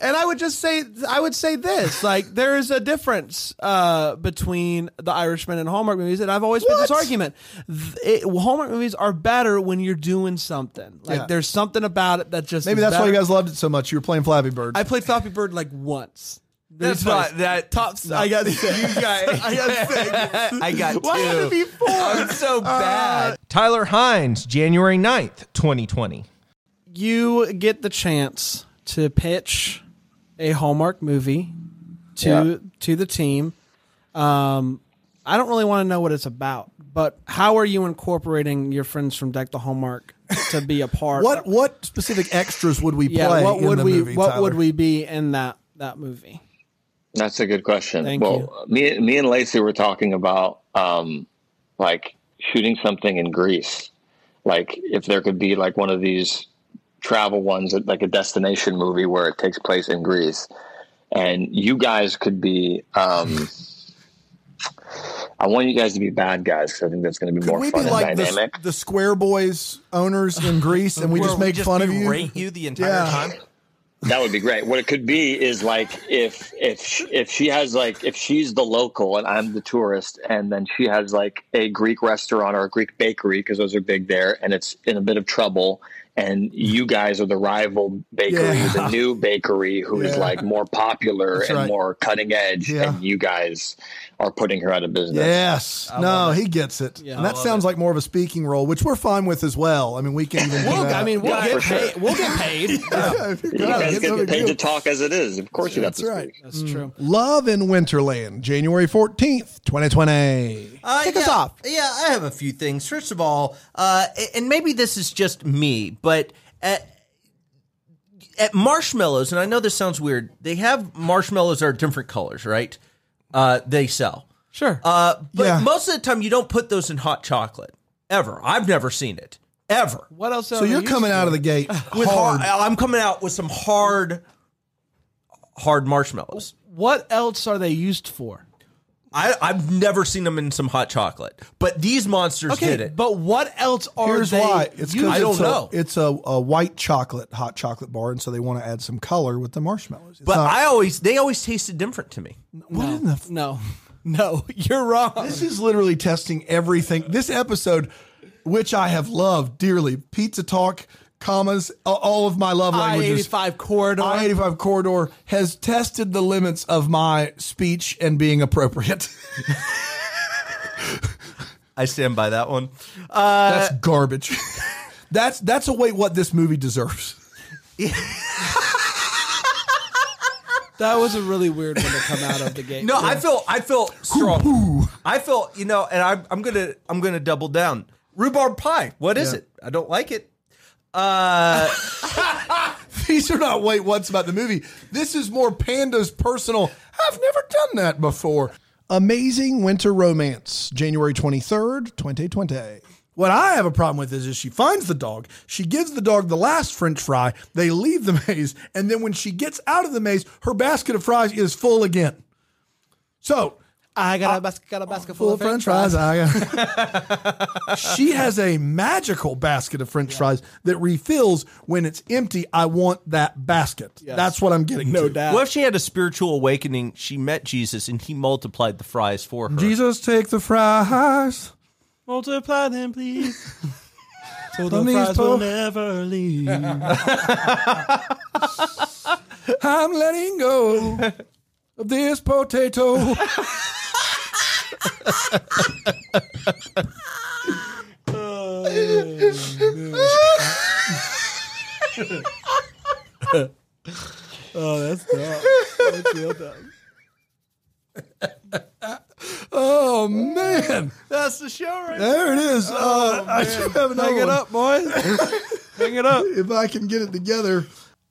And I would just say, I would say this: like there is a difference uh, between the Irishman and Hallmark movies, and I've always made this argument: Th- it, Hallmark movies are better when you're doing something. Like Yeah. there's something about it that just Maybe is that's why better. you guys loved it so much. You were playing Flappy Bird. I played Flappy Bird like once. That's Maybe twice. not that top. I [laughs] [laughs] got six. I [laughs] [laughs] got six. I got Why had two. it be four? Uh, I'm so bad. Uh, Tyler Hines, January 9th, 2020. you get the chance to pitch a Hallmark movie to Yeah. to the team. Um, I don't really want to know what it's about, but how are you incorporating your friends from Deck the Hallmark to be a [laughs] part? What what specific extras would we yeah, play? what in would the we Movie, what Tyler? would we be in that that movie? That's a good question. Thank well, me me and Lacey were talking about um, like shooting something in Greece. Like if there could be like one of these travel ones that like a destination movie where it takes place in Greece. And you guys could be Hmm. um I want you guys to be bad guys because I think that's gonna be more We'd fun be and like the, dynamic. the Square Boys owners in Greece, and we Where just we make just fun of you. berate you the entire time. That would be great. What it could be is like if if she, if she has like if she's the local and I'm the tourist, and then she has like a Greek restaurant or a Greek bakery because those are big there, and it's in a bit of trouble. And you guys are the rival bakery, Yeah. the new bakery who is Yeah. like more popular That's and right. more cutting edge, Yeah. and you guys are putting her out of business. [laughs] Yes. no, he gets it. Yeah. and I that love sounds like more of a speaking role, which we're fine with as well. I mean, we can even. do We'll, that. I mean, we'll Yeah, get for sure. paid. We'll [laughs] get paid. You God, guys it's get no big paid to deal. talk as it is. Of course, you have That's to. right. That's true. Love in Winterland, January 14th, 2020. Uh, yeah, Yeah, I have a few things. First of all, uh, a- and maybe this is just me, but at, at Marshmallows, and I know this sounds weird, they have marshmallows that are different colors, right? Uh, they sell. Sure. Uh, but most of the time, you don't put those in hot chocolate, ever. I've never seen it, ever. What else? So you're coming out of [sighs] the gate With hard. hard. I'm coming out with some hard, hard marshmallows. What else are they used for? I, I've never seen them in some hot chocolate, but these monsters Okay, did it. But what else are Here's they? why. It's 'cause I don't it's a, know. It's a, a white chocolate hot chocolate bar, and so they want to add some color with the marshmallows. But I always they always tasted different to me. What in the f- no, [laughs] no, you're wrong. This is literally testing everything. This episode, which I have loved dearly, pizza talk, commas, a- all of my love languages. I-85 corridor. I-85 corridor has tested the limits of my speech and being appropriate. [laughs] I stand by that one. Uh, that's garbage. [laughs] that's that's a way what this movie [laughs] deserves. [laughs] That was a really weird one to come out of the gate. [laughs] No, I Yeah. feel I feel strong. I feel you know, and I'm I'm gonna I'm gonna double down. Rhubarb pie. What is Yeah. it? I don't like it. [laughs] Uh, These are not wait what's about the movie. This is more Panda's personal. I've never done that before. Amazing Winter Romance, January 23rd, 2020. What I have a problem with is, is she finds the dog. She gives the dog the last french fry. They leave the [laughs] maze. And then when she gets out of the maze, her basket of fries is full again. So I got a basket, got a basket full of french fries. [laughs] I- she has a magical basket of french fries that refills when it's empty. I want that basket. That's what I'm getting. No doubt. what if she had a spiritual awakening? She met Jesus and he multiplied the fries for her. Jesus, take the fries. Multiply them, [laughs] please. From so the these fries po- will never leave. I'm letting go of this potato. oh, that's dumb. That's real dumb. Oh man, That's the show right there it is. Oh, uh, I man. do have another Hang it one. [laughs] up, [laughs] boys. Hang it up. If I can get it together.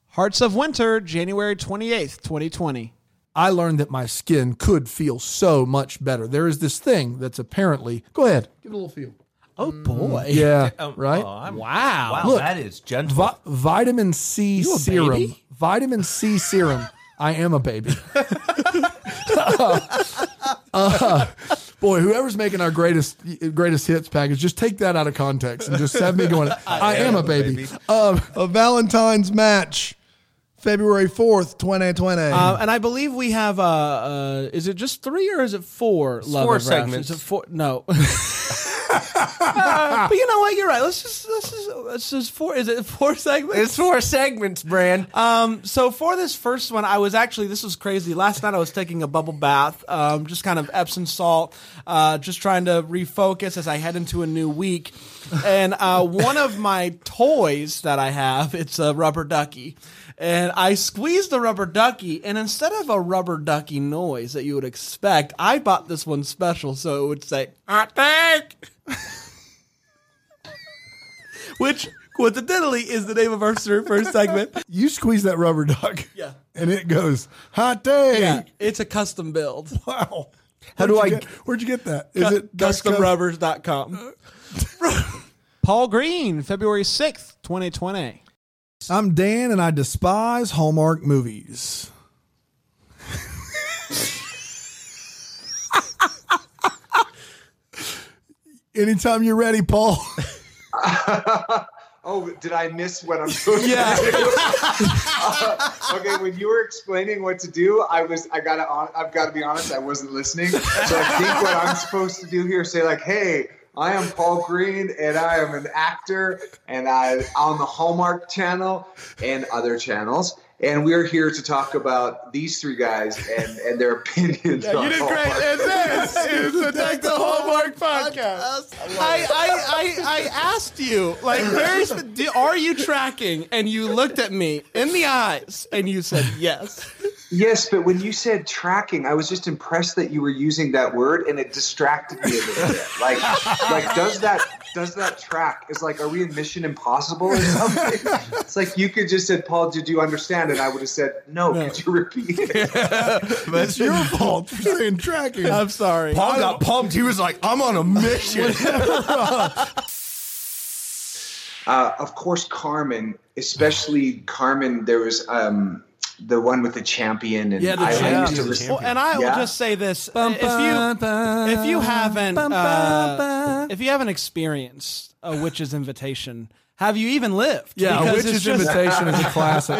Hearts of Winter, January 28th, 2020. I learned that my skin could feel so much better. There is this thing that's apparently. Go ahead. Give it a little feel. Mm. Oh boy. [laughs] Yeah. um, right. Um, oh, wow. Wow, that is gentle. Vi- vitamin C You a serum. baby? Vitamin C serum. I am a baby. [laughs] Uh, boy, whoever's making our greatest greatest hits package, just take that out of context and just have me [laughs] going. I, am, a baby. Um, a Valentine's match, February fourth, twenty twenty. Um, and I believe we have. Uh, uh, is it just three or is it four? It's love four and Rouse? segments. Is it four? No. [laughs] Uh, [laughs] but you know what? You're right. Let's just let's just let's just four. Is it four [laughs] segments? It's four segments, Brand. Um. So for this first one, I was actually this was crazy. Last night I was taking a bubble bath, um, just kind of Epsom salt, uh, just trying to refocus as I head into a new week. And uh, one of my toys that I have, it's a rubber ducky. And I squeezed the rubber ducky, and instead of a rubber ducky noise that you would expect, I bought this one special, so it would say, "I think." which coincidentally is the name of our first segment. [laughs] You squeeze that rubber duck. Yeah. And it goes hot day. Yeah, it's a custom build. Wow. How Where'd do you I- Get, where'd you get that? Is Cu- it customrubbers.com. Paul Green, February 6th, 2020. I'm Dan, and I despise Hallmark movies. Anytime you're ready, Paul. [laughs] [laughs] oh, did I miss what I'm supposed Yeah. to do? [laughs] Uh, okay, when you were explaining what to do, I was I gotta hon- I've gotta be honest, I wasn't listening. So I think what I'm supposed to do here is say like, hey, I am Paul Green and I am an actor and I on the Hallmark channel and other channels. And we're here to talk about these three guys and, and their opinions. Yeah, you on did great. Hallmark. And this is the Deck the Hallmark podcast. I, I, I, I asked you, like, where's the, do, are you tracking? And you looked at me in the eyes and you said yes. Yes, but when you said tracking, I was just impressed that you were using that word, and it distracted me a little bit. Like, like does that does that track? It's like, are we in Mission Impossible or something? It's like you could just said, Paul, did you understand? And I would have said, No. Could you repeat [laughs] it? That's your fault for saying tracking. I'm sorry. Paul got pumped. He was like, I'm on a [laughs] mission. Uh, of course, Carmen, especially Carmen. There was um, the one with the champion and Yeah, the I, I used to champion. listen. Well, and I will Yeah. just say this: if you if you haven't uh, if you haven't experienced a witch's invitation, have you even lived? Yeah, a Because witch's it's just- invitation is a classic.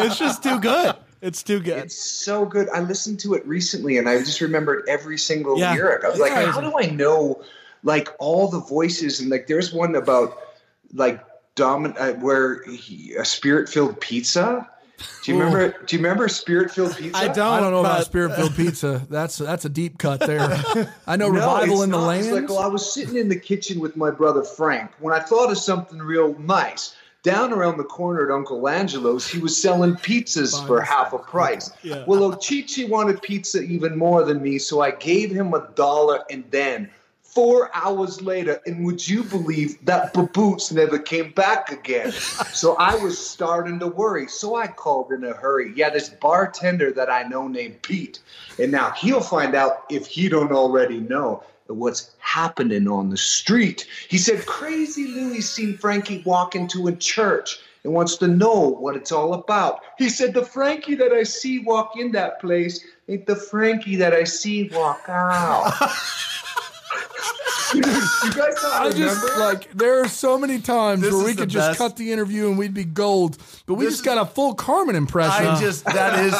[laughs] It's just too good. It's too good. It's so good. I listened to it recently and I just remembered every single Yeah. lyric. I was It's like, crazy. how do I know like all the voices? And like, there's one about like domin uh, where he, a spirit filled pizza. Do you Ooh. remember? Do you remember spirit filled pizza? I don't know about spirit filled pizza. That's that's a deep cut [laughs] there. I know No, revival it's in the not. It's land. Like, well, I was sitting in the kitchen with my brother Frank when I thought of something real nice. Down around the corner at Uncle Angelo's, he was selling pizzas for half a price. Yeah. Well, Ochichi wanted pizza even more than me, so I gave him a dollar and then. Four hours later, and would you believe that Baboots never came back [laughs] again? So I was starting to worry. So I called in a hurry. Yeah, this bartender that I know named Pete, and now he'll find out if he don't already know what's happening on the street. He said, Crazy Louie's seen Frankie walk into a church and wants to know what it's all about. He said, The Frankie that I see walk in that place ain't the Frankie that I see walk out. you guys not I just remember? like there are so many times This where is we the could just best. cut the interview and we'd be gold, but we just got a full Carmen impression. [laughs] I just- that is-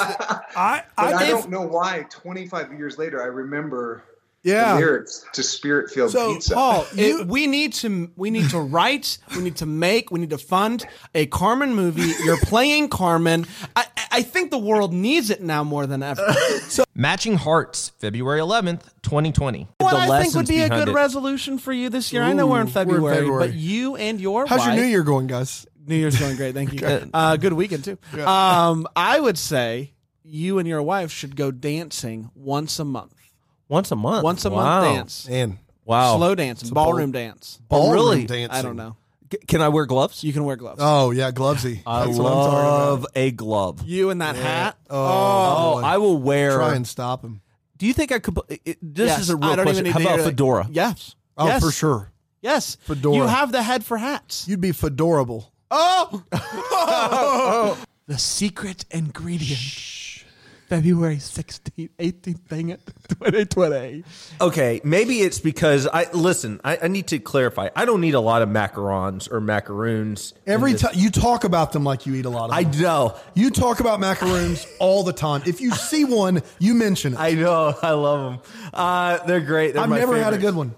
I [laughs] But I, I don't know why 25 years later I remember Yeah. the lyrics to Spirit Field So, Pizza. Paul, [laughs] it- we need to we need to write, we need to make, we need to fund a Carmen movie. You're playing Carmen. I, I think the world needs it now more than [laughs] ever. So, Matching Hearts, February 11th, 2020. what The I think would lessons be a behind good it. resolution for you this year. I know we're Ooh, we're in in February, February. but you and your How's your wife- New Year going, guys? New Year's going great, thank you. [laughs] Okay. Uh, good weekend too. Um, I would say you and your wife should go dancing once a month. Once a month. Once a Wow. month dance. Man. Wow. Slow dance, It's a ballroom ball- dance. ballroom Really? I dancing. don't know. G- Can I wear gloves? You can wear gloves. Oh yeah, glovesy. I That's what I'm talking about. love a glove. You and that hat. Oh, I will wear. Try and stop him. Do you think I could? It, it- this Yes, is a real I don't question. even How need to about hear it. fedora? Yes. Oh, Yes. for sure. Yes. Fedora. You have the head for hats. You'd be fedorable. [laughs] Oh! Oh. [laughs] The secret ingredient. February 16th, 18th, dang [laughs] it. 2020. Okay, maybe it's because I listen. I, I need to clarify. I don't need a lot of macarons or macaroons. in Every this- time you talk about them like you eat a lot of them. I know. You talk about macaroons [laughs] all the time. If you see one, you mention it. I know. [laughs] I love them. Uh, they're great. They're I've my never had a favorites. good one.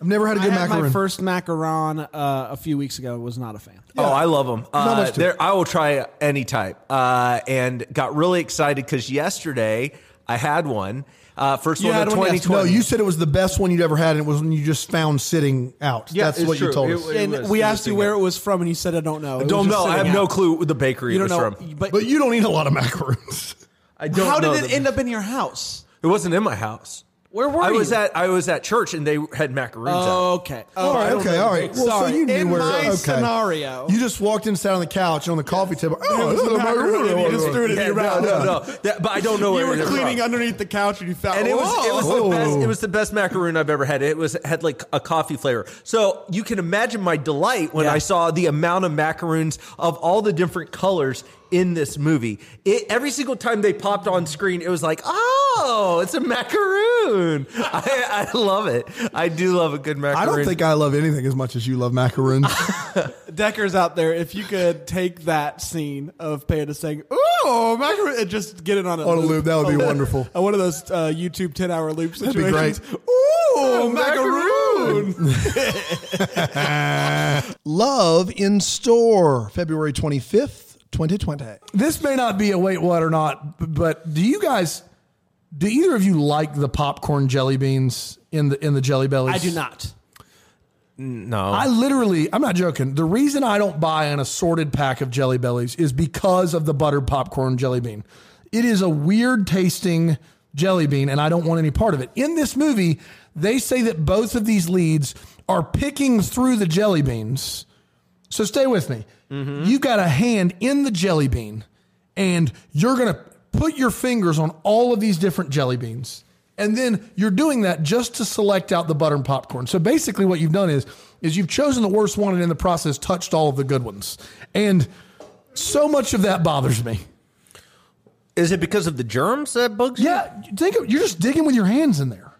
I've never had a good I had macaron. my first macaron uh, a few weeks ago. Was not a fan. Oh, I love them. Not Uh, much to there- I will try any type. Uh, and got really excited because yesterday I had one. Uh, first one of 2020. No, you said it was the best one you'd ever had, and it was when you just found sitting out. Yeah, That's it's what you true. told It- us. it And we asked you where it was from, and you said, "I don't know." It I was don't just know. I sitting have no out. clue what the bakery You it don't was know, from. but, you don't eat a lot of macaroons. I don't How know did it the- end up in your house? It wasn't in my house. Where were I was you? at I was at church and they had macaroons. Oh, out. okay. all right, okay, all right. Well, Sorry. so you knew In where. my okay. scenario- you just walked in, sat on the couch on the coffee table. Oh, was it's a a macaroon, macaroon. and you just threw it in Yeah, your No, mouth. no, no. That- but I don't know where You it were is cleaning from. underneath the couch, and you found. And it was it was Oh. the best Whoa. it was the best macaroon I've ever had. It was had like a coffee flavor. So you can imagine my delight when I saw the amount of macaroons of all the different colors in this movie. It, every single time they popped on screen, it was like, oh, it's a macaroon. [laughs] I, I love it. I do love a good macaroon. I don't think I love anything as much as you love [laughs] macaroons. [laughs] Deckers out there, if you could take that scene of Panda saying "Ooh, macaroon," and just get it on a On a loop, that would be Oh, wonderful. one of those uh, YouTube ten-hour loop That'd be situations. great. Oh, Ooh, macaroon. Love in store, February 25th, 2020. This may not be a wait, what or not, b- but do you guys, do either of you like the popcorn jelly beans in the in the jelly bellies? I do not. No. I literally, I'm not joking. The reason I don't buy an assorted pack of jelly bellies is because of the buttered popcorn jelly bean. It is a weird tasting jelly bean, and I don't want any part of it. In this movie, they say that both of these leads are picking through the jelly beans. So stay with me. You've got a hand in the jelly bean, and you're going to put your fingers on all of these different jelly beans. And then you're doing that just to select out the butter and popcorn. So basically, what you've done is is you've chosen the worst one and in the process touched all of the good ones. And so much of that bothers me. Is it because of the germs that bugs yeah, you? Yeah, you're just digging with your hands in there.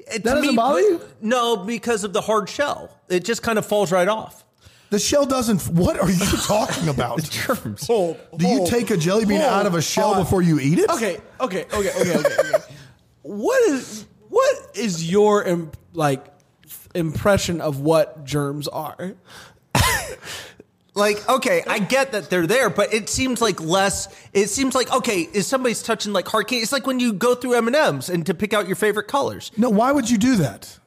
It, That doesn't bother you? No, because of the hard shell. It just kind of falls right off. The shell doesn't. What are [laughs] you talking about? germs. Do you take a jelly bean hold out of a shell before you eat it? Okay, okay, okay, okay, okay. okay. what is what is your im- like impression of what germs are? Like, okay, I get that they're there, but it seems like less. It seems like okay, is somebody's touching like hard candy? It's like when you go through M and M's and to pick out your favorite colors. No, why would you do that?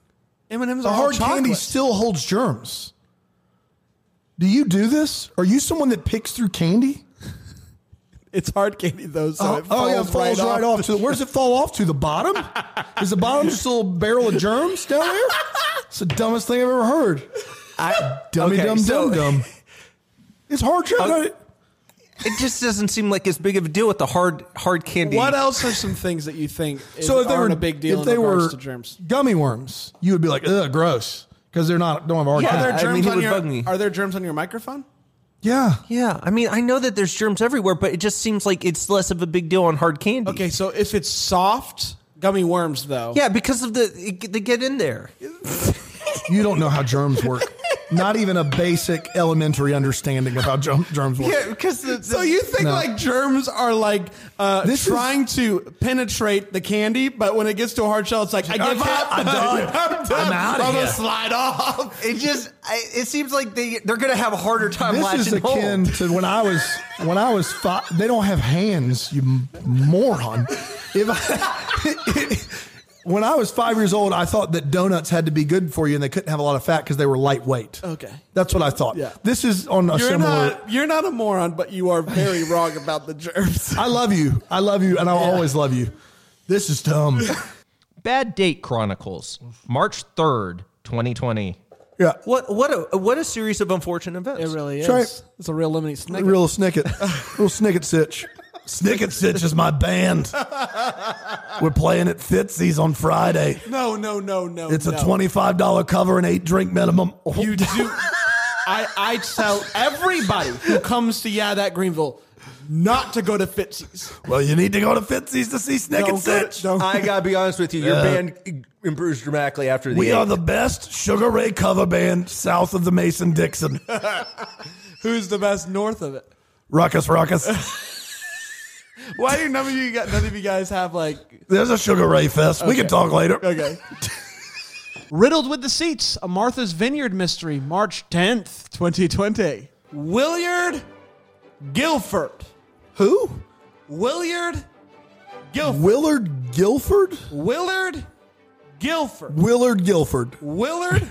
M&M's The are all hard candy chocolate. still holds germs. Do you do this? Are you someone that picks through candy? It's hard candy though, so oh, it oh, yeah, it falls falls right right, off. off the- to the, where does it fall off to? The bottom? Is the bottom just a little barrel of germs down there? It's the dumbest thing I've ever heard. I, dummy, okay, dumb, so- dumb, [laughs] dumb. It's hard shell. It just doesn't seem like as big of a deal with the hard hard candy. What else are some things that you think is, so if they aren't were a big deal if in they regards were to germs? gummy worms, you would be like, ugh, gross, because they're not don't have hard are candy. there germs it on would your [laughs] bug me. Are there germs on your microphone? Yeah. Yeah. I mean, I know that there's germs everywhere, but it just seems like it's less of a big deal on hard candy. Okay, so if it's soft gummy worms though. Yeah, because of the it, they get in there. You don't know how germs work. Not even a basic elementary understanding of how germ- germs work. because so you think No. like germs are like uh, This is- trying to penetrate the candy, but when it gets to a hard shell, it's like I give up. I'm done. I'm done. I'm outta gonna here." slide off. It just I, it seems like they they're gonna have a harder time This latching is hold. akin to when I was when I was five. They don't have hands, you m- moron. If I, [laughs] when I was five years old, I thought that donuts had to be good for you, and they couldn't have a lot of fat because they were lightweight. Okay. That's what I thought. Yeah. This is on a You're similar. not you're not a moron, but you are [laughs] very wrong about the germs. I love you. I love you, and I'll always love you. This is dumb. [laughs] Bad Date Chronicles, March 3rd, 2020. Yeah. What what a what a series of unfortunate events. It really That's right. It's a real lemony snicket. Real snicket. Real snicket sitch. Snicket Sitch is my [laughs] band. We're playing at Fitzy's on Friday. No, no, no, no. It's no. a twenty-five dollar cover and eight drink minimum. You do. I I tell everybody who comes to yeah that Greenville not to go to Fitzy's. Well, you need to go to Fitzy's to see Snick and Don't go to- Sitch. don't- I gotta [laughs] be honest with you, your Yeah. band improves dramatically after the Oh, We eighth. are the best Sugar Ray cover band south of the Mason Dixon. Who's the best north of it? Ruckus, ruckus. Why do none of you got none of you guys have like? There's a Sugar Ray fest. We can Okay. talk later. Okay. [laughs] Riddled with the seats, a Martha's Vineyard mystery, March 10th, 2020. Williard Guilford. Who? Williard Guilford. Willard Guilford. Willard Guilford. Willard Guilford. Willard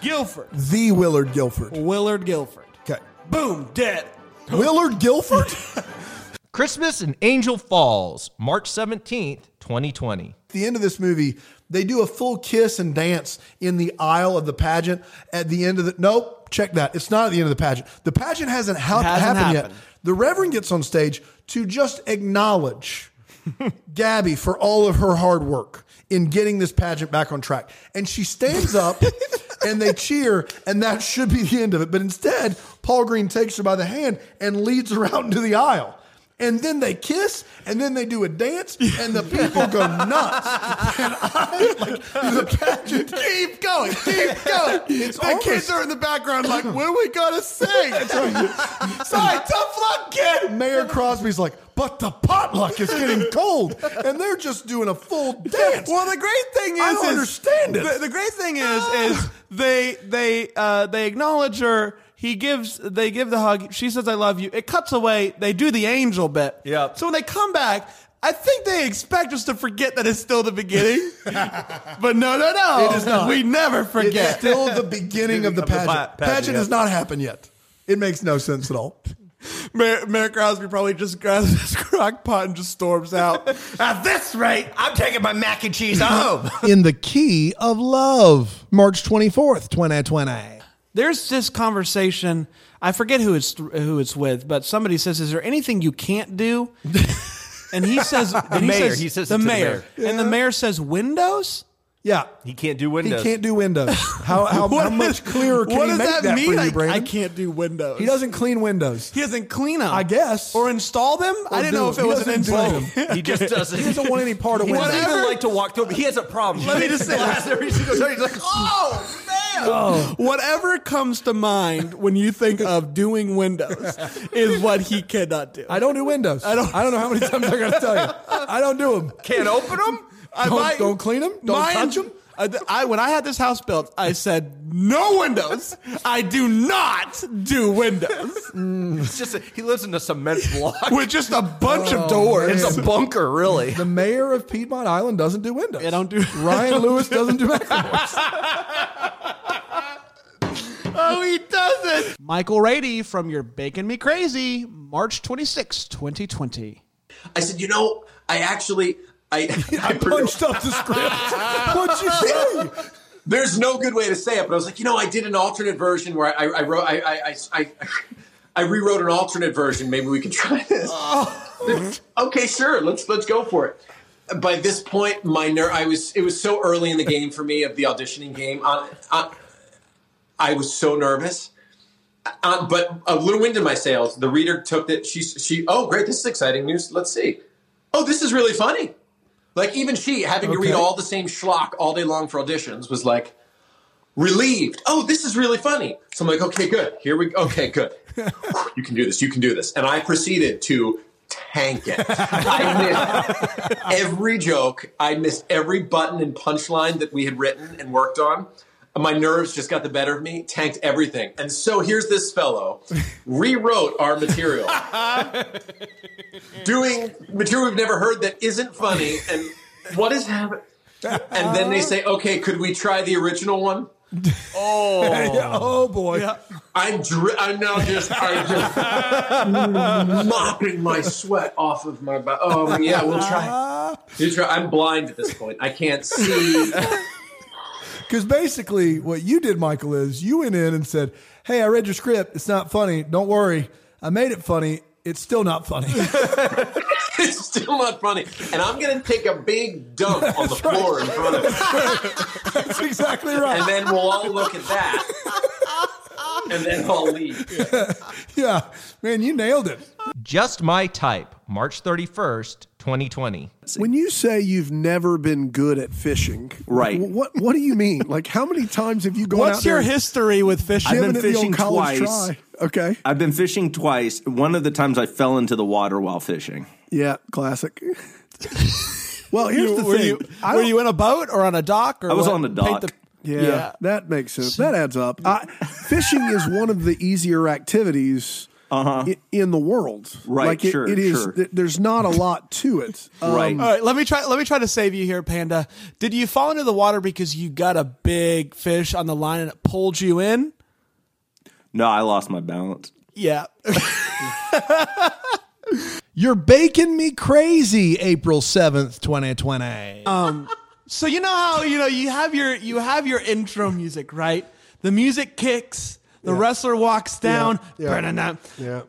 Guilford. The Willard Guilford. Willard Guilford. Okay. Boom, dead. Willard Guilford? Christmas in Angel Falls, March 17th, 2020. At the end of this movie, they do a full kiss and dance in the aisle of the pageant. At the end of the nope, check that. It's not at the end of the pageant. The pageant hasn't, ha- It hasn't happened, happened. yet. The Reverend gets on stage to just [laughs] acknowledge Gabby for all of her hard work in getting this pageant back on track. And she stands [laughs] up and they cheer, and that should be the end of it. But instead, Paul Green takes her by the hand and leads her out into the aisle. And then they kiss, and then they do a dance, and the people [laughs] go nuts. And I, like, the pageant. Keep [laughs] going, keep going. It's the almost- kids are in the background, [laughs] like, when are we gonna sing? [laughs] Sorry, tough luck, kid. Mayor Crosby's like, but the potluck is [laughs] getting cold, and they're just doing a full dance. Well, the great thing is, I don't is- understand it. The, the great thing is, Ah. is they they uh, they acknowledge her. He gives they give the hug. She says, "I love you." It cuts away. They do the angel bit. Yep. So when they come back, I think they expect us to forget that it's still [laughs] the beginning. but no, no, no. It is not. We never forget. It's still the [laughs] beginning of the pageant. pageant, has not happened yet. It makes no sense at all. Mayor, Mayor Crosby probably just grabs [laughs] his crock pot and just storms out. At this rate, I'm taking my mac and cheese home. [laughs] In the key of love, March twenty fourth, twenty twenty. there's this conversation. I forget who it's who it's with, but somebody says, "Is there anything you can't do?" And he says, The and he mayor. says, He says it the to the mayor, mayor. and the mayor says windows. Yeah. He can't do Windows. He can't do Windows. [laughs] How, [laughs] how, What how much clearer can what he does make that that, mean? for you, I- Brandon? I can't do Windows. He doesn't clean Windows. He doesn't clean them. I guess. Or install them? I Or didn't do know it. if it He was an doesn't do install. [laughs] them. He [laughs] just doesn't. He doesn't want any part of He doesn't Windows. even like to walk through. He has a problem. Let [laughs] me just say Last every single time, he's like, oh, man. Oh. [laughs] Whatever comes to mind when you think of doing Windows is what he cannot do. I don't do Windows. I don't. I don't know how many times I got to tell you. I don't do them. Can't open them. I Don't- might- don't clean 'em? Don't touch 'em? I, I- when I had this house built, I said no windows. I do not do windows. It's just a, he lives in a cement [laughs] block with just a bunch Oh, of doors. man. It's a bunker, really. The mayor of Piedmont Island doesn't do Windows. I don't do. [laughs] Ryan Lewis doesn't do Macintosh. Oh, he doesn't. Michael Rady from You're Baking Me Crazy, March 26, 2020. I said, you know, I actually, I, [laughs] I, punched [laughs] up [laughs] the script. What'd you say? There's no good way to say it, but I was like, you know, I did an alternate version where I, I, I wrote, I, I, I, I, I rewrote an alternate version. Maybe we could try this. Oh. okay, sure. Let's let's go for it. By this point, my ner- I was it was so early in the game for me of the auditioning game. Uh, On, on, I was so nervous. Uh, but a little wind in my sails. The reader took it. She she. Oh, great! This is exciting news. Let's see. Oh, this is really funny. Like even she, having to read all the same schlock all day long for auditions, was like relieved. Oh, this is really funny. So I'm like, okay, good. Here we go. Okay, good. you can do this. You can do this. And I proceeded to tank it. I missed every joke. I missed every button and punchline that we had written and worked on. My nerves just got the better of me, tanked everything. And so here's this fellow rewrote our material, doing material we've never heard that isn't funny. And what is happening? And then they say, okay, could we try the original one? Oh, [laughs] oh boy. I'm dri- I'm now just I'm just mopping my sweat off of my body. Oh yeah, we'll try. You try. I'm blind at this point. I can't see. Because basically, what you did, Michael, is you went in and said, "Hey, I read your script. It's not funny. Don't worry. I made it funny. It's still not funny." [laughs] It's still not funny. And I'm gonna take a big dump on the floor in front of [laughs] it. That's exactly right. And then we'll all look at that. And then [laughs] I'll leave. Oh. yeah, man, you nailed it. Just My Type, March 31st, 2020. [laughs] When you say you've never been good at fishing, Right. wh- What What do you mean? Like, how many times have you gone out there and history with given I've it been the old fishing college twice. try? Okay. I've been fishing twice. One of the times I fell into the water while fishing. Yeah, [laughs] classic. well, here's You- the were thing. you- I were don't- you in a boat or on a dock? Or I was what? on a Paint dock. the- Yeah, Yeah. that makes sense. That adds up. I, fishing is one of the easier activities i- in the world. Right, Like it, sure, it is. sure. th- there's not a lot to it. Um, All right. Let me try. Let me try to save you here, Panda. Did you fall into the water because you got a big fish on the line and it pulled you in? No, I lost my balance. Yeah. You're baking me crazy, April 7th, 2020. Um. So you know how you know you have your you have your intro music, right? The music kicks. The wrestler walks down. uh, Yeah. ba-da-da. Yeah.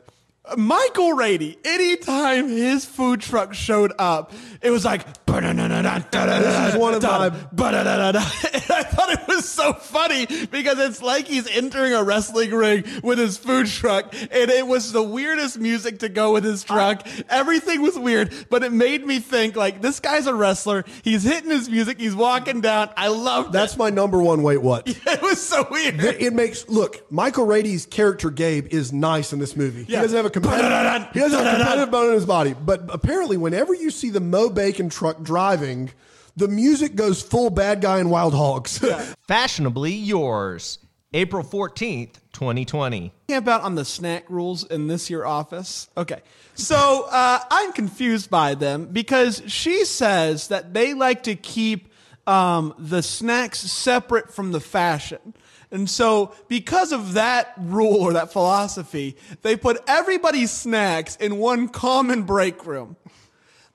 Michael Rady, anytime his food truck showed up, it was like This this is one of my- I thought it was so funny because it's like he's entering a wrestling ring with his food truck, and it was the weirdest music to go with his truck. Everything was weird, but it made me think like this guy's a wrestler. He's hitting his music. He's walking down. I love that. That's my number one. Wait, what? [laughs] It was so weird. Th- It makes look. Michael Rady's character Gabe is nice in this movie. Yeah. He doesn't have a competitive. he doesn't have a competitive bone in his body. But apparently, whenever you see the Mo Bacon truck driving, the music goes full bad guy and wild hogs. [laughs] Fashionably Yours, April 14th, 2020. Camp out on the snack rules in this your office. Okay, so uh, I'm confused by them because she says that they like to keep um, the snacks separate from the fashion, and so because of that rule or that philosophy, they put everybody's snacks in one common break room.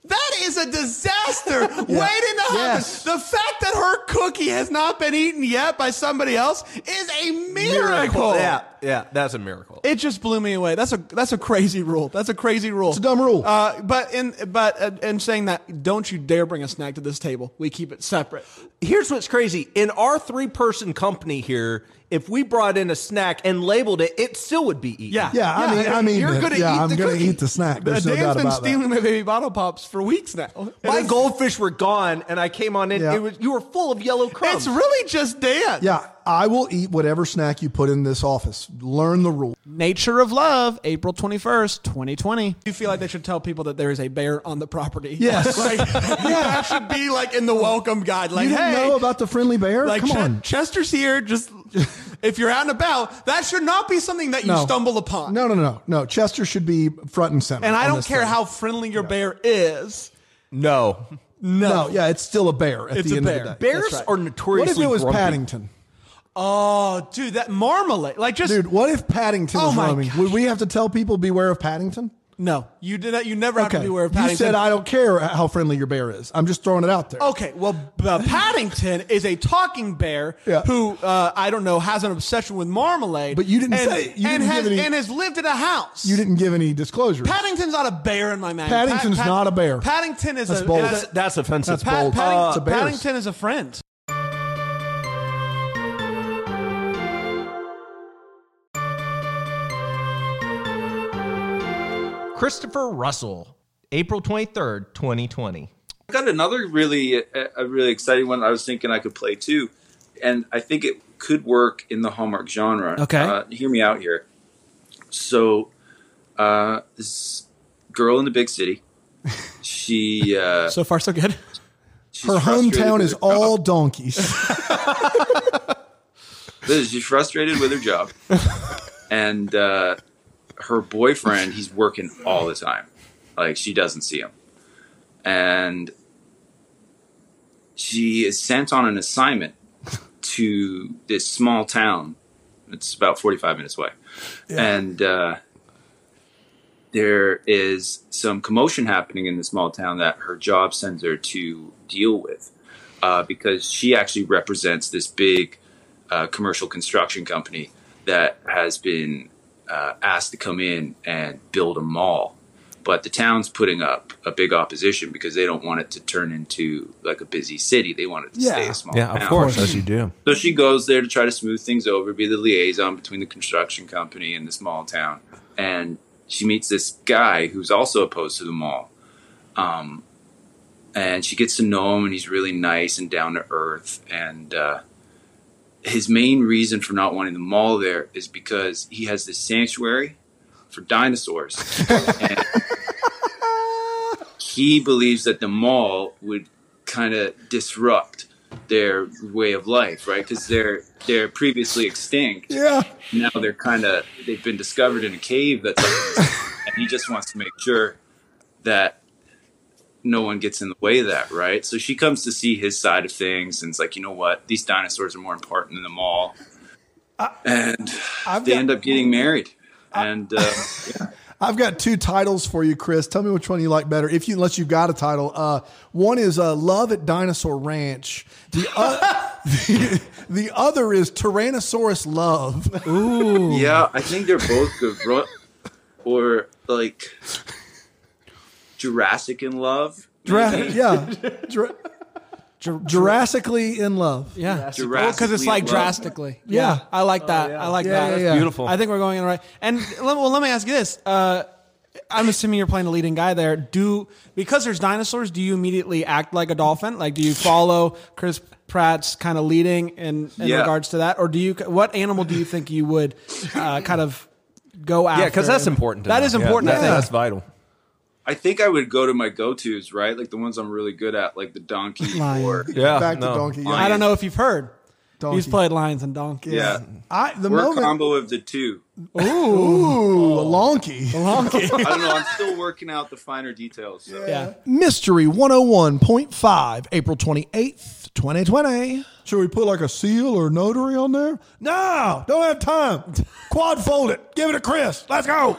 That is a disaster waiting to happen. The fact that her cookie has not been eaten yet by somebody else is a miracle. Yeah, yeah, that's a miracle. It just blew me away. That's a that's a crazy rule. That's a crazy rule. It's a dumb rule. Uh, but in but uh, in saying that, don't you dare bring a snack to this table. We keep it separate. Here's what's crazy. In our three person company here, if we brought in a snack and labeled it, it still would be eaten. Yeah, Yeah, I mean, I mean, you're gonna yeah, eat I'm the gonna cookie. eat the snack. Dan's There's no doubt been about that. stealing my baby bottle pops for weeks now. My goldfish were gone, and I came on in. Yeah. It was you were full of yellow crumbs. It's really just Dan. Yeah, I will eat whatever snack you put in this office. Learn the rule. Nature of Love, April 21st, 2020. You feel like they should tell people that there is a bear on the property. [laughs] Yes. like, yeah, that should be like in the welcome guide. you Like, didn't hey, know about the friendly bear? like Come Ch- on. Chester's here. Just if you're out and about, that should not be something that you No. stumble upon. No, no, no, no. Chester should be front and center. And I on don't this care thing. how friendly your bear is. No. No. yeah, it's still a bear at It's the a end bear. of the day. Bears That's right. are notoriously What if it was grumpy. Paddington? Oh, dude, that marmalade. Like just Dude, what if Paddington Oh was my roaming? Would we have to tell people beware of Paddington? no, you did that. You never have to Okay. be aware of You Paddington. said I don't care how friendly your bear is. I'm just throwing it out there. Okay, well, B- uh, Paddington is a talking bear who uh, I don't know has an obsession with marmalade. But you didn't and, say- you and didn't has give any- and has lived in a house. You didn't give any disclosure. Paddington's not a bear in my mind. Paddington's not a bear. Paddington is That's a bold. is a- That's- that's offensive. That's Pa- bold. Padding- Uh, It's a bear's. Paddington is a friend. Christopher Russell, April 23rd, 2020. I got another really a a really exciting one. I was thinking I could play too, and I think it could work in the Hallmark genre. Okay. uh, hear me out here. So, uh, this girl in the big city, she uh, So far, so good. Her hometown is all [laughs] donkeys. Liz, she's frustrated with her job, and uh, her boyfriend. He's working all the time. Like she doesn't see him, and she is sent on an assignment to this small town. It's about forty-five minutes away, and uh, there is some commotion happening in the small town that her job sends her to deal with, uh, because she actually represents this big uh, commercial construction company that has been uh, asked to come in and build a mall. But the town's putting up a big opposition because they don't want it to turn into like a busy city. They want it to stay a small town. do. So she goes there to try to smooth things over, be the liaison between the construction company and the small town. And she meets this guy who's also opposed to the mall. Um, and she gets to know him, and he's really nice and down to earth. And uh, his main reason for not wanting the mall there is because he has this sanctuary for dinosaurs. and he believes that the mall would kind of disrupt their way of life, right? Because they're they're previously extinct. Yeah. Now they're kind of they've been discovered in a cave that's, [laughs] and he just wants to make sure that no one gets in the way of that, right? So she comes to see his side of things and it's like, you know what? These dinosaurs are more important than the mall. and I've they got- end up getting married. and uh, yeah. I've got two titles for you, Chris. Tell me which one you like better, if you unless you've got a title. Uh, one is uh, "Love at Dinosaur Ranch." The, uh, the the other is "Tyrannosaurus Love." [laughs] Ooh, Yeah, I think they're both good. Ro- or like Jurassic in Love. Jurassic, maybe? yeah, Jur- Jurassically in love. Yeah, Jurassic because Oh, it's League like love. drastically. Yeah. Yeah. I like that. I like Yeah, that. yeah, yeah. Beautiful. I think we're going in the right. And let, well, let me ask you this: uh, I'm assuming you're playing a leading guy there. Do because there's dinosaurs, do you immediately act like a dolphin? Like, do you follow Chris Pratt's kind of leading in, in Yeah. regards to that, or do you? What animal do you think you would uh, kind of go after? Yeah, because that's important. To That know. is important. Yeah, I think That's vital. I think I would go to my go tos, right? Like the ones I'm really good at, like the [laughs] donkey Lion. or Yeah, Back to no. donkey, I don't know if you've heard. He's Donkey. played lions and donkeys. Yeah, I the or a moment- combo of the two. Ooh, [laughs] a [laughs] lonkey, I don't know. [laughs] I'm still working out the finer details. So. Yeah. Mystery 101.5, April 28th, 2020. Should we put like a seal or notary on there? No, don't have time. Quad fold it. Give it to Chris. Let's go.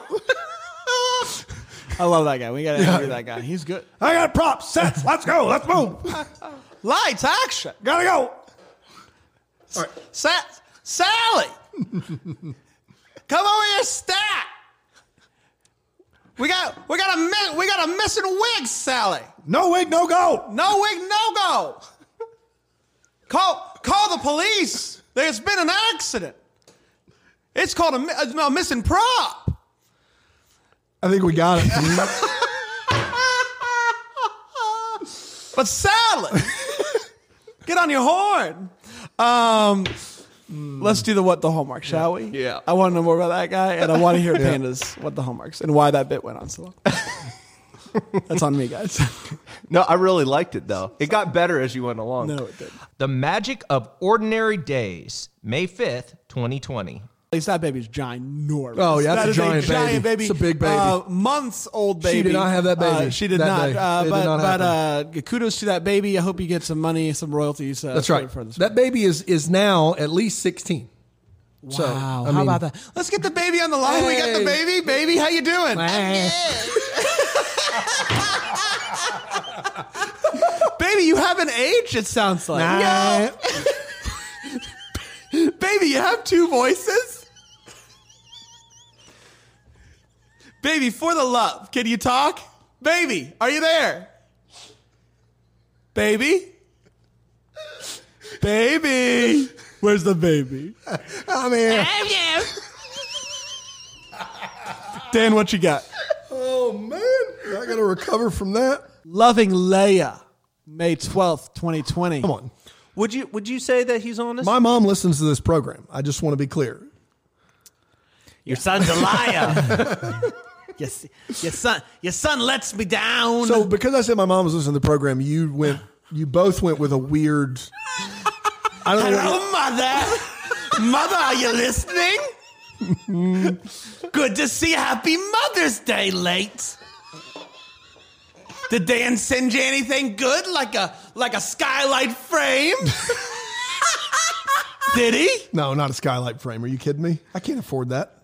I love that guy. We got to interview that guy. He's good. I got props, sets. Let's go. Let's move. Lights, action. Gotta go. Sa- Sally, come over here, stat. We got we got a mi- we got a missing wig, Sally. No wig, no go. No wig, no go. Call call the police. There's been an accident. It's called a, mi- a, no, missing prop. I think we [laughs] got it. [laughs] But Sally, get on your horn. Um, let's do the what the hallmark, shall we? Yeah. I want to know more about that guy, and I want to [laughs] hear Yeah. pandas what the hallmarks and why that bit went on so long. That's on me, guys. No, I really liked it though. It got better as you went along. No, it didn't. The Magic of Ordinary Days, May 5th, 2020. At least that baby's ginormous. Oh, yeah, That it's a is giant baby. giant baby. It's a big baby. Uh, months old She baby. did not have that baby Uh, she did that not. day. Uh, It did but not but uh, kudos to that baby. I hope you get some money, some royalties. Uh, That's for- right. For this. That baby is is now at least sixteen. Wow. Wow, how about that? Let's get the baby on the line. We got the baby. Baby, how you doing? baby, you haven't aged, it sounds like. [laughs] Baby, you have two voices? Baby, for the love, can you talk? Baby, are you there? Baby? Baby! Where's the baby? I'm here. Dan, what you got? Oh man, I gotta recover from that. Loving Leia, May 12th, 2020. Come on. Would you would you say that he's honest? My mom listens to this program. I just want to be clear. Your son's a liar. [laughs] your, s- your son, your son lets me down. So because I said my mom was listening to the program, you went. You both went with a weird. I don't know. Hello, mother. mother, are you listening? Good to see. Happy Mother's Day, late. Did Dan send you anything good, like a like a skylight [laughs] frame? Did he? No, not a skylight frame. Are you kidding me? I can't afford that.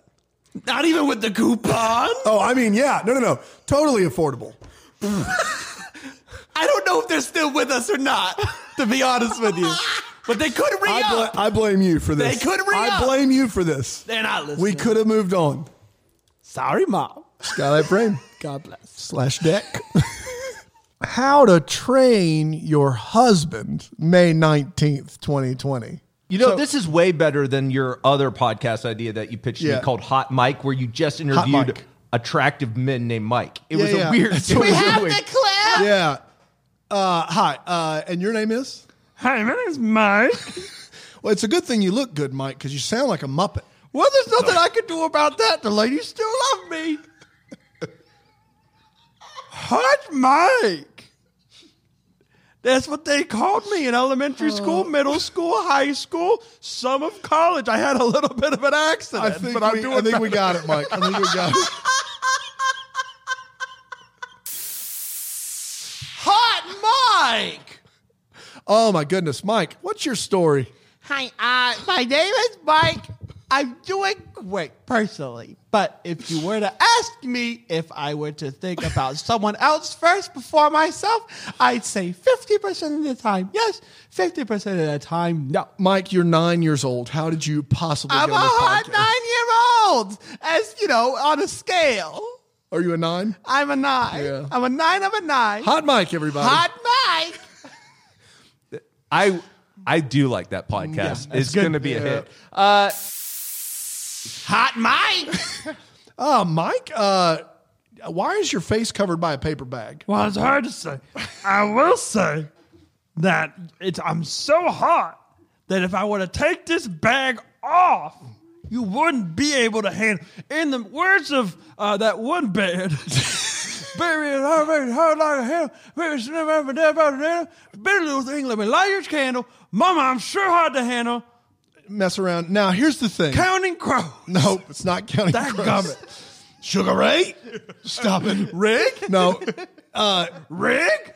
Not even with the coupon. Oh, I mean, yeah. No, no, no. Totally affordable. I don't know if they're still with us or not. To be honest with you, but they could re I, up. bl- I blame you for They this. could re- I blame you for this. They're not listening. We could have moved on. Sorry, mom. Skylight [laughs] frame. God bless. slash deck. [laughs] How to train your husband, May 19th, 2020. You know, this is way better than your other podcast idea that you pitched to Yeah. me called Hot Mike, where you just interviewed attractive men named Mike. It Yeah, was yeah. a weird. That's what We we're have doing. the clip. [laughs] Yeah. Uh, hi. Uh, and your name is? Hi, my name's Mike. [laughs] well, it's a good thing you look good, Mike, because you sound like a Muppet. Well, there's nothing I could do about that. The ladies still love me. Hot Mike. That's what they called me in Oh. elementary school, middle school, high school, some of college. I had a little bit of an accident, I think, but I'm we, doing I think we better. got it, Mike. I think we [laughs] got it. Hot Mike. Oh, my goodness. Mike, what's your story? Hi, uh, my name is Mike. I'm doing great personally, but if you were to ask me if I were to think about someone else first before myself, I'd say 50% of the time yes, 50% of the time no. Mike, you're nine years old. How did you possibly I'm get a on this hot podcast? nine year old, as you know, on a scale. Are you a nine? I'm a nine. Yeah. I'm a nine of a nine. Hot Mike, everybody. Hot Mike. I I do like that podcast. Yeah, it's good. going to be a Yeah. hit. Uh, hot Mike. Uh, Mike, uh, why is your face covered by a paper bag? Well, it's hard to say. I will say [laughs] that it's I'm so hot that if I were to take this bag off, you wouldn't be able to handle. In the words of uh, that one band, baby, it's already hard like hell. Baby, it's never ever dead about it. Better little thing, let me light your candle. Mama, I'm sure hard to handle. Mess around. Now, here's the thing. Counting crows. Nope, it's not counting That crows. gummit. Sugar Ray? Stop [laughs] it. Rick? No. Uh, Rick?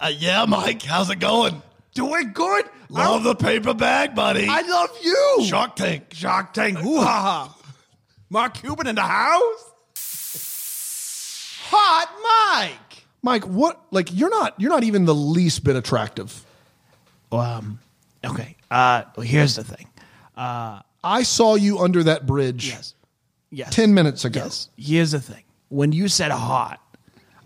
Uh, yeah, Mike, how's it going? Doing good. Love the paper bag, buddy. I love you. Shark Tank. Shark Tank. Hoo ha ha. Mark Cuban in the house. Hot Mike. Mike, what? Like, you're not you're not even the least bit attractive. Um, okay. Uh, well, here's the thing. Uh, I [laughs] saw you under that bridge. Yes. Yes. Ten minutes ago. Here's the thing. When you said hot,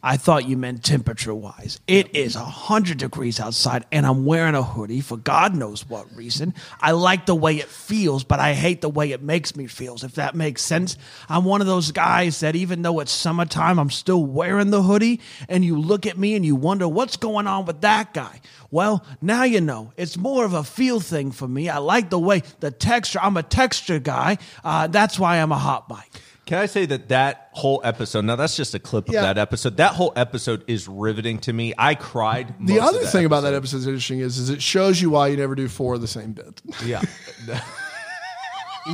I thought you meant temperature wise. It is 100 degrees outside, and I'm wearing a hoodie for God knows what reason. I like the way it feels, but I hate the way it makes me feels, if that makes sense. I'm one of those guys that even though it's summertime, I'm still wearing the hoodie, and you look at me and you wonder, what's going on with that guy? Well, now you know. It's more of a feel thing for me. I like the way the texture, I'm a texture guy. Uh, that's why I'm a hot mic. Can I say that that whole episode? Now that's just a clip of Yeah. that episode. That whole episode is riveting to me. I cried. The most of other that thing about that episode is interesting is, is it shows you why you never do four of the same bit. Yeah. [laughs]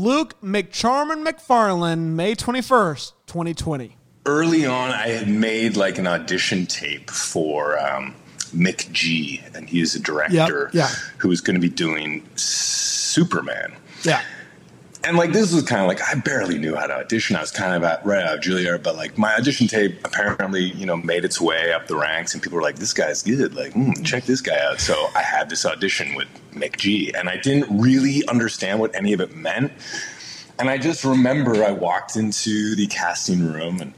Luke McCharmin McFarlane, May 21st, 2020. early on, I had made like an audition tape for um, Mick G, and he is a director [laughs] yeah. who was going to be doing Superman. Yeah. And like this was kind of like I barely knew how to audition. I was kind of at, right out of Juilliard, but like my audition tape apparently you know made its way up the ranks, and people were like, "This guy's good. Like, mm, check this guy out." So I had this audition with Mick G, and I didn't really understand what any of it meant. And I just remember I walked into the casting room and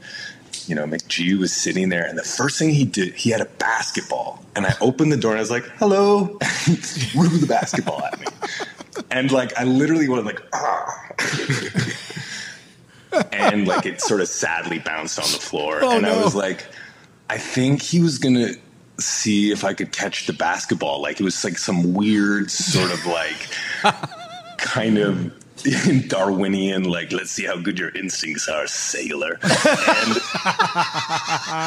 you know, McGee was sitting there, and the first thing he did, he had a basketball. And I opened the door and I was like, hello. And he [laughs] threw the basketball at me. And like, I literally was like, ah. and like, it sort of sadly bounced on the floor. Oh, and I no. was like, I think he was going to see if I could catch the basketball. Like, it was like some weird sort of like kind of. [laughs] Darwinian, like, let's see how good your instincts are, sailor.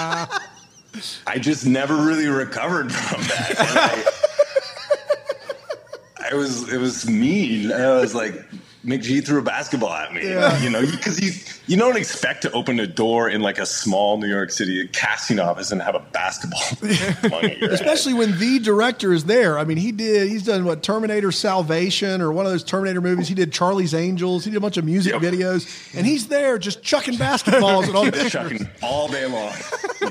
I just never really recovered from that. [laughs] And I, I was it was mean. And I was like, McGee threw a basketball at me. Yeah. You know, because you you don't expect to open a door in like a small New York City casting office and have a [laughs] basketball flung at your head. Especially when the director is there. I mean, he did. He's done what Terminator Salvation or one of those Terminator movies. He did Charlie's Angels. He did a bunch of music videos, and he's there just chucking [laughs] basketballs and all They're chucking all day long. You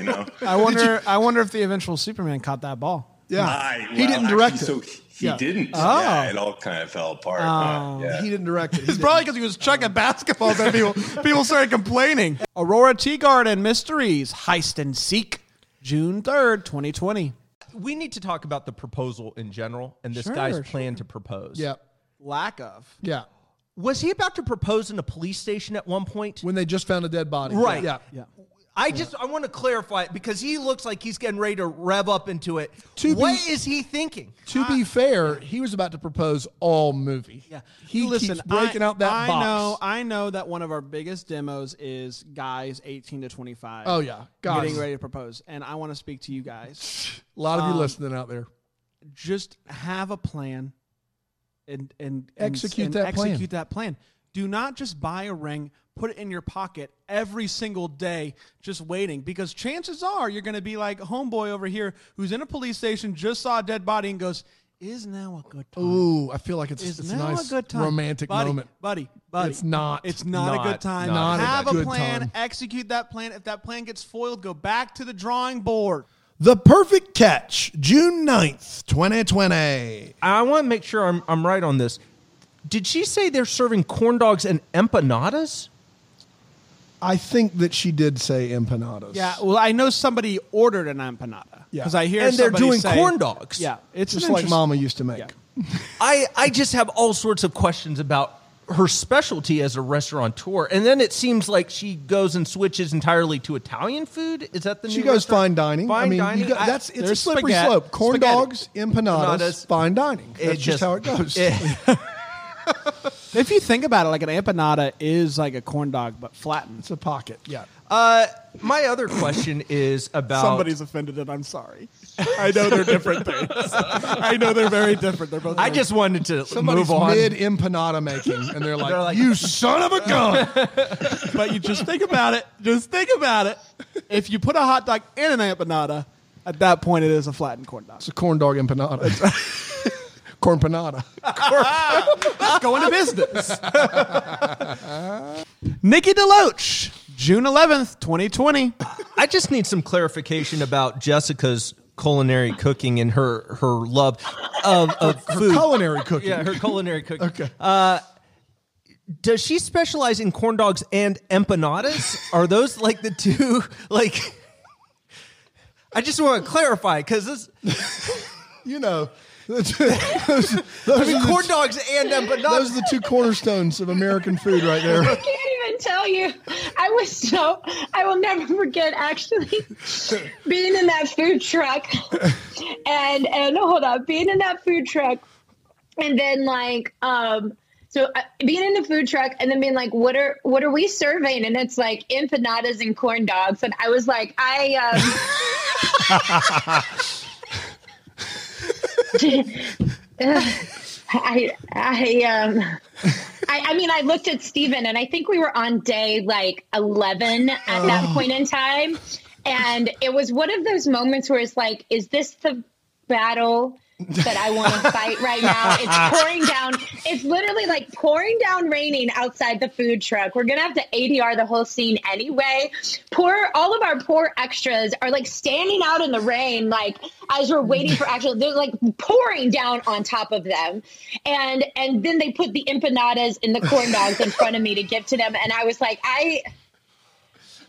[laughs] know, I wonder. I wonder if the eventual Superman caught that ball. I- He didn't direct actually, it. So he Yeah. didn't. Oh. Yeah, it all kind of fell apart. huh? Oh. yeah. He didn't direct it. It's probably because he was chucking basketballs at [laughs] people. people started complaining. Aurora Tea Garden Mysteries Heist and Seek, June third, twenty twenty. We need to talk about the proposal in general and this Sure, guy's sure. plan to propose. Lack of. Yeah. Was he about to propose in a police station at one point? When they just found a dead body. Right. Yeah. Yeah. I just I want to clarify it because he looks like he's getting ready to rev up into it. To What be- is he thinking? To be fair, he was about to propose all movie. Yeah. He keeps breaking I, out that I box. know. I know that one of our biggest demos is guys eighteen to twenty five. Oh, yeah. Guys. getting ready to propose, and I want to speak to you guys. A lot of you Um, listening out there. Just have a plan, and and and- Execute and that plan. Execute that plan. Do not just buy a ring, put it in your pocket every single day, just waiting. Because chances are you're going to be like homeboy over here who's in a police station, just saw a dead body, and goes, "Is now a good time." Ooh, I feel like it's, Is it's a now nice a good time? romantic buddy, moment. buddy, buddy. It's not. It's not, a good time. Not Have a, a, good plan. time. Execute that plan. If that plan gets foiled, go back to the drawing board. The Perfect Catch, June 9th, 2020. I want to make sure I'm I'm right on this. Did she say they're serving corn dogs and empanadas? I think that she did say empanadas. Yeah. Well, I know somebody ordered an empanada Yeah. because I hear And they're somebody doing say- corn dogs. Yeah, it's just an like interest- Mama used to make. I, I just have all sorts of questions about her specialty as a restaurateur. And then it seems like she goes and switches entirely to Italian food. Is that the She new goes restaurant? fine dining. I Fine mean, you dining. got- I- that's it's a there's slippery spaghetti- slope. Corn spaghetti. dogs, empanadas, Empanadas. fine dining. That's It just, how it [laughs] goes. it- If you think about it, like an empanada is like a corn dog but flattened. It's a pocket. Yeah. uh, my other question is about Somebody's offended, and I'm sorry. I know they're [laughs] different things. I know they're very different. They're both. I very just wanted to Somebody's move on. mid empanada making, and [laughs] they're like, They're like- "You son of a gun!" but you just think about it. Just think about it. If you put a hot dog in an empanada, at that point it is a flattened corn dog. It's a corn dog empanada. [laughs] corn [laughs] panada. Let's go into business. [laughs] Nikki DeLoach, June 11th, 2020. I just need some clarification about Jessica's culinary cooking and her her love of, of Her food. culinary cooking. Yeah, her culinary cooking. okay. Uh, does she specialize in corn dogs and empanadas? Are those like the two like? I just want to clarify because this [laughs] you know. those, I mean, are the corn two- dogs and empanadas. Those are the two cornerstones of American food right there. [laughs] [laughs] I can't even tell you. I was so I will never forget actually being in that food truck and and hold up, being in that food truck and then like um so uh, being in the food truck and then being like what are what are we serving and it's like empanadas and corn dogs and I was like I um [laughs] I, I, um, I, I mean, I looked at Steven and I think we were on day like 11 at that Oh. point in time. And it was one of those moments where it's like, is this the battle that I want to fight right now? It's pouring down. It's literally like pouring down raining outside the food truck. We're going to have to ADR the whole scene anyway. Poor, all of our poor extras are like standing out in the rain, like as we're waiting for actual, they're like pouring down on top of them. And, and then they put the empanadas and the corn dogs in front of me to give to them. And I was like, I,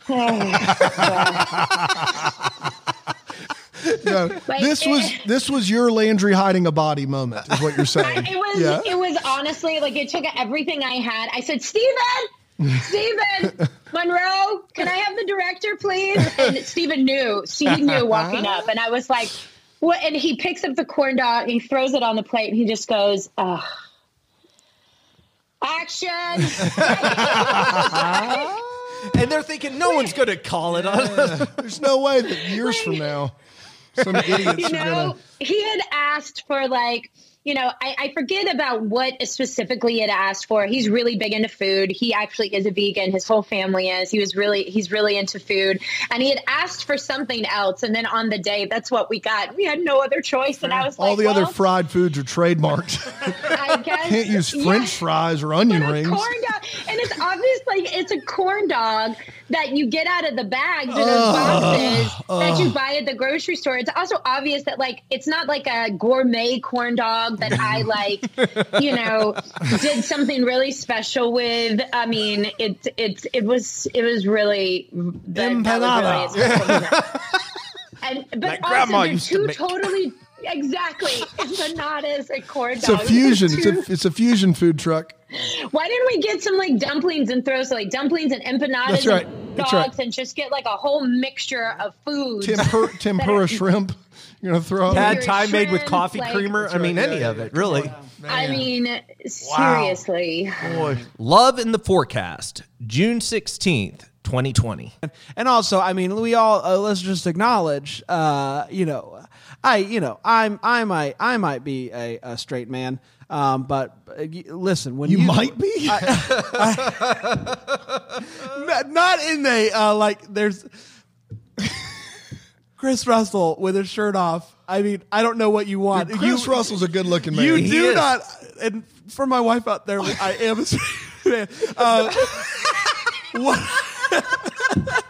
Oh. No, Like, this was this was your Landry hiding a body moment, is [laughs] what you're saying. It was yeah. it was honestly like it took everything I had. I said, Steven, [laughs] Steven, Monroe, can I have the director, please? And Steven knew. Steven [laughs] knew walking up. And I was like, what and he picks up the corn dog, he throws it on the plate, and he just goes, Ugh. Action. [laughs] and they're thinking no one's going to call it on us. [laughs] There's no way that years from now, some idiots [laughs] you are know, gonna. he had asked for like, you know, I, I forget about what specifically he had asked for. He's really big into food. He actually is a vegan. His whole family is. He was really he's really into food. And he had asked for something else. And then on the day, that's what we got. We had no other choice. And I was All like, the other well, fried foods are trademarked. I [laughs] guess Can't use yeah, French fries or onion rings. corn dog. And it's obvious like it's a corn dog that you get out of the bags in those Ugh. boxes that you Ugh. buy at the grocery store. It's also obvious that like it's not like a gourmet corn dog that I like, you know, did something really special with. I mean, it's it's it was it was really that, that was really Empanada. his compliment. [laughs] And but Like also grandma they're used to two make. totally exactly empanadas and corn It's a dogs. fusion. It's Two- [laughs] a it's a fusion food truck. why didn't we get some like dumplings and throw some like dumplings and empanadas That's right. and That's dogs right. and just get like a whole mixture of food? Tempura, [laughs] tempura shrimp. You're gonna throw Pad thai made with coffee Like- creamer. I mean, any of it, really. I mean, seriously. Love in the Forecast, June 16th, 2020. And also, I mean, we all uh, let's just acknowledge, uh, you know, I, you know, I'm, I might, I might be a, a straight man, um, but uh, y- listen, when you, might be, [laughs] not, not in a uh, like, there's [laughs] Chris Russell with his shirt off. I mean, I don't know what you want. Dude, Chris Russell's a good-looking man. You He do is. not, and for my wife out there, I am a [laughs] straight man. Uh, [laughs] what? [laughs]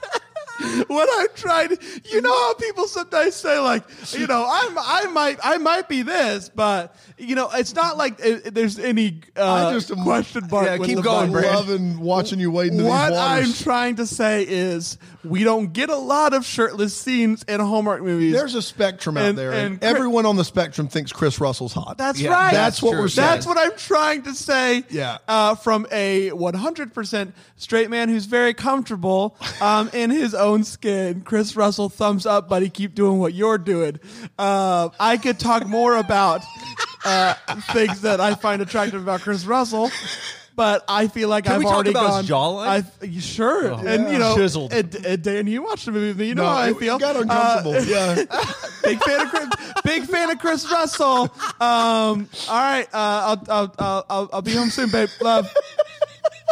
what I'm trying to, you know how people sometimes say like, you know, I'm, I might, I might be this, but you know, it's not like it, it- there's any uh, I just am- question mark. Yeah, with keep the going, Bible. Brad. Loving watching you wade into these What waters. I'm trying to say is, we don't get a lot of shirtless scenes in Hallmark movies. There's a spectrum out And- there, and and, Chris- everyone on the spectrum thinks Chris Russell's hot. That's right. That's what we're saying. That's what I'm trying to say. Yeah. Uh, from a 100% straight man who's very comfortable um, in his own skin. Chris Russell, thumbs up, buddy. Keep doing what you're doing. Uh, I could talk more about uh, things that I find attractive about Chris Russell. But I feel like Can I've we talk already about gone. his jawline? I've- sure, Oh. and you know, Chiseled. And, and Dan, you watched the movie with me. You know No, how I it- it feel. Uh, got uncomfortable. [laughs] yeah, big fan of Chris, big fan of Chris Russell. Um, all right, uh, I'll, I'll, I'll, I'll, I'll be home soon, babe. Love.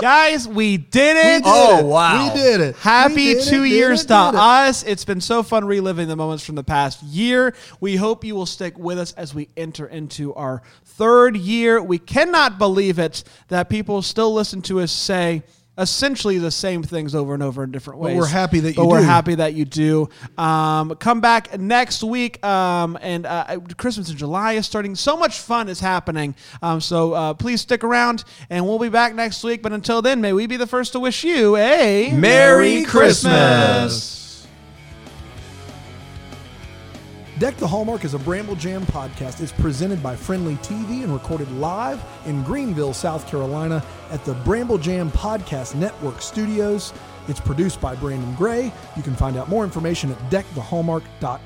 Guys, we did We it! did Oh, it. wow. We did it. We Happy did it, two did years it, to did it. us. It's been so fun reliving the moments from the past year. We hope you will stick with us as we enter into our third year. We cannot believe it that people still listen to us say essentially the same things over and over in different But ways. we're happy that But you we're do. happy that you do. Um, come back next week, um, and uh, Christmas in July is starting. So much fun is happening. Um, so uh, please stick around, and we'll be back next week. But until then, may we be the first to wish you a Merry Christmas. Deck the Hallmark is a Bramble Jam podcast. It's presented by Friendly TV and recorded live in Greenville, South Carolina at the Bramble Jam Podcast Network Studios. It's produced by Brandon Gray. You can find out more information at deckthehallmark.com.